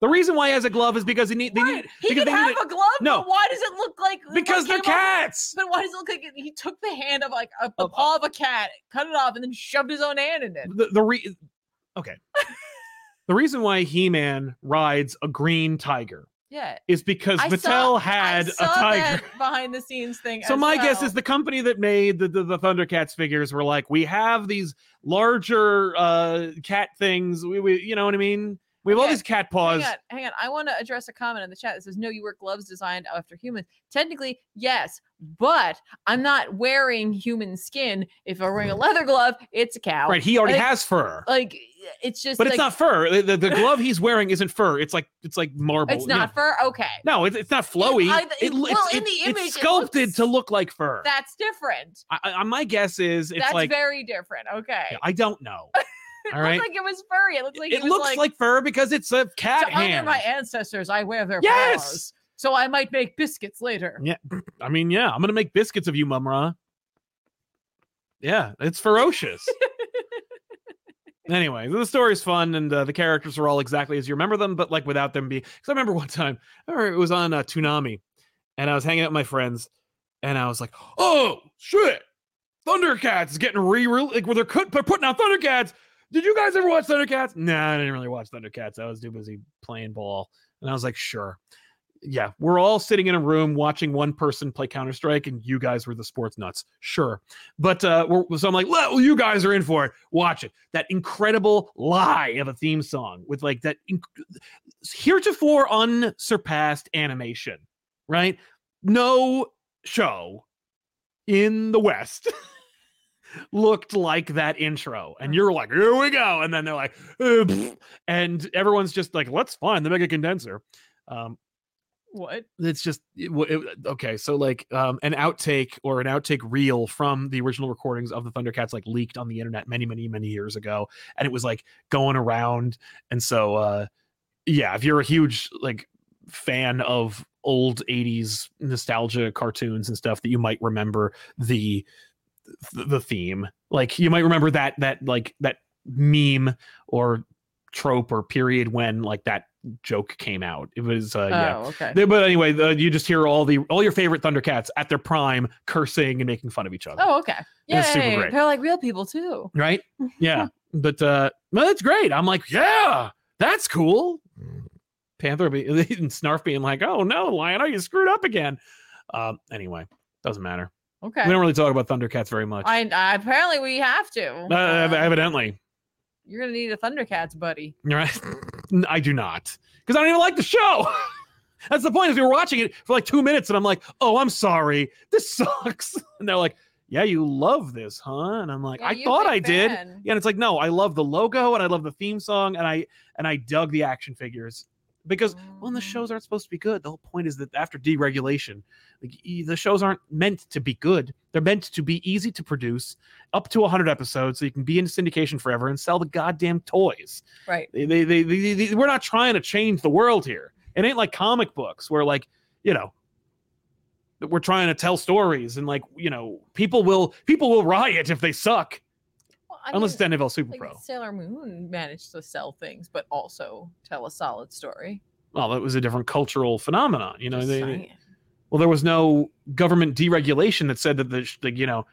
A: the reason why he has a glove is because he need they
C: Right.
A: need
C: he
A: because
C: could
A: they need
C: have a glove.
A: No.
C: but why does it look like what
A: because they're
C: came off-
A: cats.
C: But why does it look like he took the hand of like a, the
A: Of-
C: paw of a cat, cut it off, and then shoved his own hand in it?
A: The, the re- okay. the reason why He-Man rides a green tiger
C: Yeah,
A: is because
C: I saw-
A: Mattel
C: I
A: had a
C: saw
A: tiger.
C: that behind the scenes thing.
A: So
C: as
A: my guess
C: well.
A: is the company that made the, the the Thundercats figures were like, we have these larger uh cat things. We, we you know what I mean? We have all
C: Okay,
A: these cat paws.
C: Hang on, hang on. I want to address a comment in the chat that says, "No, you wear gloves designed after humans." Technically, yes, but I'm not wearing human skin. If I'm wearing a leather glove, it's a cow.
A: Right, he already
C: Like-
A: has fur.
C: Like it's just.
A: but
C: like,
A: it's not fur. The, the, the glove he's wearing isn't fur. It's like it's like marble.
C: It's
A: No.
C: not fur. Okay,
A: No, it's, it's not flowy.
C: I-
A: it,
C: well,
A: it's,
C: in the
A: it's-
C: image, it
A: it's sculpted
C: looks-
A: to look like fur.
C: that's different.
A: I, I, my guess is it's
C: that's
A: like
C: very different. Okay.
A: I don't know.
C: it
A: All
C: looks
A: right,
C: like it was furry. It looks like
A: it,
C: he was
A: looks like, fur because it's a cat
C: to honor
A: hand.
C: my ancestors, I wear their
A: Yes!
C: paws. So I might make biscuits later.
A: Yeah. I mean, yeah, I'm gonna make biscuits of you, Mumra. Yeah, it's ferocious. anyway, the story's fun, and uh, the characters are all exactly as you remember them, but like without them being. Because I remember one time, I remember it was on uh, Toonami, and I was hanging out with my friends, and I was like, "Oh shit, Thundercats is getting re like where they're cut, they're putting out Thundercats." Did you guys ever watch Thundercats? Nah, I didn't really watch Thundercats. I was too busy playing ball. And I was like, sure yeah, we're all sitting in a room watching one person play Counter Strike, and you guys were the sports nuts, sure. But uh, we're, so I'm like, well, you guys are in for it. Watch it. That incredible lie of a theme song with like that inc- heretofore unsurpassed animation, right? No show in the West looked like that intro, and you're like, here we go, and then they're like, "Uh, pfft," and everyone's just like, let's find the mega condenser. Um,
C: What?
A: it's just it, wa- it, okay so like um an outtake or an outtake reel from the original recordings of the thundercats like leaked on the internet many many many years ago and it was like going around and so uh yeah if you're a huge like fan of old 80s nostalgia cartoons and stuff that you might remember the th- the theme like you might remember that that like that meme or trope or period when like that joke came out it was uh yeah
C: oh, okay.
A: they- but anyway, the, you just hear all the all your favorite Thundercats at their prime cursing and making fun of each other.
C: Oh, okay. Yeah,
A: It's super great.
C: they're like real people too.
A: Right? Yeah. but uh well, that's great. I'm like, yeah, that's cool. Panther be and Snarf being like, oh no, Lionel, you screwed up again. Um, anyway, doesn't matter.
C: Okay.
A: We don't really talk about Thundercats very much.
C: I, I apparently we have to.
A: uh,
C: Um,
A: evidently.
C: you're gonna need a Thundercats buddy.
A: Right? I do not. Because I don't even like the show. That's the point. Is we were watching it for like two minutes, and I'm like, "Oh, I'm sorry, this sucks." And they're like, "Yeah, you love this, huh?" And I'm like,
C: Yeah,
A: "I
C: you
A: thought
C: big
A: I did." Yeah,
C: fan.
A: and it's like, "No, I love the logo, and I love the theme song, and I and I dug the action figures because when the
C: Mm.
A: shows aren't supposed to be good, the whole point is that after deregulation, like e- the shows aren't meant to be good. They're meant to be easy to produce, up to 100 episodes, so you can be in syndication forever and sell the goddamn toys."
C: Mm, Right.
A: They, they, they, they, they- we're not trying to change the world here. It ain't like comic books where, like, you know, that we're trying to tell stories and, like, you know, people will people will riot if they suck
C: Well, I
A: unless
C: mean,
A: it's NFL Super
C: like,
A: Pro.
C: Sailor Moon managed to sell things, but also tell a solid story.
A: Well, that was a different cultural phenomenon, you know.
C: Just
A: They, they-
C: saying.
A: well, there was no government deregulation that said that the, sh- the you know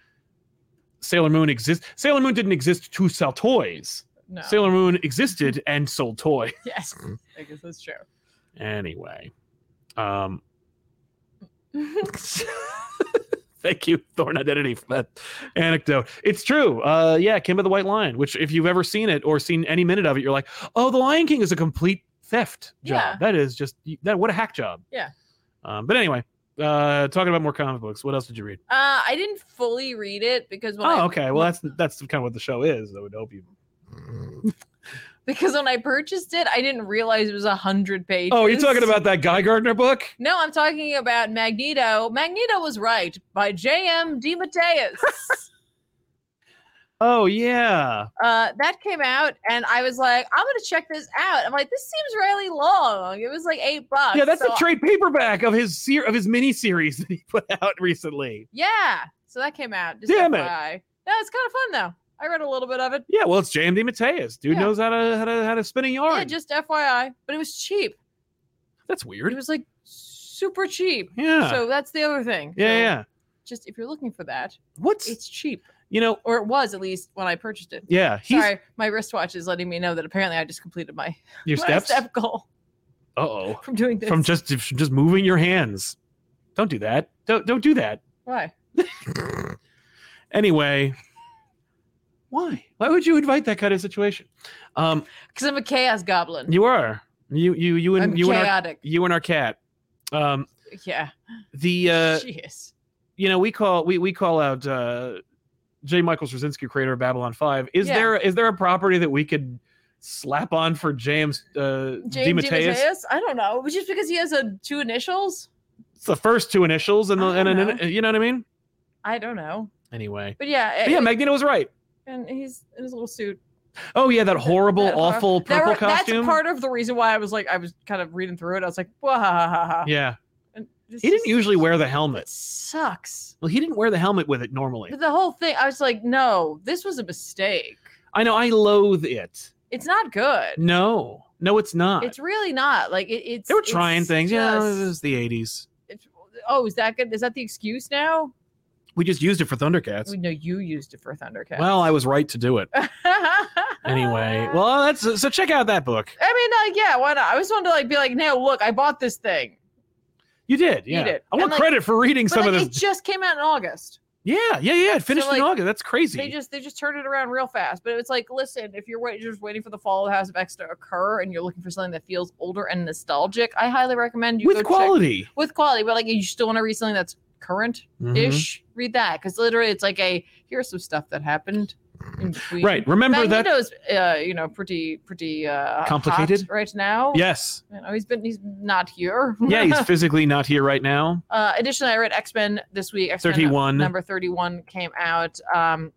A: Sailor Moon exists. Sailor Moon didn't exist to sell toys.
C: no.
A: Sailor Mm. Moon existed and sold toys.
C: Yes, I guess that's true.
A: Anyway, um,
C: Uh,
A: thank you, Thorn Identity, for that anecdote. It's true. Uh, yeah, Kimba the White Lion, which if you've ever seen it or seen any minute of it, you're like, oh, the Lion King is a complete theft job.
C: Yeah.
A: That is just that. What a hack job.
C: Yeah.
A: Um, but anyway, uh, talking about more comic books. What else did you read?
C: Uh, I didn't fully read it because when I,
A: oh, okay. Well, that's that's kind of what the show is. I would hope you.
C: because when I purchased it, I didn't realize it was a hundred pages.
A: Oh, you're talking about that Guy Gardner book?
C: No, I'm talking about Magneto. Magneto was right by J.M. DeMatteis.
A: Oh yeah.
C: uh, that came out, and I was like, I'm gonna check this out. I'm like, this seems really long. It was like eight bucks.
A: Yeah, that's
C: Uh, so
A: a trade paperback of his ser- of his mini series that he put out recently.
C: Yeah. So that came out. Just
A: Damn it.
C: FYI. No, it's kind of fun I read a little bit of it.
A: Yeah, well, it's JMD Mateus. Dude
C: Yeah.
A: knows how to how to how to spin a yarn.
C: Yeah, just FYI, but it was cheap.
A: That's
C: It
A: weird.
C: was like super cheap.
A: yeah.
C: So that's the other thing.
A: yeah,
C: So
A: yeah.
C: Just if you're looking for that,
A: What's
C: it's cheap,
A: you know?
C: or it was at least when I purchased it.
A: Yeah, he's
C: Sorry, my wristwatch is letting me know that apparently I just completed my,
A: your
C: my
A: steps.
C: step goal
A: Uh oh.
C: from doing this.
A: From just from just moving your hands. Don't do that. Don't don't do that.
C: Why?
A: Anyway, why? Why would you invite that kind of situation? Um,
C: Because I'm a chaos goblin.
A: you are you you you and
C: I'm
A: you and our
C: chaotic.
A: you and our cat. Um,
C: Yeah.
A: the uh,
C: she is.
A: you know we call we we call out uh J. Michael Straczynski, creator of Babylon Five. Is
C: Yeah.
A: there is there a property that we could slap on for James uh
C: James D.
A: DeMatteis?
C: Mateus? I don't know. Just because he has a two initials?
A: It's the first two initials and the,
C: I
A: and,
C: don't
A: an you know what I mean?
C: I don't know.
A: Anyway.
C: But yeah,
A: But
C: it-
A: yeah, Magneto was right.
C: and he's in his little suit.
A: Oh yeah, that horrible,
C: that hor-
A: awful
C: That
A: purple
C: were-
A: costume.
C: That's part of the reason why I was like, I was kind of reading through it. I was like, wah ha ha ha. ha.
A: yeah.
C: And this
A: He didn't
C: is-
A: usually wear the
C: It
A: helmet.
C: sucks.
A: Well, he didn't wear the helmet with it normally.
C: But the whole thing, I was like, no, this was a mistake.
A: I know I loathe it.
C: It's not good.
A: No. No, it's not.
C: It's really not. Like it, it's.
A: they were
C: it's
A: trying things. Yeah, it
C: just-
A: was the 80s.
C: it's- oh, is that good? Is that the excuse now?
A: We just used it for Thundercats.
C: We know you used it for Thundercat.
A: Well, I was right to do it. anyway
C: Ah.
A: well that's so check out that book
C: I mean, like, yeah, why not? I just wanted to like be like, no, look, I bought this thing.
A: you did
C: You
A: yeah
C: did.
A: i want
C: And, like-
A: credit for reading
C: But
A: some of
C: like, it
A: this
C: just came out in August.
A: yeah yeah yeah it finished
C: like,
A: in august that's
C: They
A: crazy
C: just they just turned it around real fast. But it's like, listen, if you're wait, just waiting for the fall of the House of X to occur and you're looking for something that feels older and nostalgic, I highly recommend you go
A: with
C: check-
A: quality
C: with quality. But like, you still want to read something that's current
A: Mhm.
C: ish. Read that because literally, it's like a here's some stuff that happened in between.
A: right remember that
C: Magneto's, uh, you know, pretty pretty uh, hot
A: Complicated?
C: right now.
A: yes
C: you know, he's been he's not here.
A: yeah he's physically not here right now
C: Uh, additionally, I read X Men this week. X-Men
A: 31.
C: number thirty-one came out, um,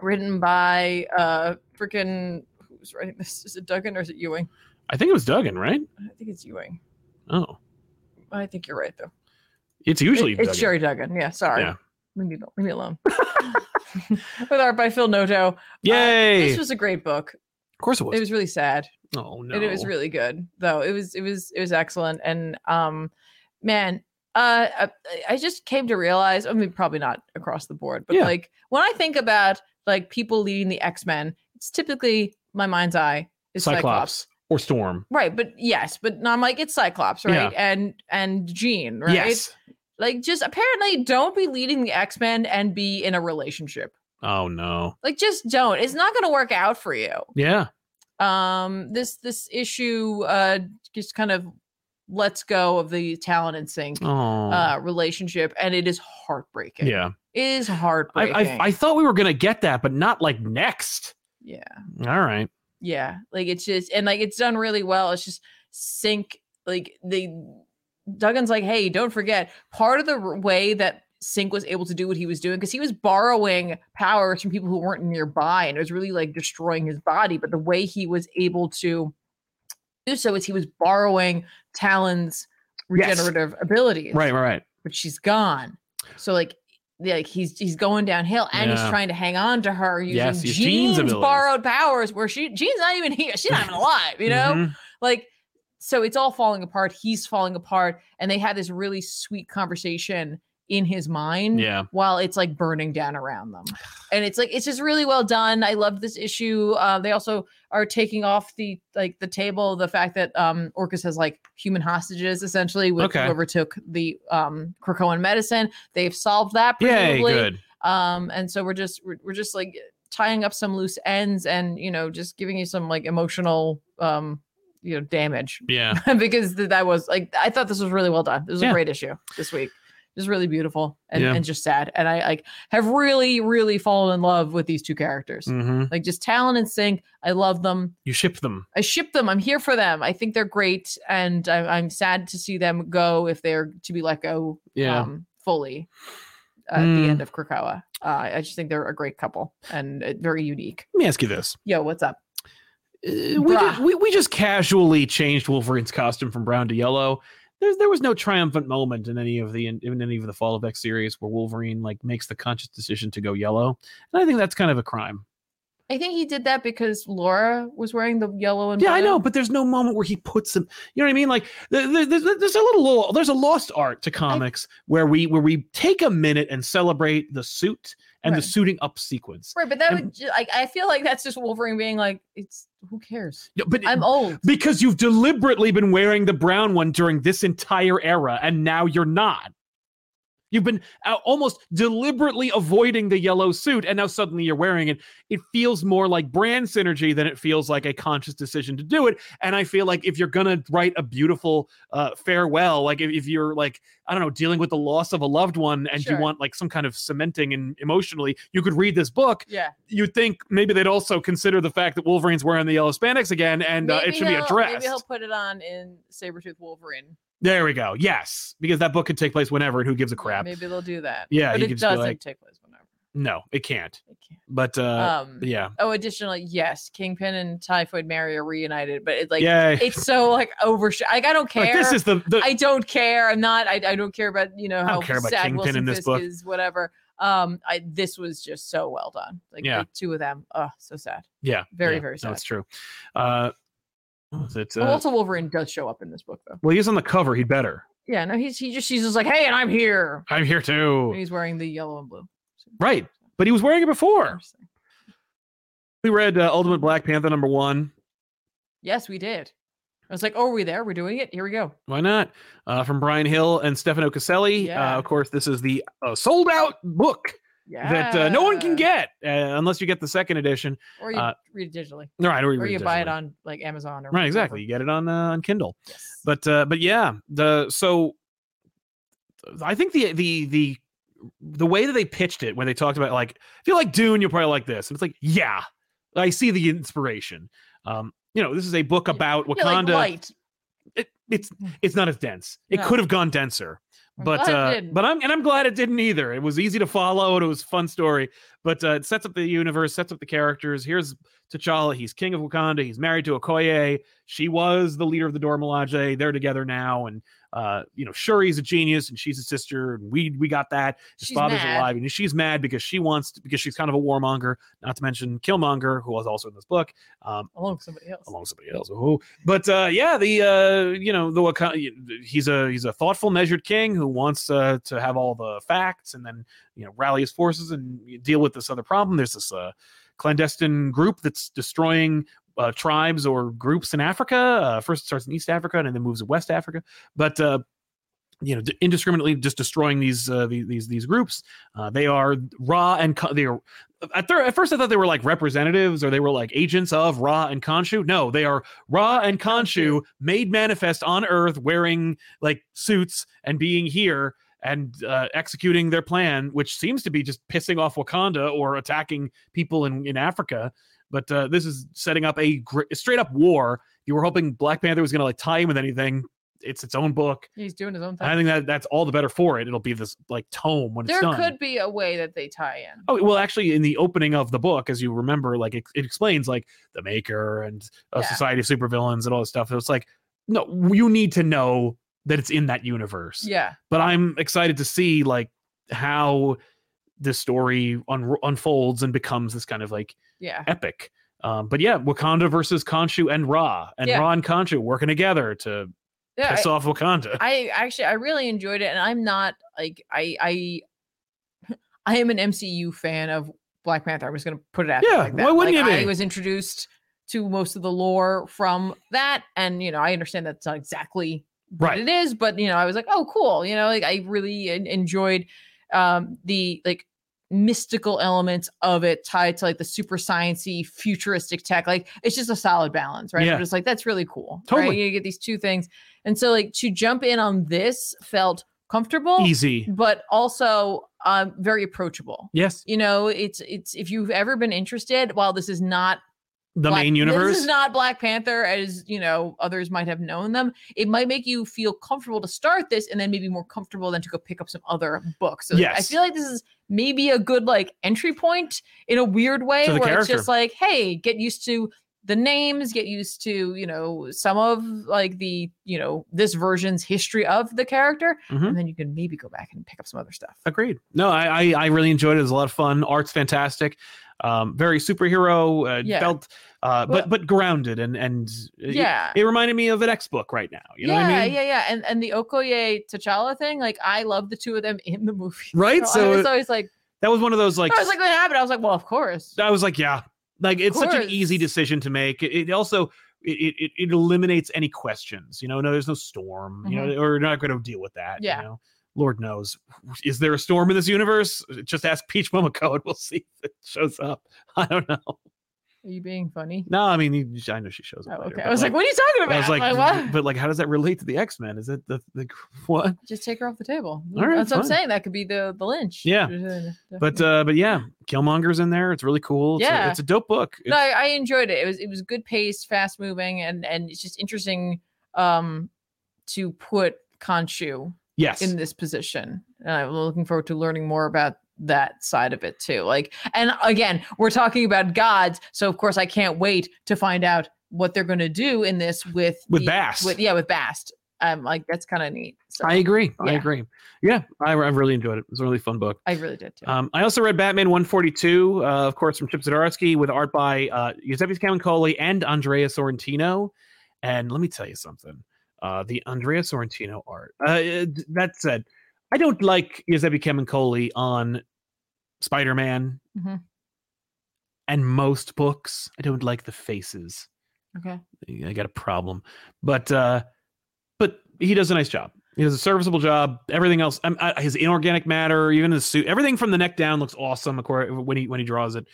C: written by uh, freaking who's writing this? Is it Duggan or is it Ewing?
A: i think it was duggan right
C: I think it's Ewing.
A: oh
C: I think you're right though.
A: it's usually
C: It- it's Uh,
A: Duggan.
C: Sherry Duggan. Yeah, sorry.
A: Yeah.
C: Leave me, al- leave me alone. With art by Phil Noto.
A: yay
C: This was a great book.
A: of course it was,
C: It was really sad.
A: oh no
C: and it was really good though it was it was it was excellent and um man uh I, I just came to realize i mean probably not across the board but
A: Yeah.
C: like when i think about like people leading the x-men it's typically my mind's eye is
A: cyclops.
C: cyclops,
A: or storm
C: right but yes but i'm like it's cyclops
A: Yeah.
C: right and and jean right
A: yes
C: like just apparently don't be leading the x-men and be in a relationship
A: oh no
C: like just don't it's not going to work out for you
A: yeah
C: um this this issue uh just kind of lets go of the talent and sync
A: oh
C: uh relationship and it is heartbreaking
A: yeah
C: it is
A: I,
C: heartbreaking
A: I i thought we were gonna get that but not like next
C: yeah
A: all right
C: yeah like it's just and like it's done really well it's just sync like they duggan's like hey don't forget part of the r- way that sync was able to do what he was doing because he was borrowing powers from people who weren't nearby and it was really like destroying his body but the way he was able to do so is he was borrowing talon's
A: Yes.
C: regenerative abilities
A: right right right
C: but she's gone so like yeah, like he's he's going downhill and
A: Yeah.
C: he's trying to hang on to her using
A: Yes, use Jean's
C: Jean's
A: abilities.
C: borrowed powers where she Jean's not even here. She's not even alive, you know?
A: Mhm.
C: Like so it's all falling apart. He's falling apart and they had this really sweet conversation in his mind
A: yeah
C: while it's like burning down around them. And it's like it's just really well done. I love this issue. Uh, they also are taking off the like the table the fact that um Orcus has like human hostages essentially with
A: Okay.
C: whoever took the um Krakoan medicine. They've solved that
A: yay
C: presumably.
A: good
C: Um and so we're just we're, we're just like tying up some loose ends and you know just giving you some like emotional um you know damage
A: yeah
C: because th- that was like I thought this was really well done. This was
A: Yeah.
C: a great issue this week. It was really beautiful and,
A: Yeah.
C: and just sad. And I like have really, really fallen in love with these two characters.
A: Mm-hmm.
C: Like just Talon and Sync. I love them.
A: You ship them.
C: I ship them. I'm here for them. I think they're great. And I, I'm sad to see them go if they're to be let go um, fully at
A: Mm.
C: the end of Krakoa. Uh, I just think they're a great couple and uh, very unique.
A: Let me ask you this:
C: Yo, what's up?
A: Uh, we,
C: Bruh.
A: ju- we we just casually changed Wolverine's costume from brown to yellow. There there was no triumphant moment in any of the in, in any of the Fall of X series where Wolverine like makes the conscious decision to go yellow, and I think that's kind of a crime.
C: I think he did that because Laura was wearing the yellow and
A: Yeah, I
C: blue.
A: know, but there's no moment where he puts them. You know what I mean? Like there- there- there's, there's a little, little there's a lost art to comics where we where we take a minute and celebrate the suit and
C: Right.
A: the suiting up sequence.
C: Right, but that
A: And-
C: would ju- like I feel like that's just Wolverine being like, it's who cares?
A: Yeah, But
C: I'm old.
A: because you've deliberately been wearing the brown one during this entire era, and now you're not. You've been uh, almost deliberately avoiding the yellow suit, and now suddenly you're wearing it. It feels more like brand synergy than it feels like a conscious decision to do it. And I feel like if you're gonna write a beautiful uh, farewell, like if, if you're like I don't know, dealing with the loss of a loved one, and
C: Sure.
A: you want like some kind of cementing and emotionally, you could read this book
C: Yeah.
A: you'd think maybe they'd also consider the fact that Wolverine's wearing the yellow spandex again, and uh, it
C: Maybe
A: should be
C: he'll- Maybe
A: addressed.
C: he'll put it on in Sabretooth Wolverine.
A: There we go. Yes, because that book could take place whenever, and who gives a crap?
C: Maybe they'll do that.
A: Yeah,
C: But
A: you
C: it
A: could just be
C: doesn't
A: like-
C: take place whenever.
A: No, it can't.
C: It can't.
A: But uh,
C: um
A: yeah,
C: oh additionally, yes, Kingpin and Typhoid Mary are reunited, but it like
A: yay.
C: it's so like oversh like I don't care.
A: Like, this is the, the
C: I don't care. I'm not. I, I don't care about you know
A: don't
C: how
A: care about
C: sad
A: Kingpin
C: Wilson
A: in this
C: Fisk
A: book.
C: is. Whatever. Um, I this was just so well done. Like
A: Yeah.
C: the two of them. Oh, so sad.
A: yeah,
C: very,
A: yeah,
C: very sad.
A: That's true. Uh, what was it?
C: Well,
A: Uh,
C: also, Wolverine does show up in this book though.
A: well, he's on the cover. He'd better.
C: Yeah. No, he's he just she's just like, hey, and I'm here.
A: I'm here
C: And
A: too.
C: he's wearing the yellow and blue. So-
A: Right. But he was wearing it before.
C: Interesting.
A: We read uh, Ultimate Black Panther number one.
C: Yes, we did. I was like, oh, are we there? We're doing it. Here we go.
A: Why not? Uh, from Brian Hill and Stefano Caselli.
C: Yeah.
A: Uh, of course, this is the uh, sold out book
C: Yeah.
A: that uh, no one
C: Yeah.
A: can get uh, unless you get the second edition.
C: Or you
A: uh,
C: read it digitally,
A: No, I don't
C: or
A: read
C: you buy it
A: digitally.
C: on like Amazon or
A: right.
C: whatever.
A: Exactly, you get it on uh, on Kindle.
C: Yes.
A: But uh, but yeah, the so I think the the the the way that they pitched it when they talked about like if you like Dune, you'll probably like this, and it's like yeah, I see the inspiration. Um, you know, this is a book
C: Yeah.
A: about
C: Yeah, like
A: Wakanda.
C: light.
A: it, it's it's not as dense. It
C: No.
A: could have gone denser,
C: I'm
A: but
C: glad it
A: uh,
C: didn't.
A: but I'm and I'm glad it didn't either. It was easy to follow and it was a fun story. But uh, it sets up the universe, sets up the characters. Here's T'Challa. He's king of Wakanda. He's married to Okoye. She was the leader of the Dora Milaje. They're together now, and uh, you know Shuri's a genius and she's his sister, and we we got that. His
C: She's
A: father's
C: mad.
A: alive, and she's mad because she wants to, because she's kind of a warmonger. Not to mention Killmonger, who was also in this book. Um,
C: along with somebody else.
A: along with somebody else. Ooh. But uh, yeah, the uh, you know the Wakan- he's a he's a thoughtful, measured king who wants uh, to have all the facts and then you know rally his forces and deal with this other problem. There's this uh, clandestine group that's destroying. Uh, tribes or groups in Africa. Uh, first, it starts in East Africa and then moves to West Africa. But uh, you know, d- indiscriminately just destroying these uh, these, these these groups. Uh, they are Ra and Ka- they are. At, thir- at first, I thought they were like representatives or they were like agents of Ra and Khonshu. No, they are Ra and Khonshu made manifest on Earth, wearing like suits and being here and uh, executing their plan, which seems to be just pissing off Wakanda or attacking people in in Africa. But uh, this is setting up a gr- straight up war. You were hoping Black Panther was going to like tie in with anything. It's its own book.
C: He's doing his own thing.
A: And I think that that's all the better for it. It'll be this like tome when
C: there
A: it's done.
C: could be a way that they tie in.
A: Oh well, actually, in the opening of the book, as you remember, like it, it explains like the Maker and a
C: Yeah.
A: Society of Supervillains and all this stuff. It's like, no, you need to know that it's in that universe.
C: Yeah.
A: But I'm excited to see like how this story un- unfolds and becomes this kind of like
C: Yeah.
A: epic. Um, but yeah, Wakanda versus Khonshu and Ra, and
C: Yeah.
A: Ra and Khonshu working together to
C: Yeah.
A: piss
C: I,
A: off Wakanda.
C: I actually I really enjoyed it and I'm not like I I I am an MCU fan of Black Panther. I'm just gonna put it out
A: Yeah,
C: there. Like that.
A: why wouldn't
C: Like,
A: you be?
C: I was introduced to most of the lore from that. And you know, I understand that's not exactly what
A: right.
C: it is, but you know, I was like, oh cool. You know, like I really en- enjoyed um the like mystical elements of it tied to like the super sciency futuristic tech like it's just a solid balance right
A: Yeah.
C: i'm just like that's really cool right?
A: Totally.
C: you get these two things and so like to jump in on this felt comfortable
A: Easy.
C: but also um very approachable
A: Yes.
C: you know it's it's if you've ever been interested while this is not
A: The
C: Black-
A: main universe.
C: This is not Black Panther, as you know, others might have known them. It might make you feel comfortable to start this, and then maybe more comfortable than to go pick up some other books. So like, I
A: Yes.
C: feel like this is maybe a good like entry point in a weird way,
A: To the
C: where it's
A: character.
C: just like, hey, get used to the names get used to you know some of like the you know this version's history of the character
A: Mhm.
C: and then you can maybe go back and pick up some other stuff
A: Agreed. No, I, I I really enjoyed it. It was a lot of fun. Art's fantastic. Um, very superhero. Uh,
C: Yeah.
A: Felt, uh,
C: Well-
A: but but grounded and and it-
C: yeah
A: It, reminded me of an X book right now. You know
C: yeah,
A: what I mean?
C: yeah, yeah, and and the Okoye T'Challa thing, like I love the two of them in the movie.
A: Right.
C: I
A: So
C: was always like,
A: that was one of those like
C: I was like, what happened? I was like, well, of course.
A: I was like, yeah, like it's such an
C: course.
A: easy decision to make. It, it also it, it it eliminates any questions. You know, no, there's no storm. You know, or we're not going to deal with that.
C: Mm-hmm. Yeah.
A: You know? Lord knows, is there a storm in this universe? Just ask Peach Momoko, and we'll see if it shows up. I don't know.
C: Are you being funny?
A: No, I mean, you- I know she shows
C: Oh,
A: up. later,
C: okay.
A: but,
C: I was like, what are you talking about?
A: I was like,
C: what?
A: but like, how does that relate to the X Men? Is it the, the what?
C: Just take her off the table.
A: All right,
C: That's what I'm
A: fine.
C: saying. That could be the the Lynch.
A: Yeah. But uh, but yeah, Killmonger's in there. It's really cool. It's
C: Yeah.
A: a, it's a dope book.
C: no,
A: It's-
C: I, I enjoyed it. It was it was good pace, fast moving, and and it's just interesting um to put Khonshu
A: yes,
C: in this position. And I'm looking forward to learning more about that side of it too. Like, and again, we're talking about gods, so of course I can't wait to find out what they're going to do in this with
A: with
C: the-
A: Bass.
C: With, yeah, with Bast. I'm like, that's kind of neat. So
A: I
C: I,
A: agree. I
C: Yeah.
A: agree. Yeah, I, I really enjoyed it. It was a really fun book.
C: really did too.
A: Um, I also read Batman 142, uh, of course, from Chip Zdarsky, with art by uh, Giuseppe Scamuncoli and Andrea Sorrentino. And let me tell you something: uh, the Andrea Sorrentino art. Uh, it- that said, I don't like Giuseppe Scamuncoli on Spider-Man
C: Mhm.
A: and most books. I don't like the faces.
C: okay.
A: I got a problem. But uh but he does a nice job. He does a serviceable job. Everything else, um, uh, his inorganic matter, even his suit, everything from the neck down looks awesome. Of course, when he when he draws it,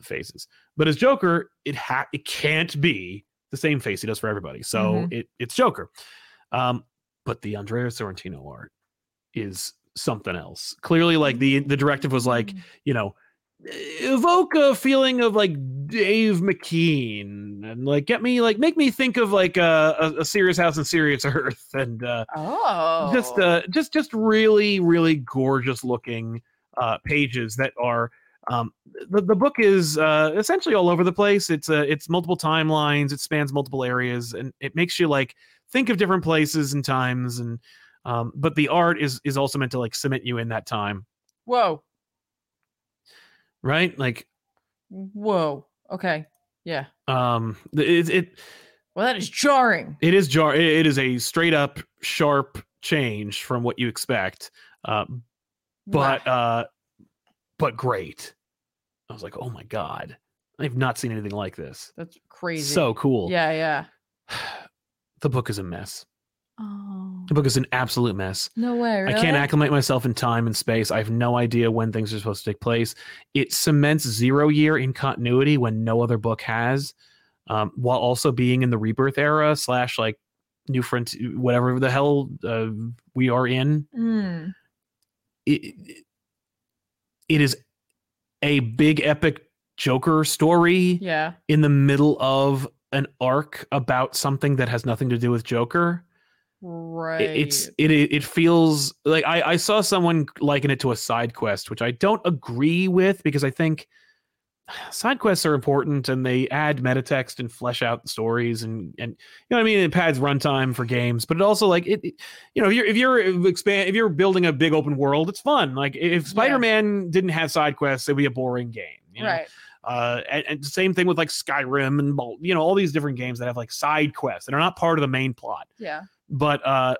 A: the faces. But as Joker, it ha- it can't be the same face he does for everybody. So
C: Mhm.
A: it it's Joker. Um, but the Andrea Sorrentino art is something else. Clearly, like the the directive was like, you know evoke a feeling of like Dave McKean and like get me like make me think of like a, a, a serious house and serious earth and uh
C: oh,
A: just uh just just really really gorgeous looking uh pages that are um the, the book is uh essentially all over the place it's uh it's multiple timelines it spans multiple areas and it makes you like think of different places and times and um but the art is is also meant to like cement you in that time
C: whoa,
A: right like
C: whoa. Okay, yeah.
A: um it, it
C: Well, that is jarring.
A: It is jar. It it is a straight up sharp change from what you expect, uh,
C: Wow.
A: but uh, but great. I was like, oh my god, I've not seen anything like this.
C: that's crazy.
A: So cool.
C: yeah, yeah.
A: The book is a mess.
C: Oh,
A: The book is an absolute mess.
C: no way.
A: I can't
C: really?
A: acclimate myself in time and space. I have no idea when things are supposed to take place. It cements zero year in continuity when no other book has, um, while also being in the rebirth era slash like new front whatever the hell uh, we are in.
C: Mm.
A: It, it is a big epic Joker story
C: Yeah.
A: in the middle of an arc about something that has nothing to do with Joker.
C: Right.
A: it- it's it it it feels like I I saw someone liken it to a side quest, which I don't agree with because I think side quests are important and they add metatext and flesh out stories and and you know what I mean it pads runtime for games, but it also like it, it- you know if you're if you're expand if you're building a big open world, it's fun. Like if Spider Man didn't have side quests, it'd be a boring game. You know?
C: right.
A: Uh, and, and same thing with like Skyrim and Bal- you know all these different games that have like side quests that are not part of the main plot
C: Yeah.
A: but uh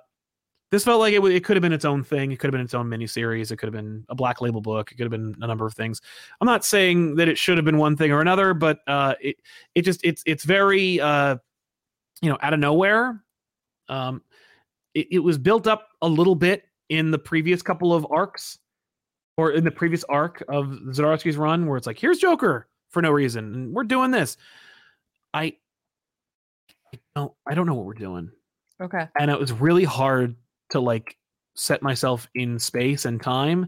A: this felt like it, w- it could have been its own thing it could have been its own miniseries it could have been a black label book it could have been a number of things i'm not saying that it should have been one thing or another but uh it it just it's it's very uh you know out of nowhere um it, it was built up a little bit in the previous couple of arcs or in the previous arc of Zdarsky's run where it's like here's joker for no reason and we're doing this i I don't i don't know what we're doing
C: Okay.
A: and it was really hard to like set myself in space and time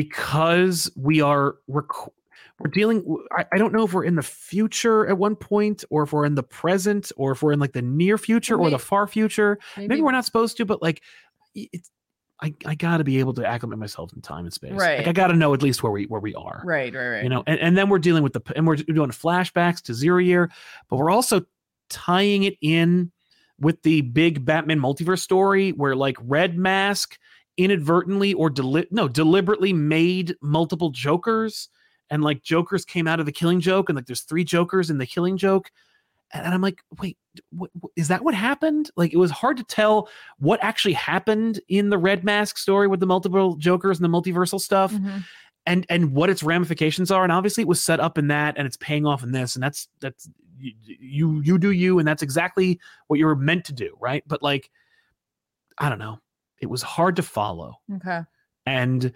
A: because we are rec- we're dealing w- I, I don't know if we're in the future at one point or if we're in the present or if we're in like the near future or the
C: Maybe-
A: far future maybe, we're not supposed to but like i- it's I, I gotta be able to acclimate myself in time and space.
C: Right.
A: Like I gotta know at least where we where we are.
C: Right, right, right.
A: You know, and, and then we're dealing with the and we're doing flashbacks to zero year, but we're also tying it in with the big Batman multiverse story where like Red Mask inadvertently or deli- no deliberately made multiple Jokers and like Jokers came out of the Killing Joke and like there's three Jokers in the Killing Joke. And and I'm like, wait, what, what is that? What happened? Like, it was hard to tell what actually happened in the Red Mask story with the multiple Jokers and the multiversal stuff
C: Mhm.
A: and and what its ramifications are and obviously it was set up in that and it's paying off in this and that's that's you you, you do you and that's exactly what you were meant to do right but like i don't know it was hard to follow
C: Okay.
A: and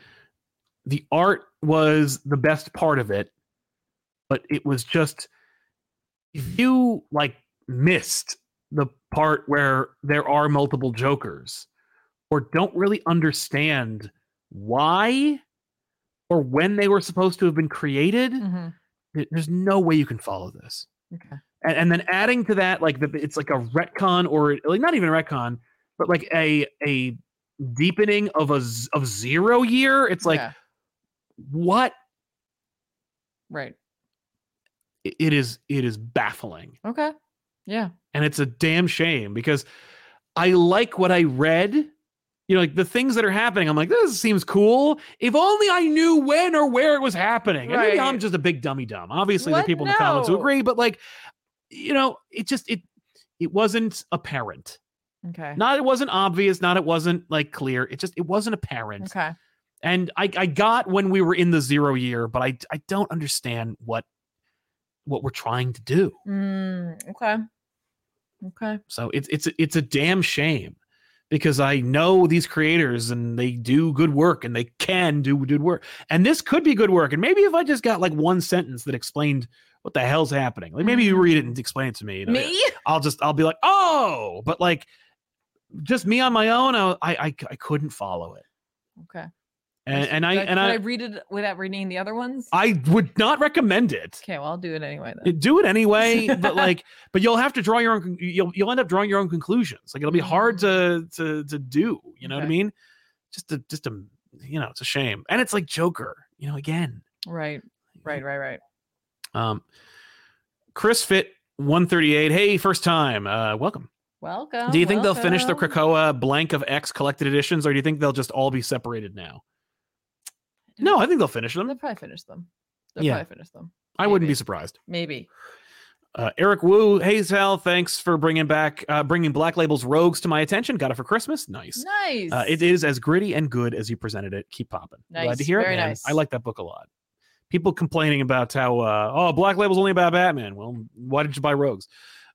A: the art was the best part of it but it was just if you like missed the part where there are multiple jokers or don't really understand why or when they were supposed to have been created
C: hmm
A: th- there's no way you can follow this
C: Okay.
A: and, and then adding to that like the, it's like a retcon or like not even a retcon but like a a deepening of a z- of zero year it's like
C: Yeah,
A: what
C: right.
A: I- it is it is baffling
C: Okay. Yeah.
A: and it's a damn shame because i like what i read you know like the things that are happening i'm like this seems cool if only i knew when or where it was happening and maybe i'm
C: Right.
A: just a big dummy dumb obviously there are
C: What?
A: people in the comments who
C: No.
A: agree but like you know it just it it wasn't apparent
C: Okay.
A: not it wasn't obvious not it wasn't like clear it just it wasn't apparent
C: Okay.
A: and I, I got when we were in the zero year, but I I don't understand what what we're trying to do.
C: Mm, okay. Okay.
A: So it's it's a- it's a damn shame because I know these creators and they do good work and they can do good work. And this could be good work. And maybe if I just got like one sentence that explained what the hell's happening, like maybe you read it and explain it to me. and I-
C: Me?
A: I'll just I'll be like, oh, but like just me on my own, I I I, I couldn't follow it.
C: Okay.
A: And and I
C: Should
A: and
C: should
A: I
C: read it without reading the other ones.
A: I would not recommend it.
C: okay. Well, I'll do it anyway
A: Uh,
C: then.
A: do it anyway but like but you'll have to draw your own con- you'll you'll end up drawing your own conclusions like it'll be hard to to to do you know what i
C: Mm-hmm. Okay.
A: mean just a just a you know it's a shame and it's like joker you know again
C: right. Right. Right. Right.
A: um chris fit 138 hey first time uh welcome
C: Welcome.
A: do you think they'll finish the
C: Oh, welcome.
A: krakoa blank of x collected editions or do you think they'll just all be separated now no i think they'll finish
C: They'll
A: them
C: probably finish them. They'll
A: Yeah.
C: probably finish them.
A: i wouldn't be
C: maybe.
A: surprised
C: Maybe.
A: Uh, Eric Wu, hey Sal, thanks for bringing back uh, bringing Black Label's Rogues to my attention. Got it for Christmas. Nice.
C: Nice.
A: Uh, it is as gritty and good as you presented it. Keep popping. Glad to
C: Nice.
A: hear
C: Very
A: it. man.
C: nice.
A: I like that book a lot. People complaining about how uh, oh Black Label's only about Batman. Well, why did you buy Rogues?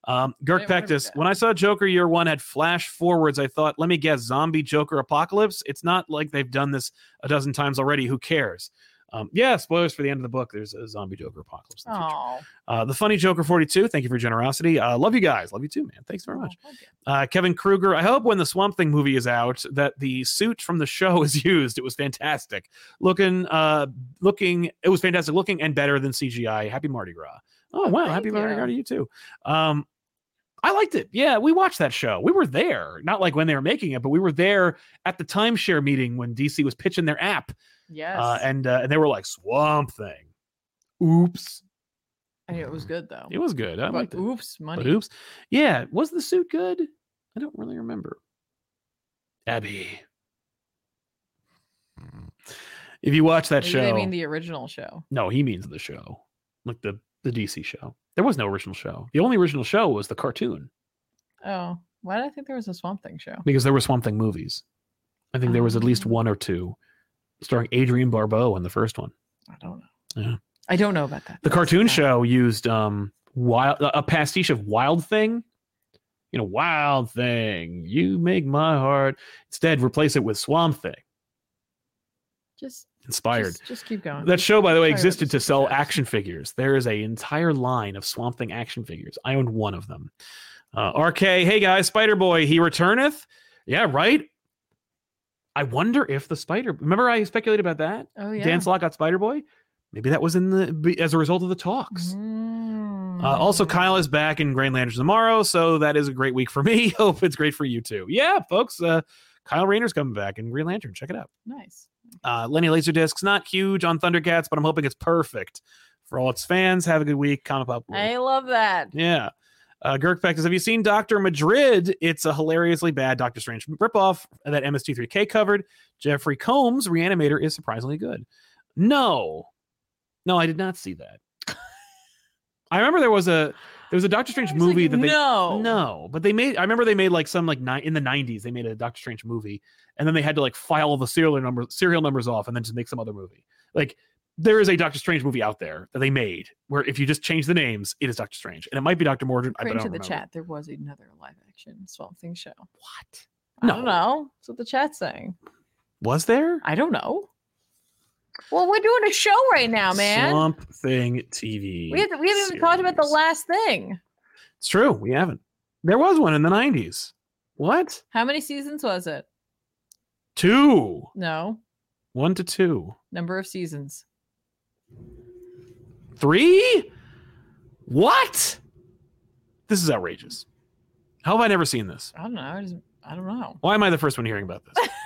A: Um, Girk
C: Wait, what did we
A: Pectus,
C: get?
A: when I saw Joker Year One had flash forwards, I thought, let me guess, zombie Joker apocalypse. It's not like they've done this a dozen times already. Who cares? Um, yeah, spoilers for the end of the book. There's a zombie Joker apocalypse. in the future.
C: Oh.
A: Uh, the funny Joker 42, thank you for your generosity. Uh, love you guys. Love you too, man. Thanks very much. Uh, Kevin Kruger, I hope when the Swamp Thing movie is out that the suit from the show is used. It was fantastic. Looking, uh, looking, it was fantastic looking and better than CGI. Happy Mardi Gras. Oh,
C: Oh,
A: wow.
C: thank
A: Happy Mardi
C: you.
A: Gras to you too. Um, I liked it. Yeah, we watched that show. We were there, not like when they were making it, but we were there at the timeshare meeting when DC was pitching their app
C: Yes.
A: uh, and uh, and they were like Swamp Thing. Oops,
C: I mean, it was good though.
A: it was good. I
C: But
A: liked it.
C: oops,
A: But
C: money.
A: oops. Yeah, was the suit good? I don't really remember. Abby. If you watch that
C: Maybe
A: show,
C: They mean the original show.
A: no, he means the show, like the the DC show. There was no original show. The only original show was the cartoon
C: Oh, why did I think there was a Swamp Thing show?
A: because there were Swamp Thing movies. I think there was at least
C: Oh.
A: one or two, starring Adrian Barbeau in the first one.
C: I don't know.
A: Yeah.
C: I don't know about that.
A: the
C: That's
A: cartoon
C: not-
A: show used um wild a pastiche of wild thing you know wild thing you make my heart instead replace it with swamp thing
C: Just,
A: inspired
C: just, just keep going.
A: that show by the way
C: Sorry, that
A: existed
C: just
A: to
C: makes
A: sell
C: sense.
A: action figures there is a entire line of swamp thing action figures i owned one of them uh, rk hey guys spider boy he returneth yeah right i wonder if the spider remember i speculated about that
C: Oh yeah.
A: dan slot got spider boy maybe that was in the as a result of the talks Uh, also,
C: Mm.
A: Kyle is back in Grand Lantern tomorrow, so that is a great week for me. Hope it's great for you too. Yeah, folks, uh, Kyle Rayner's coming back in Green Lantern. Check it out.
C: Nice.
A: Uh, Lenny Laserdisc's not huge on Thundercats, but I'm hoping it's perfect for all its fans. Have a good week. Comic Pop. Week.
C: I love that.
A: Yeah. Uh, Girk Peck says, Have you seen Dr. Madrid? It's a hilariously bad Doctor Strange ripoff that MST3K covered. Jeffrey Combs, Reanimator, is surprisingly good. No. No, I did not see that. I remember there was a there was a Doctor Strange
C: I was like,
A: movie that they
C: no.
A: no, but they made I remember they made like some like nine in the 90s they made a Doctor Strange movie and then they had to like file the serial numbers serial numbers off and then just make some other movie. Like there is a Doctor Strange movie out there that they made where if you just change the names, it is Doctor Strange. And it might be Dr. Mordred. I, but I
C: According
A: don't
C: to the
A: remember.
C: chat, there was another live action Swamp Thing show.
A: What?
C: I
A: No.
C: don't know. That's what the chat's saying.
A: Was there?
C: I don't know. Well, we're doing a show right now, man.
A: Swamp Thing TV.
C: we have we haven't even talked about the
A: series.
C: last thing.
A: It's true. We haven't. There was one in the 90s. What?
C: How many seasons was it?
A: Two.
C: No,
A: One to two.
C: number of seasons.
A: Three? What? This is outrageous. How have I never seen this?
C: I don't know. I, just, I don't know.
A: Why am I the first one hearing about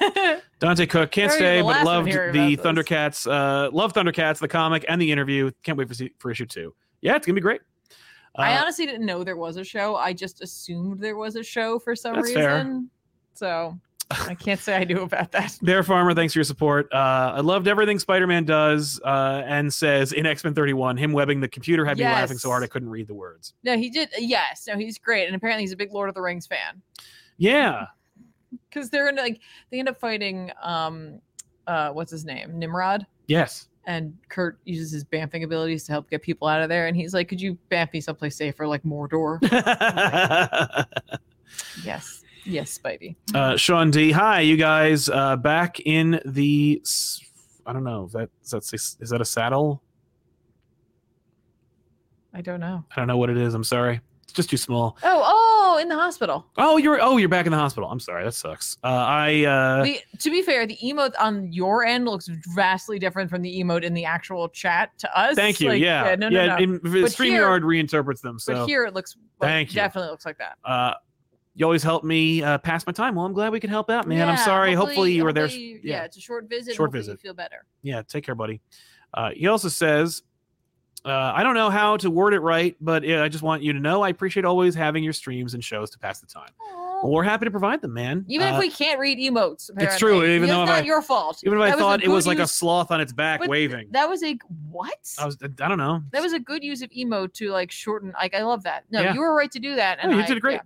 A: this? Dante Cook can't
C: Or you're
A: stay,
C: the
A: but
C: last one
A: loved
C: hearing
A: the
C: about this.
A: Thundercats. Uh, love Thundercats, the comic and the interview. Can't wait for, se- for issue two. Yeah, it's gonna be great. Uh,
C: I honestly didn't know there was a show. I just assumed there was a show for some
A: That's
C: reason.
A: fair.
C: So I can't say I knew about that.
A: Bear Farmer, thanks for your support. Uh, I loved everything Spider Man does uh, and says in X Men 31. Him webbing the computer had me laughing so
C: Yes.
A: hard I couldn't read the words.
C: No, he did. Yes, no, he's great, and apparently he's a big Lord of the Rings fan
A: Yeah,
C: because they're in like they end up fighting. Um, uh, what's his name? Nimrod.
A: yes,
C: And Kurt uses his bamfing abilities to help get people out of there. And he's like, "Could you bamf me someplace safer, like Mordor?" yes, yes, Spidey.
A: uh, Sean D. Hi, you guys. Uh, back in the, s- I don't know. Is that is that s- is that a saddle?
C: I don't know.
A: I don't know what it is. I'm sorry. It's just too small.
C: Oh, oh, in the hospital.
A: Oh, you're oh you're back in the hospital. I'm sorry. That sucks. Uh, I uh,
C: the, to be fair, the emote on your end looks vastly different from the emote in the actual chat to us.
A: thank you.
C: Like,
A: yeah,
C: no, no,
A: yeah.
C: no.
A: in- Streamyard reinterprets them. So
C: but here it looks. Like,
A: Thank you.
C: Definitely looks like that.
A: uh, you always help me uh, pass my time. Well, I'm glad we could help out, man. I'm
C: Yeah,
A: sorry. Hopefully, you were there.
C: hopefully-
A: yeah.
C: Yeah. it's a short visit.
A: Short
C: Short visit. You
A: visit.
C: feel better.
A: Yeah, take care, buddy. Uh, he also says, uh, I don't know how to word it right, but uh, I just want you to know I appreciate always having your streams and shows to pass the time. Well, we're happy to provide them, man.
C: Even if
A: Uh,
C: we can't read emotes, apparently.
A: it's true, even
C: It's
A: though if
C: not
A: I-
C: your fault.
A: even if I
C: that was a
A: thought it
C: good
A: was like a
C: use-
A: sloth on its back
C: But
A: waving,
C: That was a what?
A: I was, I don't know.
C: that was a good use of emote to like shorten. Like I love that. No,
A: Yeah.
C: you were right to do that.
A: No,
C: And
A: you
C: I-
A: did great.
C: yeah.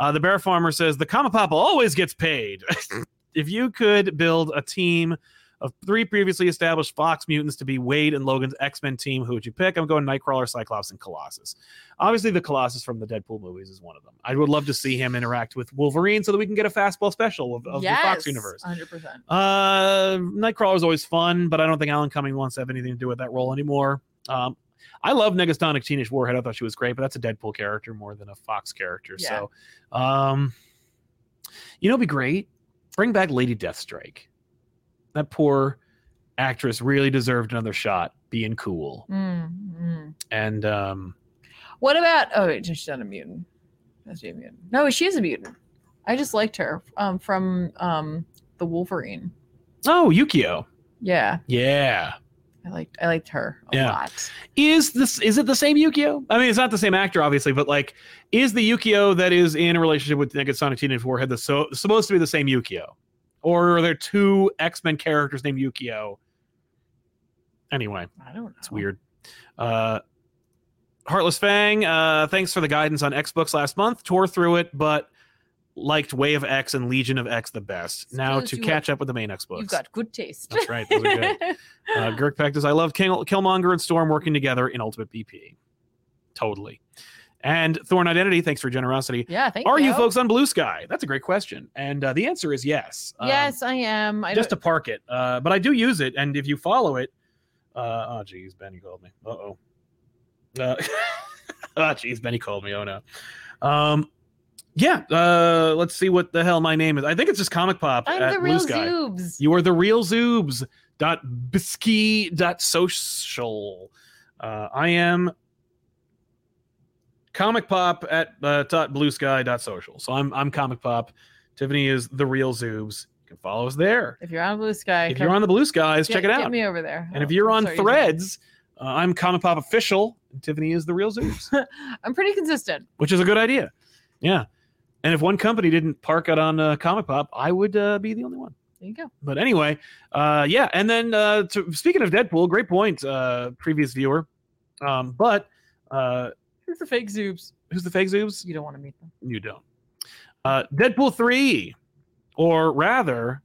A: Uh, the Bear Farmer says the Kama Papa always gets paid. if you could build a team of three previously established Fox mutants to be Wade and Logan's X Men team, who would you pick? I'm going Nightcrawler, Cyclops, and Colossus. Obviously, the Colossus from the Deadpool movies is one of them. I would love to see him interact with Wolverine so that we can get a fastball special of, of the Fox
C: Yes,
A: universe.
C: 100%.
A: Uh, Nightcrawler is always fun, but I don't think Alan Cumming wants to have anything to do with that role anymore. Um, I love Negastonic Teenage Warhead. I thought she was great, but that's a Deadpool character more than a Fox character. So, um, you know, it'd be great. Bring back Lady Deathstrike. That poor actress really deserved another shot being cool.
C: Mm, mm.
A: And um,
C: What about? Oh, wait, she's not a mutant. That's a mutant. No, she is a mutant. I just liked her um, from um, the Wolverine.
A: oh, Yukio.
C: Yeah,
A: Yeah.
C: I liked I liked her a
A: Yeah.
C: lot.
A: is this is it the same Yukio? I mean, it's not the same actor, obviously, but like, is the Yukio that is in a relationship with Negasonic Teenage Warhead the so supposed to be the same Yukio, or are there two X Men characters named Yukio? Anyway,
C: I don't know.
A: it's weird. Uh, Heartless Fang, uh, thanks for the guidance on X books last month. Tore through it, but liked Way of X and Legion of X the best. Now
C: Suppose
A: to
C: you
A: catch up with the main X books.
C: You've got good taste.
A: That's right. Those are good. Uh, Girk Peck does. I love Kill- Killmonger and Storm working together in Ultimate BP. Totally. And Thorn Identity, thanks for your generosity.
C: yeah, thank
A: Are
C: you.
A: you folks on Blue Sky? That's a great question. And uh, the answer is yes. Um,
C: Oh, Yes, I am. I
A: just
C: just
A: to park it. Uh, but I do use it. And if you follow it, uh, oh, geez, Benny called me. Uh-oh. Uh, oh, geez, Benny called me. Oh, no. Um, yeah, uh, let's see what the hell my name is. I think it's just Comic Pop
C: I'm
A: at
C: the
A: Blue
C: real
A: Sky.
C: zoobs.
A: You are the real zoobs. Dot bisky dot social. Uh, I am comic pop at uh, dot blue sky dot social. So I'm I'm comic pop Tiffany is the real Zoobs. You can follow us there.
C: If you're on Blue Sky,
A: If
C: come
A: you're on the Blue Skies,
C: get-
A: check it
C: Get
A: out.
C: me over there.
A: And if
C: Oh,
A: you're
C: I'm
A: on
C: sorry, you-
A: Threads, uh, I'm Comic Pop official. And Tiffany is the real Zeus,
C: I'm pretty consistent.
A: which is a good idea. Yeah. And if one company didn't park it on uh, Comic Pop, I would uh, be the only one.
C: There you go.
A: But anyway, uh, yeah. And then uh, to, speaking of Deadpool, great point, uh, previous viewer. Um, but uh,
C: Here's the fake zoobs.
A: who's the fake Zoobs?
C: You don't want to meet them.
A: You don't. Uh, Deadpool 3, or rather,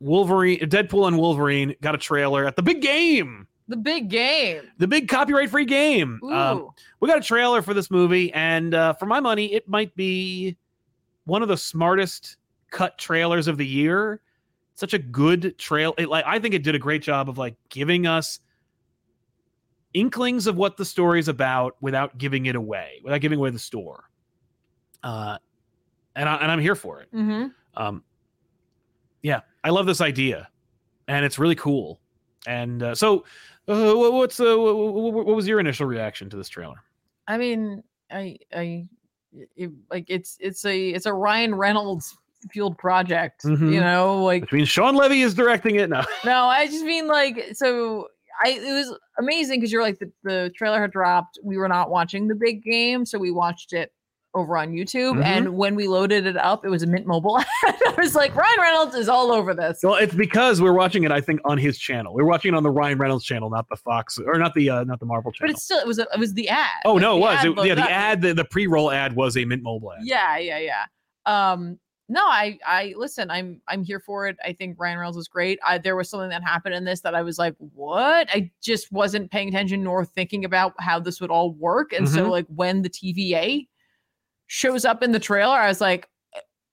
A: Wolverine, Deadpool and Wolverine got a trailer at the big game,
C: The big game.
A: the big copyright free game.
C: Ooh.
A: Um, we got a trailer for this movie, and uh, for my money, it might be one of the smartest cut trailers of the year. Such a good trail. It, like I think it did a great job of like giving us inklings of what the story's about without giving it away, without giving away the store. Uh, and I, and I'm here for it.
C: mm-hmm.
A: Um, yeah, I love this idea, and it's really cool. And uh, so, uh, wha- what's uh, wha- wha- wha- what was your initial reaction to this trailer?
C: I mean, I, I, it, like it's it's a it's a Ryan Reynolds fueled project.
A: Mhm.
C: You know, like
A: Which means Sean Levy is directing it now.
C: no, I just mean like so. I it was amazing because you're like the, the trailer had dropped. We were not watching the big game, so we watched it over on YouTube.
A: Mhm.
C: And when we loaded it up, it was a Mint Mobile ad. I was like, Ryan Reynolds is all over this.
A: Well, it's because we're watching it, I think, on his channel. We're watching it on the Ryan Reynolds channel, not the Fox or not the uh, not the Marvel
C: But
A: channel.
C: it's still it was a, it was the ad.
A: oh
C: Like,
A: no, it
C: the
A: was
C: ad
A: it, yeah
C: loaded
A: the
C: up.
A: ad the, the pre roll ad was a Mint Mobile ad.
C: Yeah, yeah, yeah. Um, no, I, I listen. I'm, I'm here for it. I think Ryan Reynolds was great. I, there was something that happened in this that I was like, what? I just wasn't paying attention nor thinking about how this would all work. And so,
A: Mhm.
C: like, when the TVA shows up in the trailer, I was like,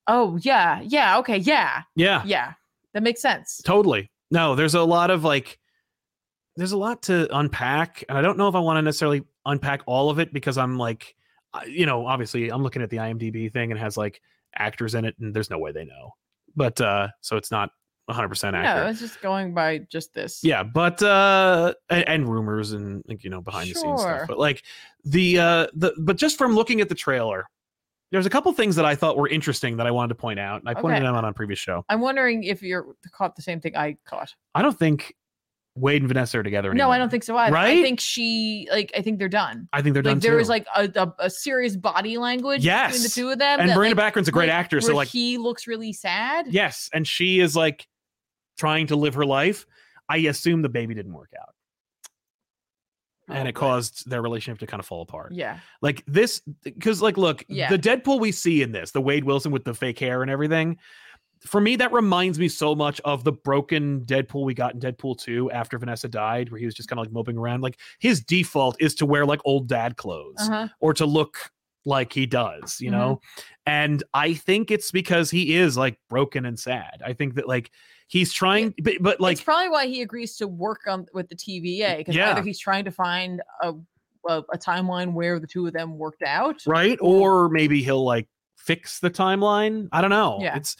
C: oh yeah, yeah, okay, yeah,
A: yeah,
C: yeah, that makes sense.
A: totally. No, there's a lot of like, there's a lot to unpack, and I don't know if I want to necessarily unpack all of it because I'm like, I- you know, obviously I'm looking at the IMDb thing and it has like actors in it, and there's no way they know. But uh, so it's not 100 percent accurate.
C: No, it's just going by just this.
A: yeah but uh and, and rumors and like you know behind the scenes
C: Sure.
A: stuff but like the uh the but just from looking at the trailer there's a couple things that i thought were interesting that i wanted to point out and i pointed
C: Okay.
A: them out on a previous show
C: I'm wondering if you're caught the same thing I caught.
A: i don't think wade and vanessa are together
C: No,
A: anymore.
C: I don't think so either.
A: Right?
C: I think she, like, I think they're done.
A: i think they're done
C: like there was
A: too.
C: like a, a, a serious body language between the
A: Yes.
C: two of them.
A: and
C: that,
A: Marina
C: like,
A: Baccarin's a great
C: like,
A: actor, so
C: where
A: like
C: he looks really sad.
A: yes, and she is like trying to live her life. I assume the baby didn't work out, and it
C: Probably.
A: caused their relationship to kind of fall apart.
C: Oh, Yeah.
A: like this because like look
C: Yeah.
A: the deadpool we see in this the wade wilson with the fake hair and everything for me that reminds me so much of the broken deadpool we got in deadpool 2 after vanessa died where he was just kind of like moping around like his default is to wear like old dad clothes
C: Uh-huh.
A: or to look like he does you
C: Mhm.
A: know and i think it's because he is like broken and sad i think that like he's trying but, but like
C: it's probably why he agrees to work on with the TVA because
A: Yeah.
C: either he's trying to find a, a a timeline where the two of them worked out.
A: right or maybe he'll like fix the timeline i don't know
C: Yeah.
A: it's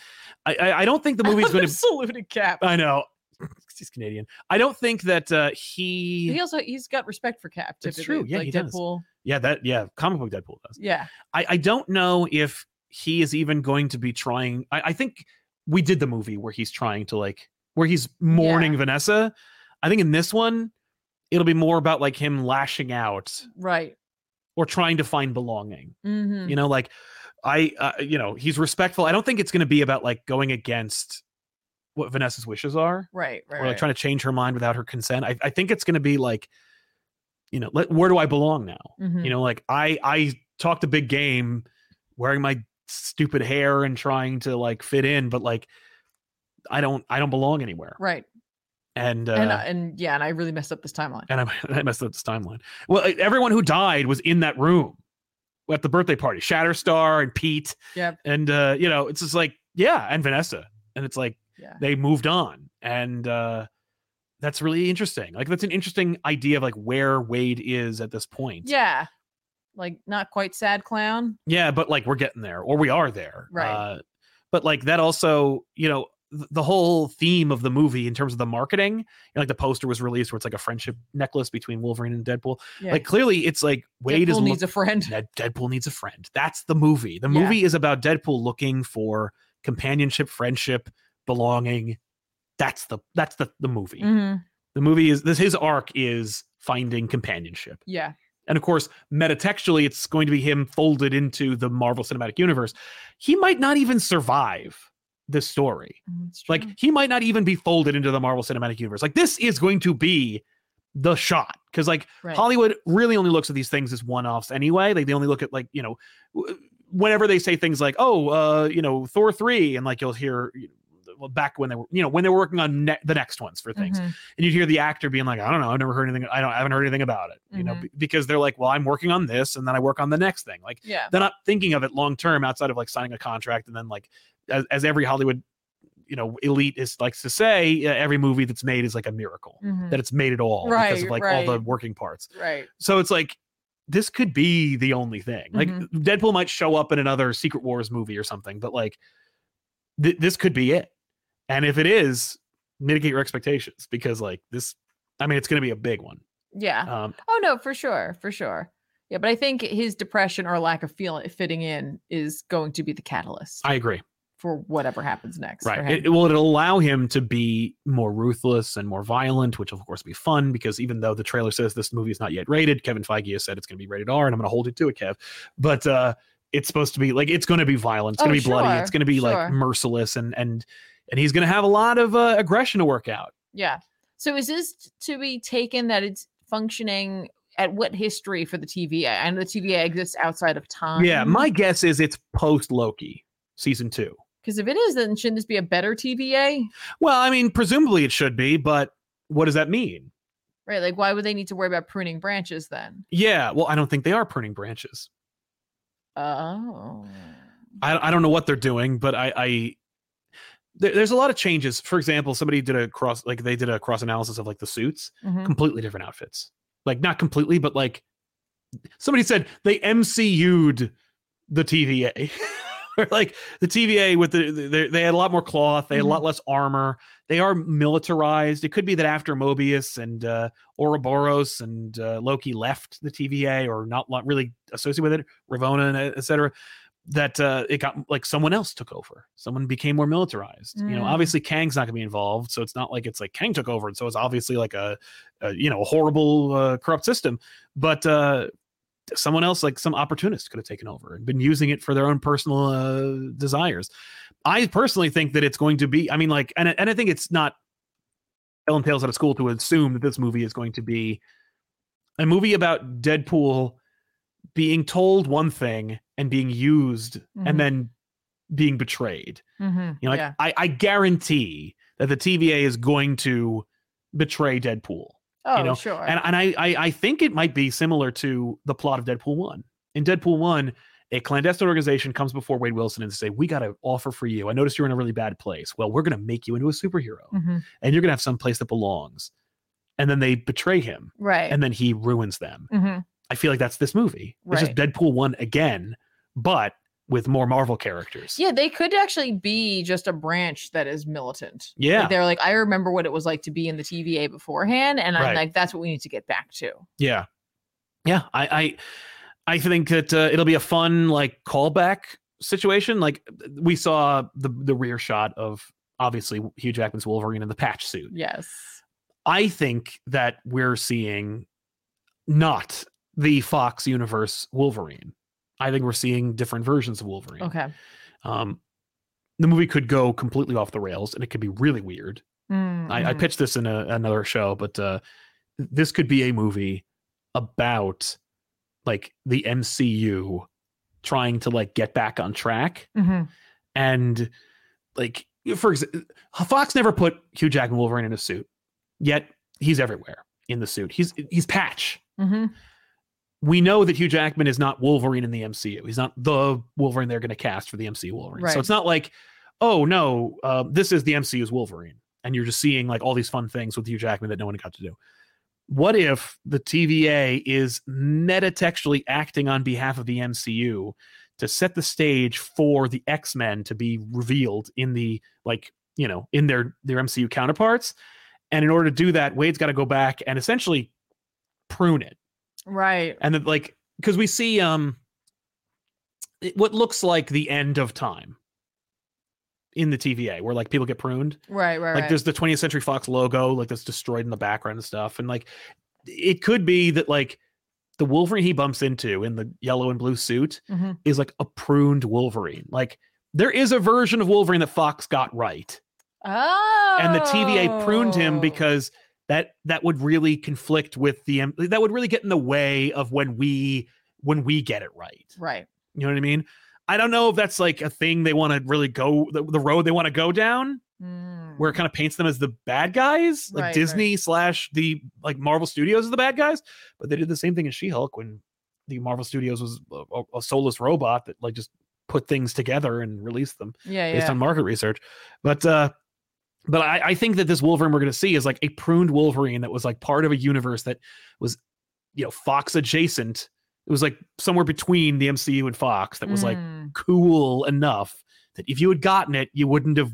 A: i i, I don't think the movie's going to
C: saluted Cap.
A: I know. He's Canadian. I don't think that uh, he.
C: He also he's got respect for Cap.
A: That's
C: Typically.
A: true. Yeah,
C: like
A: he does.
C: Deadpool.
A: Yeah, that. Yeah, comic book Deadpool does.
C: Yeah,
A: I, I don't know if he is even going to be trying. I, I think we did the movie where he's trying to like where he's mourning Vanessa. I think in this one, it'll be more about like him lashing out
C: right.
A: or trying to find belonging.
C: Mm-hmm.
A: You know, like I, uh, you know, he's respectful. I don't think it's going to be about like going against what Vanessa's wishes are.
C: Right, right.
A: or like
C: right.
A: trying to change her mind without her consent. I, I think it's going to be like, you know, let, where do I belong now?
C: Mhm.
A: You know, like I I talked a big game, wearing my stupid hair and trying to like fit in, but like I don't I don't belong anywhere.
C: right.
A: And uh,
C: And and, and yeah, and I really messed up this timeline.
A: and I, I messed up this timeline. Well, like, everyone who died was in that room at the birthday party. Shatterstar and Pete.
C: Yep.
A: And uh, you know, it's just like, yeah, and Vanessa. And it's like
C: Yeah.
A: they moved on. And uh that's really interesting. Like that's an interesting idea of like where Wade is at this point.
C: Yeah. Like not quite sad clown.
A: Yeah, but like we're getting there or we are there.
C: Right.
A: Uh, but like that also, you know, th- the whole theme of the movie in terms of the marketing, you know, like the poster was released where it's like a friendship necklace between Wolverine and Deadpool.
C: Yeah.
A: Like clearly it's like Wade
C: Deadpool
A: is
C: needs a friend.
A: Ned- Deadpool needs a friend. That's the movie. The
C: Yeah.
A: movie is about Deadpool looking for companionship, friendship, belonging. That's the that's the the movie.
C: Mhm.
A: The movie is this his arc is finding companionship.
C: Yeah.
A: And of course, metatextually, it's going to be him folded into the Marvel Cinematic Universe. He might not even survive this story.
C: That's Mm-hmm. true.
A: Like, he might not even be folded into the Marvel Cinematic Universe. Like, this is going to be the shot. Because, like,
C: Right.
A: Hollywood really only looks at these things as one offs anyway. Like, they only look at, like, you know, w- whenever they say things like, oh, uh, you know, Thor 3, and like, you'll hear you know, well, back when they were, you know, when they were working on ne- the next ones for things
C: Mhm.
A: and you'd hear the actor being like, I don't know, I've never heard anything. I don't, I haven't heard anything about it, you know,
C: Mhm.
A: be- because they're like, well, I'm working on this, and then I work on the next thing. Like
C: Yeah.
A: they're not thinking of it long term outside of like signing a contract, and then like as, as every Hollywood, you know, elite is likes to say, uh, every movie that's made is like a miracle
C: Mhm.
A: that it's made at all because of
C: Right,
A: like all the
C: right.
A: working parts.
C: Right.
A: So it's like this could be the only thing. Like
C: Mhm.
A: Deadpool might show up in another Secret Wars movie or something, but like th- this could be it. And if it is, mitigate your expectations because like this I mean it's going to be a big one.
C: Yeah.
A: Um
C: Oh no, for sure, for sure. Yeah, but I think his depression or lack of feeling fitting in is going to be the catalyst
A: I agree.
C: for whatever happens next. for
A: Right.
C: him.
A: It, well, it'll allow him to be more ruthless and more violent, which will, of course, be fun because even though the trailer says this movie is not yet rated, Kevin Feige has said it's going to be rated R, and I'm going to hold it to it, Kev. But uh, it's supposed to be like it's going to be violent, it's
C: Oh,
A: going to be bloody,
C: sure,
A: it's going to be
C: sure.
A: like merciless, and and and he's going to have a lot of uh, aggression to work out.
C: yeah. So is this t- to be taken that it's functioning at what history for the TVA? I know the TVA exists outside of time.
A: yeah, my guess is it's post Loki season two.
C: because if it is, then shouldn't this be a better TVA?
A: Well, I mean, presumably it should be, but what does that mean?
C: Right? Like, why would they need to worry about pruning branches then?
A: Yeah, well, I don't think they are pruning branches.
C: Oh,
A: I, I don't know what they're doing, but I, I there, there's a lot of changes. For example, somebody did a cross like they did a cross analysis of like the suits,
C: Mhm.
A: completely different outfits. Like not completely, but like somebody said they MCU'd the TVA. Or, like the TVA with the, the they- they had a lot more cloth, they had
C: Mhm.
A: a lot less armor. They are militarized. It could be that after Mobius and uh, Ouroboros and uh, Loki left the TVA or not lo- really associated with it, Ravona and uh, et cetera, that uh, it got like someone else took over. Someone became more militarized. You know,
C: Mm.
A: obviously Kang's not going to be involved, so it's not like it's like Kang took over, and so it's obviously like a, a you know horrible uh, corrupt system. But uh, someone else, like some opportunist, could have taken over and been using it for their own personal uh, desires. I personally think that it's going to be. I mean, like, and I- and I think it's not Ellen Tales out of school to assume that this movie is going to be a movie about Deadpool being told one thing and being used
C: Mhm.
A: and then being betrayed.
C: Mhm.
A: You know, like,
C: yeah,
A: I, I guarantee that the TVA is going to betray Deadpool.
C: oh
A: know,
C: sure,
A: And, and I, I I think it might be similar to the plot of Deadpool one. In Deadpool one, a clandestine organization comes before Wade Wilson and say, "We got an offer for you. I noticed you're in a really bad place. Well, we're going to make you into a superhero,
C: Mhm.
A: and you're going to have some place that belongs." And then they betray him,
C: right,
A: and then he ruins them.
C: hmm
A: I feel like that's this movie. It's just Deadpool one again, but with more Marvel characters.
C: Yeah, they could actually be just a branch that is militant. Like,
A: Yeah.
C: they're like, I remember what it was like to be in the TVA beforehand, and I'm
A: Right.
C: like, that's what we need to get back to.
A: Yeah. Yeah. I I, I think that uh, it'll be a fun like callback situation. Like we saw the the rear shot of obviously Hugh Jackman's Wolverine in the patch suit.
C: Yes.
A: I think that we're seeing not the Fox universe Wolverine. I think we're seeing different versions of Wolverine.
C: Okay.
A: Um the movie could go completely off the rails and it could be really weird. I, I
C: Mhm.
A: pitched this in a, another show, but uh, this could be a movie about like the MCU trying to like get back on track
C: Mhm.
A: and like for example, Fox never put Hugh Jackman Wolverine in a suit, yet he's everywhere in the suit. He's he's Patch.
C: Mhm.
A: We know that Hugh Jackman is not Wolverine in the MCU. He's not the Wolverine they're going to cast for the MCU Wolverine.
C: Right.
A: So it's not like, oh no, uh, this is the MCU's Wolverine, and you're just seeing like all these fun things with Hugh Jackman that no one got to do. What if the TVA is metatextually acting on behalf of the MCU to set the stage for the X-Men to be revealed in the like, you know, in their their MCU counterparts. And in order to do that, Wade's got to go back and essentially prune it.
C: Right.
A: And then like cuz we see um it- what looks like the end of time. in the TVA where like people get pruned.
C: Right, right,
A: Like
C: right.
A: there's the 20th Century Fox logo like that's destroyed in the background and stuff, and like it could be that like the Wolverine he bumps into in the yellow and blue suit
C: Mhm.
A: is like a pruned Wolverine. Like there is a version of Wolverine that Fox got right,
C: Oh.
A: and the TVA pruned him because that that would really conflict with the M- that would really get in the way of when we when we get it right.
C: Right.
A: You know what I mean? I don't know if that's like a thing they want to really go the, the road they want to go down,
C: Mm.
A: where it kind of paints them as the bad guys, like
C: Right, right.
A: Disney slash the like Marvel Studios are the bad guys. But they did the same thing in She Hulk when the Marvel Studios was a- a, a soulless robot that like just put things together and released them
C: Yeah, yeah.
A: based on market research. But uh but I, I think that this Wolverine we're gonna see is like a pruned Wolverine that was like part of a universe that was, you know, Fox adjacent. It was like somewhere between the MCU and Fox that was like
C: Mm.
A: cool enough that if you had gotten it, you wouldn't have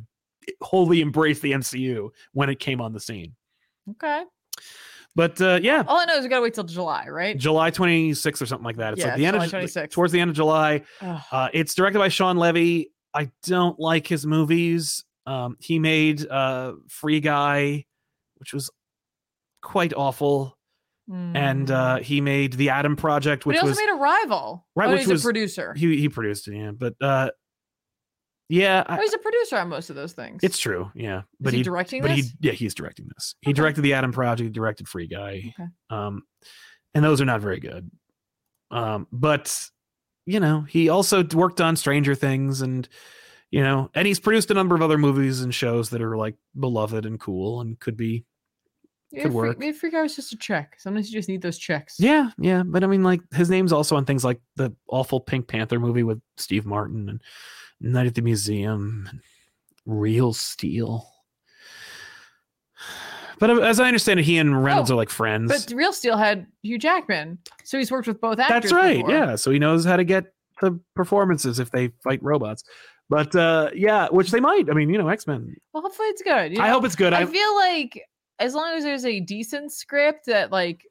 A: wholly embraced the MCU when it came on the scene.
C: Okay.
A: But uh yeah,
C: All I know is we gotta wait till July, right?
A: July 26th or something like that. It's
C: Yeah,
A: like the end
C: July
A: of
C: 26th.
A: towards the end of July.
C: Ugh.
A: Uh, it's directed by Sean Levy. I don't like his movies. Um, he made uh, Free Guy, which was quite awful, and
C: Mm.
A: uh, he made The Atom Project,
C: but he
A: which
C: also
A: was
C: made a rival.
A: Right,
C: Oh,
A: which
C: he's
A: was-
C: a producer.
A: he he produced it, yeah. But uh, yeah,
C: oh,
A: I,
C: he's a producer on most of those things.
A: it's true, yeah. But
C: Is he,
A: he,
C: directing
A: but
C: this?
A: he yeah he's directing this. He
C: Okay.
A: directed The Atom Project. He directed Free Guy.
C: Okay.
A: Um, and those are not very good. Um, but you know, he also d- worked on Stranger Things and you know, and he's produced a number of other movies and shows that are like beloved and cool and could be
C: Yeah,
A: could
C: Free-
A: work.
C: Maybe Free Guy was just a check. Sometimes you just need those checks.
A: yeah, yeah. But I mean, like his name's also on things like the awful Pink Panther movie with Steve Martin and Night at the Museum and Real Steel. But uh, as I understand it, he and Reynolds
C: Oh,
A: are like friends.
C: But Real Steel had Hugh Jackman, so he's worked with both actors.
A: That's right.
C: before.
A: Yeah. So he knows how to get the performances if they fight robots. But uh yeah, which they might. I mean, you know, X Men.
C: Well, hopefully it's good. you
A: I
C: know?
A: hope it's good.
C: I
A: I,
C: feel like as long as there's a decent script that like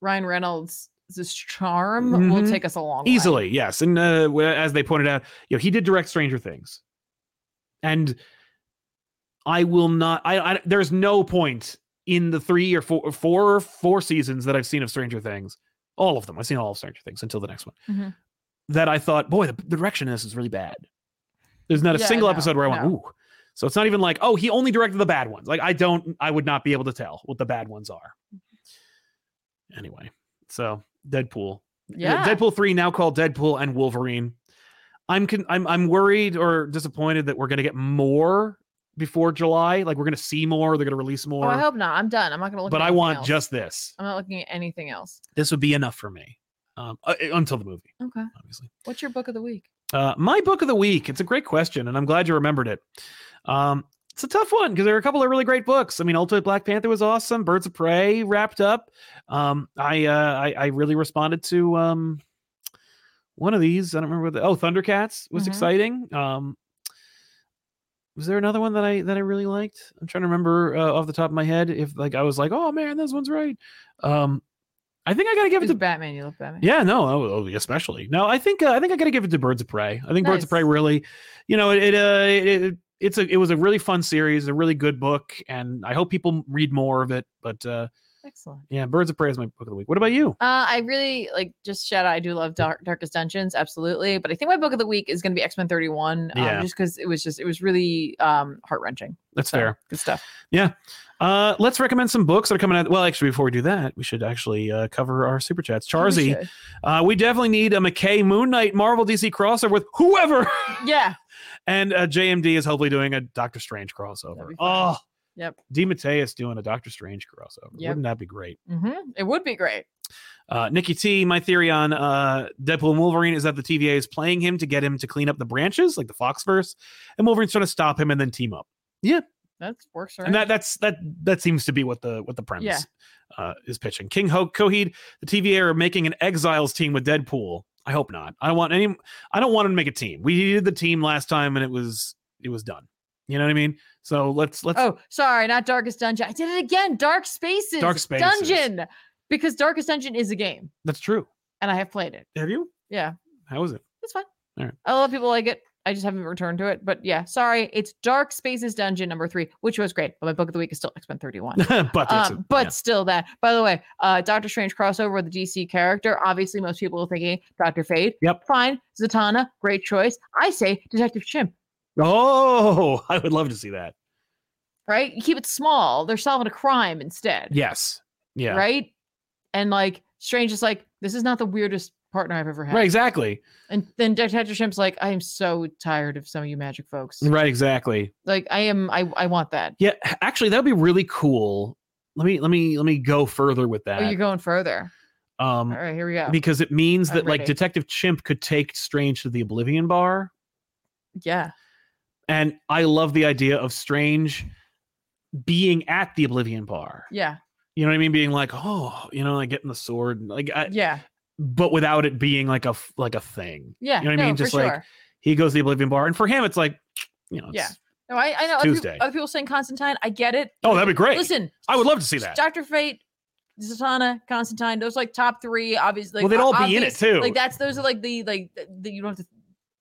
C: Ryan Reynolds' this charm will
A: Mhm.
C: take us a long way.
A: easily, yes. And uh, wh- as they pointed out, you know, he did direct Stranger Things, and I will not. I, I there's no point in the three or four, four or four seasons that I've seen of Stranger Things. All of them. I've seen all of Stranger Things until the next one.
C: Mhm.
A: That I thought, boy, the, the direction of this is really bad. There's not a
C: Yeah,
A: single
C: no,
A: episode where I went,
C: no.
A: ooh. So it's not even like, oh, he only directed the bad ones. Like I don't, I would not be able to tell what the bad ones are. Anyway, so Deadpool,
C: Yeah.
A: Deadpool three now called Deadpool and Wolverine. I'm con- I'm I'm worried or disappointed that we're gonna get more before July. Like we're gonna see more. They're gonna release
C: Oh,
A: more.
C: I hope not. I'm done. I'm not gonna look.
A: but
C: at
A: I
C: anything
A: want
C: else.
A: just this.
C: I'm not looking at anything else.
A: This would be enough for me. Um, uh, until the movie,
C: Okay.
A: obviously.
C: What's your book of the week?
A: Uh, my book of the week. It's a great question, and I'm glad you remembered it. Um, it's a tough one because there are a couple of really great books. I mean, Ultimate Black Panther was awesome. Birds of Prey wrapped up. Um, I, uh, I I really responded to um, one of these. I don't remember what. The, oh, Thundercats was
C: Mhm.
A: exciting. Um, was there another one that I that I really liked? I'm trying to remember uh, off the top of my head if like I was like, oh man, this one's right. Um, I think I gotta give it
C: It's
A: to
C: Batman. You love Batman.
A: yeah, no, oh, oh, especially no. I think uh, I think I got to give it to Birds of Prey. I think Birds of
C: Nice.
A: Prey really, you know, it, it uh, it, it it's a it was a really fun series, a really good book, and I hope people read more of it. But uh,
C: Excellent.
A: yeah, Birds of Prey is my book of the week. What about you?
C: Uh, I really like just shout out. I do love Dark, Darkest Dungeons, absolutely. But I think my book of the week is going to be X Men Thirty One, um,
A: Yeah.
C: just because it was just it was really um, heart wrenching.
A: That's fair.
C: Good stuff.
A: Uh, let's recommend some books that are coming out. Well, actually, before we do that, we should actually uh, cover our super chats. Charzy,
C: Appreciate
A: uh, we definitely need a McKay Moon Knight Marvel DC crossover with whoever,
C: it. Yeah.
A: and uh, JMD is hopefully doing a Doctor Strange crossover.
C: That'd be fun.
A: Oh,
C: Yep.
A: DeMatteis doing a Doctor Strange crossover.
C: Yep.
A: Wouldn't that be great?
C: hmm It would be great.
A: Uh, Nikki T, my theory on uh, Deadpool and Wolverine is that the TVA is playing him to get him to clean up the branches, like the Foxverse, and Wolverine's trying to stop him and then team up.
C: That works.
A: And that that's that that seems to be what the what the premise uh, is pitching. King Ho Coheed, the TVA are making an Exiles team with Deadpool. I hope not. I don't want any. I don't want him to make a team. We did the team last time and it was it was done. You know what I mean? So let's let's
C: Oh, sorry, not Darkest Dungeon. I did it again. Dark Spaces.
A: Dark Spaces.
C: Dungeon. Because Darkest Dungeon is a game,
A: that's true.
C: and I have played it.
A: Have you?
C: Yeah,
A: How is it?
C: it's fine.
A: All right.
C: A lot of people like it. I just haven't returned to it. But yeah, sorry. It's Dark Spaces Dungeon number three, which was great. But my book of the week is still X Men 31.
A: but that's
C: Um,
A: it.
C: but
A: Yeah.
C: still, that. By the way, uh, Doctor Strange crossover with the DC character. Obviously, most people are thinking Doctor Fate.
A: Yep.
C: Fine. Zatanna, great choice. I say Detective Chimp.
A: oh, I would love to see that.
C: Right. You keep it small. They're solving a crime instead.
A: Yes. Yeah. Right.
C: Right. And like Strange is like, this is not the weirdest partner I've ever had.
A: Exactly.
C: And then Detective Chimp's like, I am so tired of some of you magic folks.
A: Right. Exactly.
C: Like I am. I I want that.
A: Yeah. Actually, that'd be really cool. Let me let me let me go further with
C: Oh, you're
A: that.
C: going further.
A: Um,
C: All right, Oh. here we go.
A: because it means
C: I'm
A: that like
C: ready.
A: Detective Chimp could take Strange to the Oblivion Bar,
C: yeah.
A: and I love the idea of Strange being at the Oblivion Bar.
C: Yeah.
A: You know what I mean? Being like, oh, you know, like getting the sword, and, like, I,
C: Yeah.
A: but without it being like a f- like a thing.
C: Yeah.
A: You know what I
C: no,
A: mean?
C: for
A: Just like-
C: sure.
A: He goes to the Oblivion Bar, and for him, it's like, you know,
C: Yeah.
A: it's-
C: No, I, I know other people,
A: Tuesday.
C: other people saying Constantine. I get it.
A: Oh, that'd be great.
C: Listen,
A: I would love to see that.
C: Doctor Fate, Zatanna, Constantine. Those like top three, obviously.
A: Well, they'd all be in it, too.
C: Like that's those are like the like that you don't have to.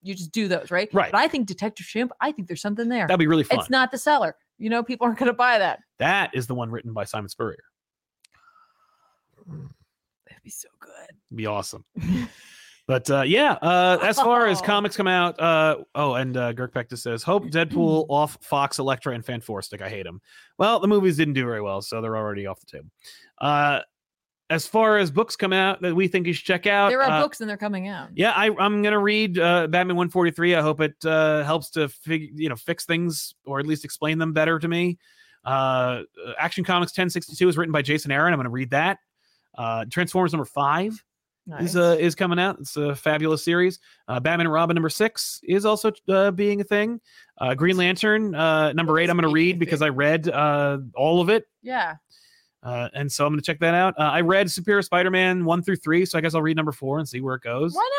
C: You just do those, right?
A: Right.
C: But I think Detective Chimp. I think there's something there.
A: That'd be really fun.
C: It's not the seller. You know, people aren't going to buy that.
A: that is the one written by Simon Spurrier.
C: That'd be so good.
A: It'd be awesome. But uh, yeah, uh, as far as
C: Oh.
A: comics come out, uh, oh, and uh, Girk Pectus says, Hope Deadpool off Fox, Electra, and Fanforstic. I hate him. Well, the movies didn't do very well, so they're already off the table. Uh, as far as books come out that we think you should check out,
C: There are
A: uh,
C: books and they're coming out.
A: Yeah, I, I'm gonna read uh, Batman 143. I hope it uh, helps to fig- you know fix things or at least explain them better to me. Uh, uh, Action Comics 1062 is written by Jason Aaron. I'm gonna read that. Uh, Transformers number five
C: Nice.
A: is uh, is coming out. It's a fabulous series. Uh, Batman and Robin number six is also uh, being a thing. Uh, Green Lantern uh, number eight. I'm going to
C: Being a
A: read because I read uh, all of it,
C: yeah.
A: uh, and so I'm going to check that out. Uh, I read Superior Spider-Man one through three, so I guess I'll read number four and see where it goes.
C: Why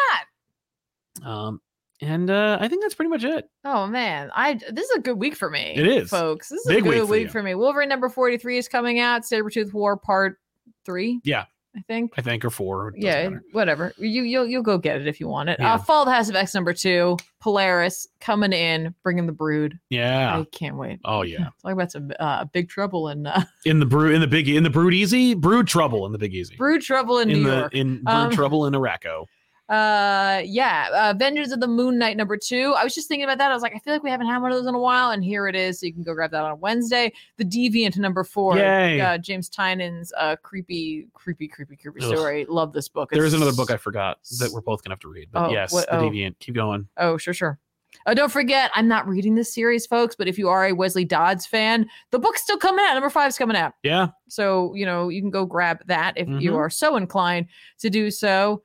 C: not?
A: Um, and uh, I think that's pretty much it.
C: Oh man, I this is a good week for me.
A: It is.
C: folks. This is
A: Big
C: a
A: week
C: good
A: for
C: week
A: you.
C: for, me. Wolverine number forty three is coming out. Sabretooth War Part Three.
A: Yeah.
C: I think.
A: I think or four. it doesn't
C: yeah,
A: matter.
C: whatever. You you'll you'll go get it if you want it.
A: Yeah.
C: Uh, Fall of the House of X number two. Polaris coming in, bringing the brood.
A: yeah.
C: I can't wait.
A: Oh yeah,
C: Talk about some uh, big trouble in uh,
A: in the brew, in the big, E, in the brood easy, brood trouble in the big easy,
C: brood trouble in,
A: in
C: New
A: the
C: York.
A: in brood
C: Um,
A: trouble in Araco.
C: Uh, yeah, uh, Vengeance of the Moon Knight number two. I was just thinking about that. I was like, I feel like we haven't had one of those in a while, and here it is. So you can go grab that on Wednesday. The Deviant number four.
A: Yay.
C: Uh, James Tynan's uh, creepy, creepy, creepy, creepy
A: Ugh.
C: story. Love this book.
A: There is
C: It's-
A: another book I forgot that we're both gonna have to read. But
C: Oh,
A: yes,
C: what-
A: The
C: oh.
A: Deviant. Keep going.
C: Oh, sure, sure. Uh, don't forget, I'm not reading this series, folks. But if you are a Wesley Dodds fan, the book's still coming out. Number five's coming out.
A: Yeah.
C: So, you know, you can go grab that if you
A: Mhm.
C: are so inclined to do so.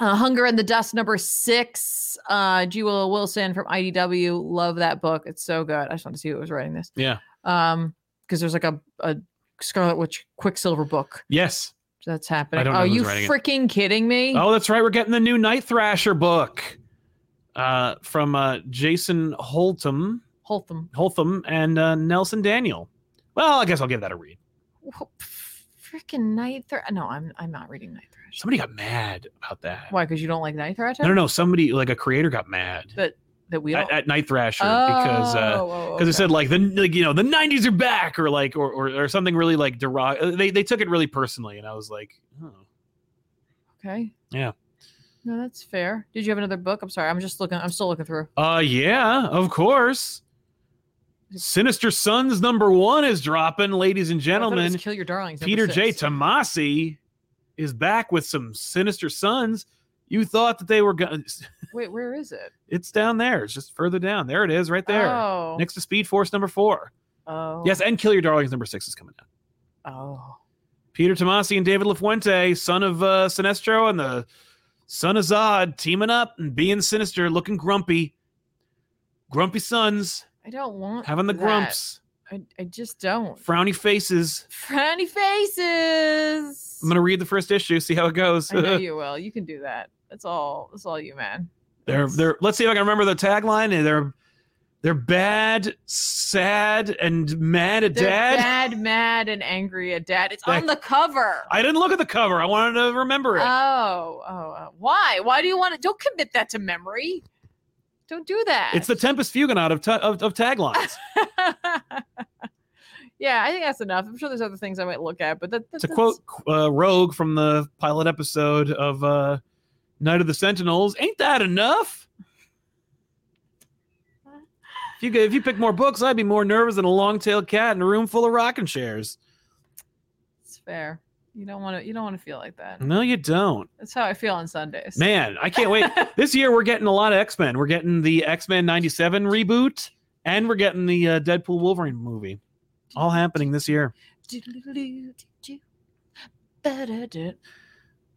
C: Uh, Hunger in the Dust, number six. Uh, G. Willow Wilson from IDW. Love that book. It's so good. I just want to see who was writing this.
A: Yeah.
C: Um, because there's like a, a Scarlet Witch Quicksilver book
A: Yes.
C: that's happening.
A: don't
C: oh,
A: know who's
C: you
A: writing it.
C: freaking kidding me?
A: Oh, that's right. We're getting the new Night Thrasher book uh, from uh, Jason Holtham,
C: Holtham.
A: Holtham, and uh, Nelson Daniel. Well, I guess I'll give that a read.
C: Freaking Night Thr No, I'm I'm not reading Night Thresh.
A: Somebody got mad about that.
C: Why? Because you don't like Night Thresh?
A: No, no, no. Somebody like a creator got mad
C: That that we Oh,
A: at,
C: don't.
A: at Night Thrasher because. Uh, because it said like the like you know the 90s are back or like or or, or something really like derog they they took it really personally and I was like oh
C: Okay.
A: Yeah.
C: No, that's fair. Did you have another book? I'm sorry. I'm just looking. I'm still looking through.
A: Uh, yeah, of course. Sinister Sons number one is dropping, ladies and
C: I thought it was
A: gentlemen.
C: Kill Your Darlings. number
A: Peter J.
C: six.
A: Tomasi is back with some Sinister Sons. You thought that they were going.
C: Wait, where is it?
A: It's down there. It's just further down. There it is, right there,
C: Oh.
A: next to Speed Force number four.
C: Oh.
A: Yes, and Kill Your Darlings number six is coming out.
C: Oh.
A: Peter Tomasi and David LaFuente, son of uh, Sinestro and the son of Zod, teaming up and being sinister, looking grumpy. Grumpy sons
C: I don't want.
A: having the
C: that.
A: grumps.
C: I, I just don't.
A: frowny faces.
C: Frowny faces.
A: I'm gonna read the first issue, see how it goes.
C: I know you will. You can do that. That's all. That's all you, man.
A: they're they're. Let's see if I can remember the tagline. They're they're bad, sad, and mad at
C: They're
A: dad.
C: bad, mad, and angry at dad. It's
A: That-
C: on the cover.
A: I didn't look at the cover. I wanted
C: Uh,
A: to remember it.
C: Oh, oh, oh. Why? Why do you want to? Don't commit that to memory. Don't do that.
A: It's the Tempest Fugonaut of, ta- of, of taglines.
C: yeah, I think that's enough. I'm sure there's other things I might look at, but that, that,
A: to
C: that's-
A: quote uh, Rogue from the pilot episode of uh, Night of the Sentinels, ain't that enough? If you, could- if you pick more books, I'd be more nervous than a long-tailed cat in a room full of rocking chairs.
C: it's fair. You don't want to. You don't want to feel like that.
A: No, you don't.
C: That's how I feel on Sundays.
A: Man, I can't wait. this year, we're getting a lot of X-Men. We're getting the X-Men 97 reboot, and we're getting the uh, Deadpool Wolverine movie. All happening this year.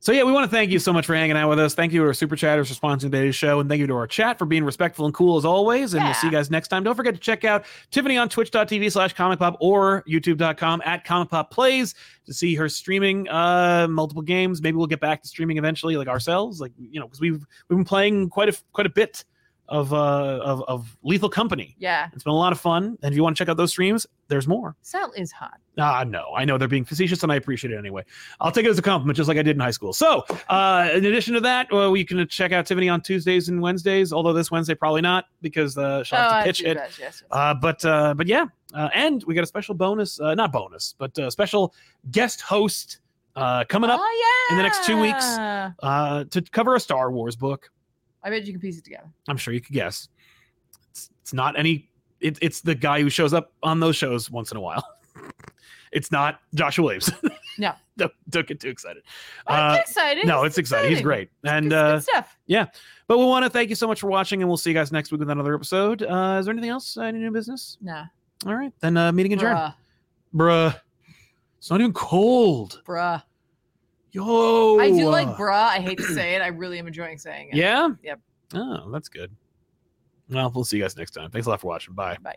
A: So yeah, we want to thank you so much for hanging out with us. Thank you to our super chatters for sponsoring today's show, and thank you to our chat for being respectful and cool as always. And we'll see you guys next time. Don't forget to check out Tiffany on twitch.tv slash comic pop or youtube.com at comic pop plays to see her streaming uh multiple games. Maybe we'll get back to streaming eventually, like ourselves, like you know, because we've we've been playing quite a quite a bit of uh of, of Lethal Company.
C: Yeah,
A: It's been a lot of fun. And if you want to check out those streams, there's more.
C: Sal is hot.
A: Ah, no, I know they're being facetious, and I appreciate it anyway. I'll take it as a compliment, just like I did in high school. So, uh, in addition to that, well, you can check out Tiffany on Tuesdays and Wednesdays. Although this Wednesday probably not because uh, she'll have
C: Oh, I
A: to pitch
C: do
A: it.
C: that, yes, yes.
A: Uh, but uh, but yeah, uh, and we got a special bonus, uh, not bonus, but uh, special guest host uh, coming up
C: oh, yeah.
A: in the next two weeks.
C: I
A: uh, to cover a Star Wars book.
C: bet you can piece it together.
A: I'm sure you could guess. It's, it's not any. It, it's the guy who shows up on those shows once in a while. it's not Josh Williams.
C: No.
A: don't, don't get too excited.
C: I'm
A: Uh,
C: excited.
A: no, it's exciting. He's great. And
C: Good,
A: uh,
C: good stuff.
A: but we want to thank you so much for watching, and we'll see you guys next week with another episode. Uh, is there anything else? Any new business?
C: Nah.
A: All right, then uh, meeting adjourned.
C: Bruh.
A: Bruh. it's not even cold.
C: Bruh.
A: Yo,
C: I do like bruh. I hate to say it. I really am enjoying saying it.
A: uh, Yeah.
C: Yep.
A: Oh, that's good. Well, we'll see you guys next time. Thanks a lot for watching. Bye.
C: Bye.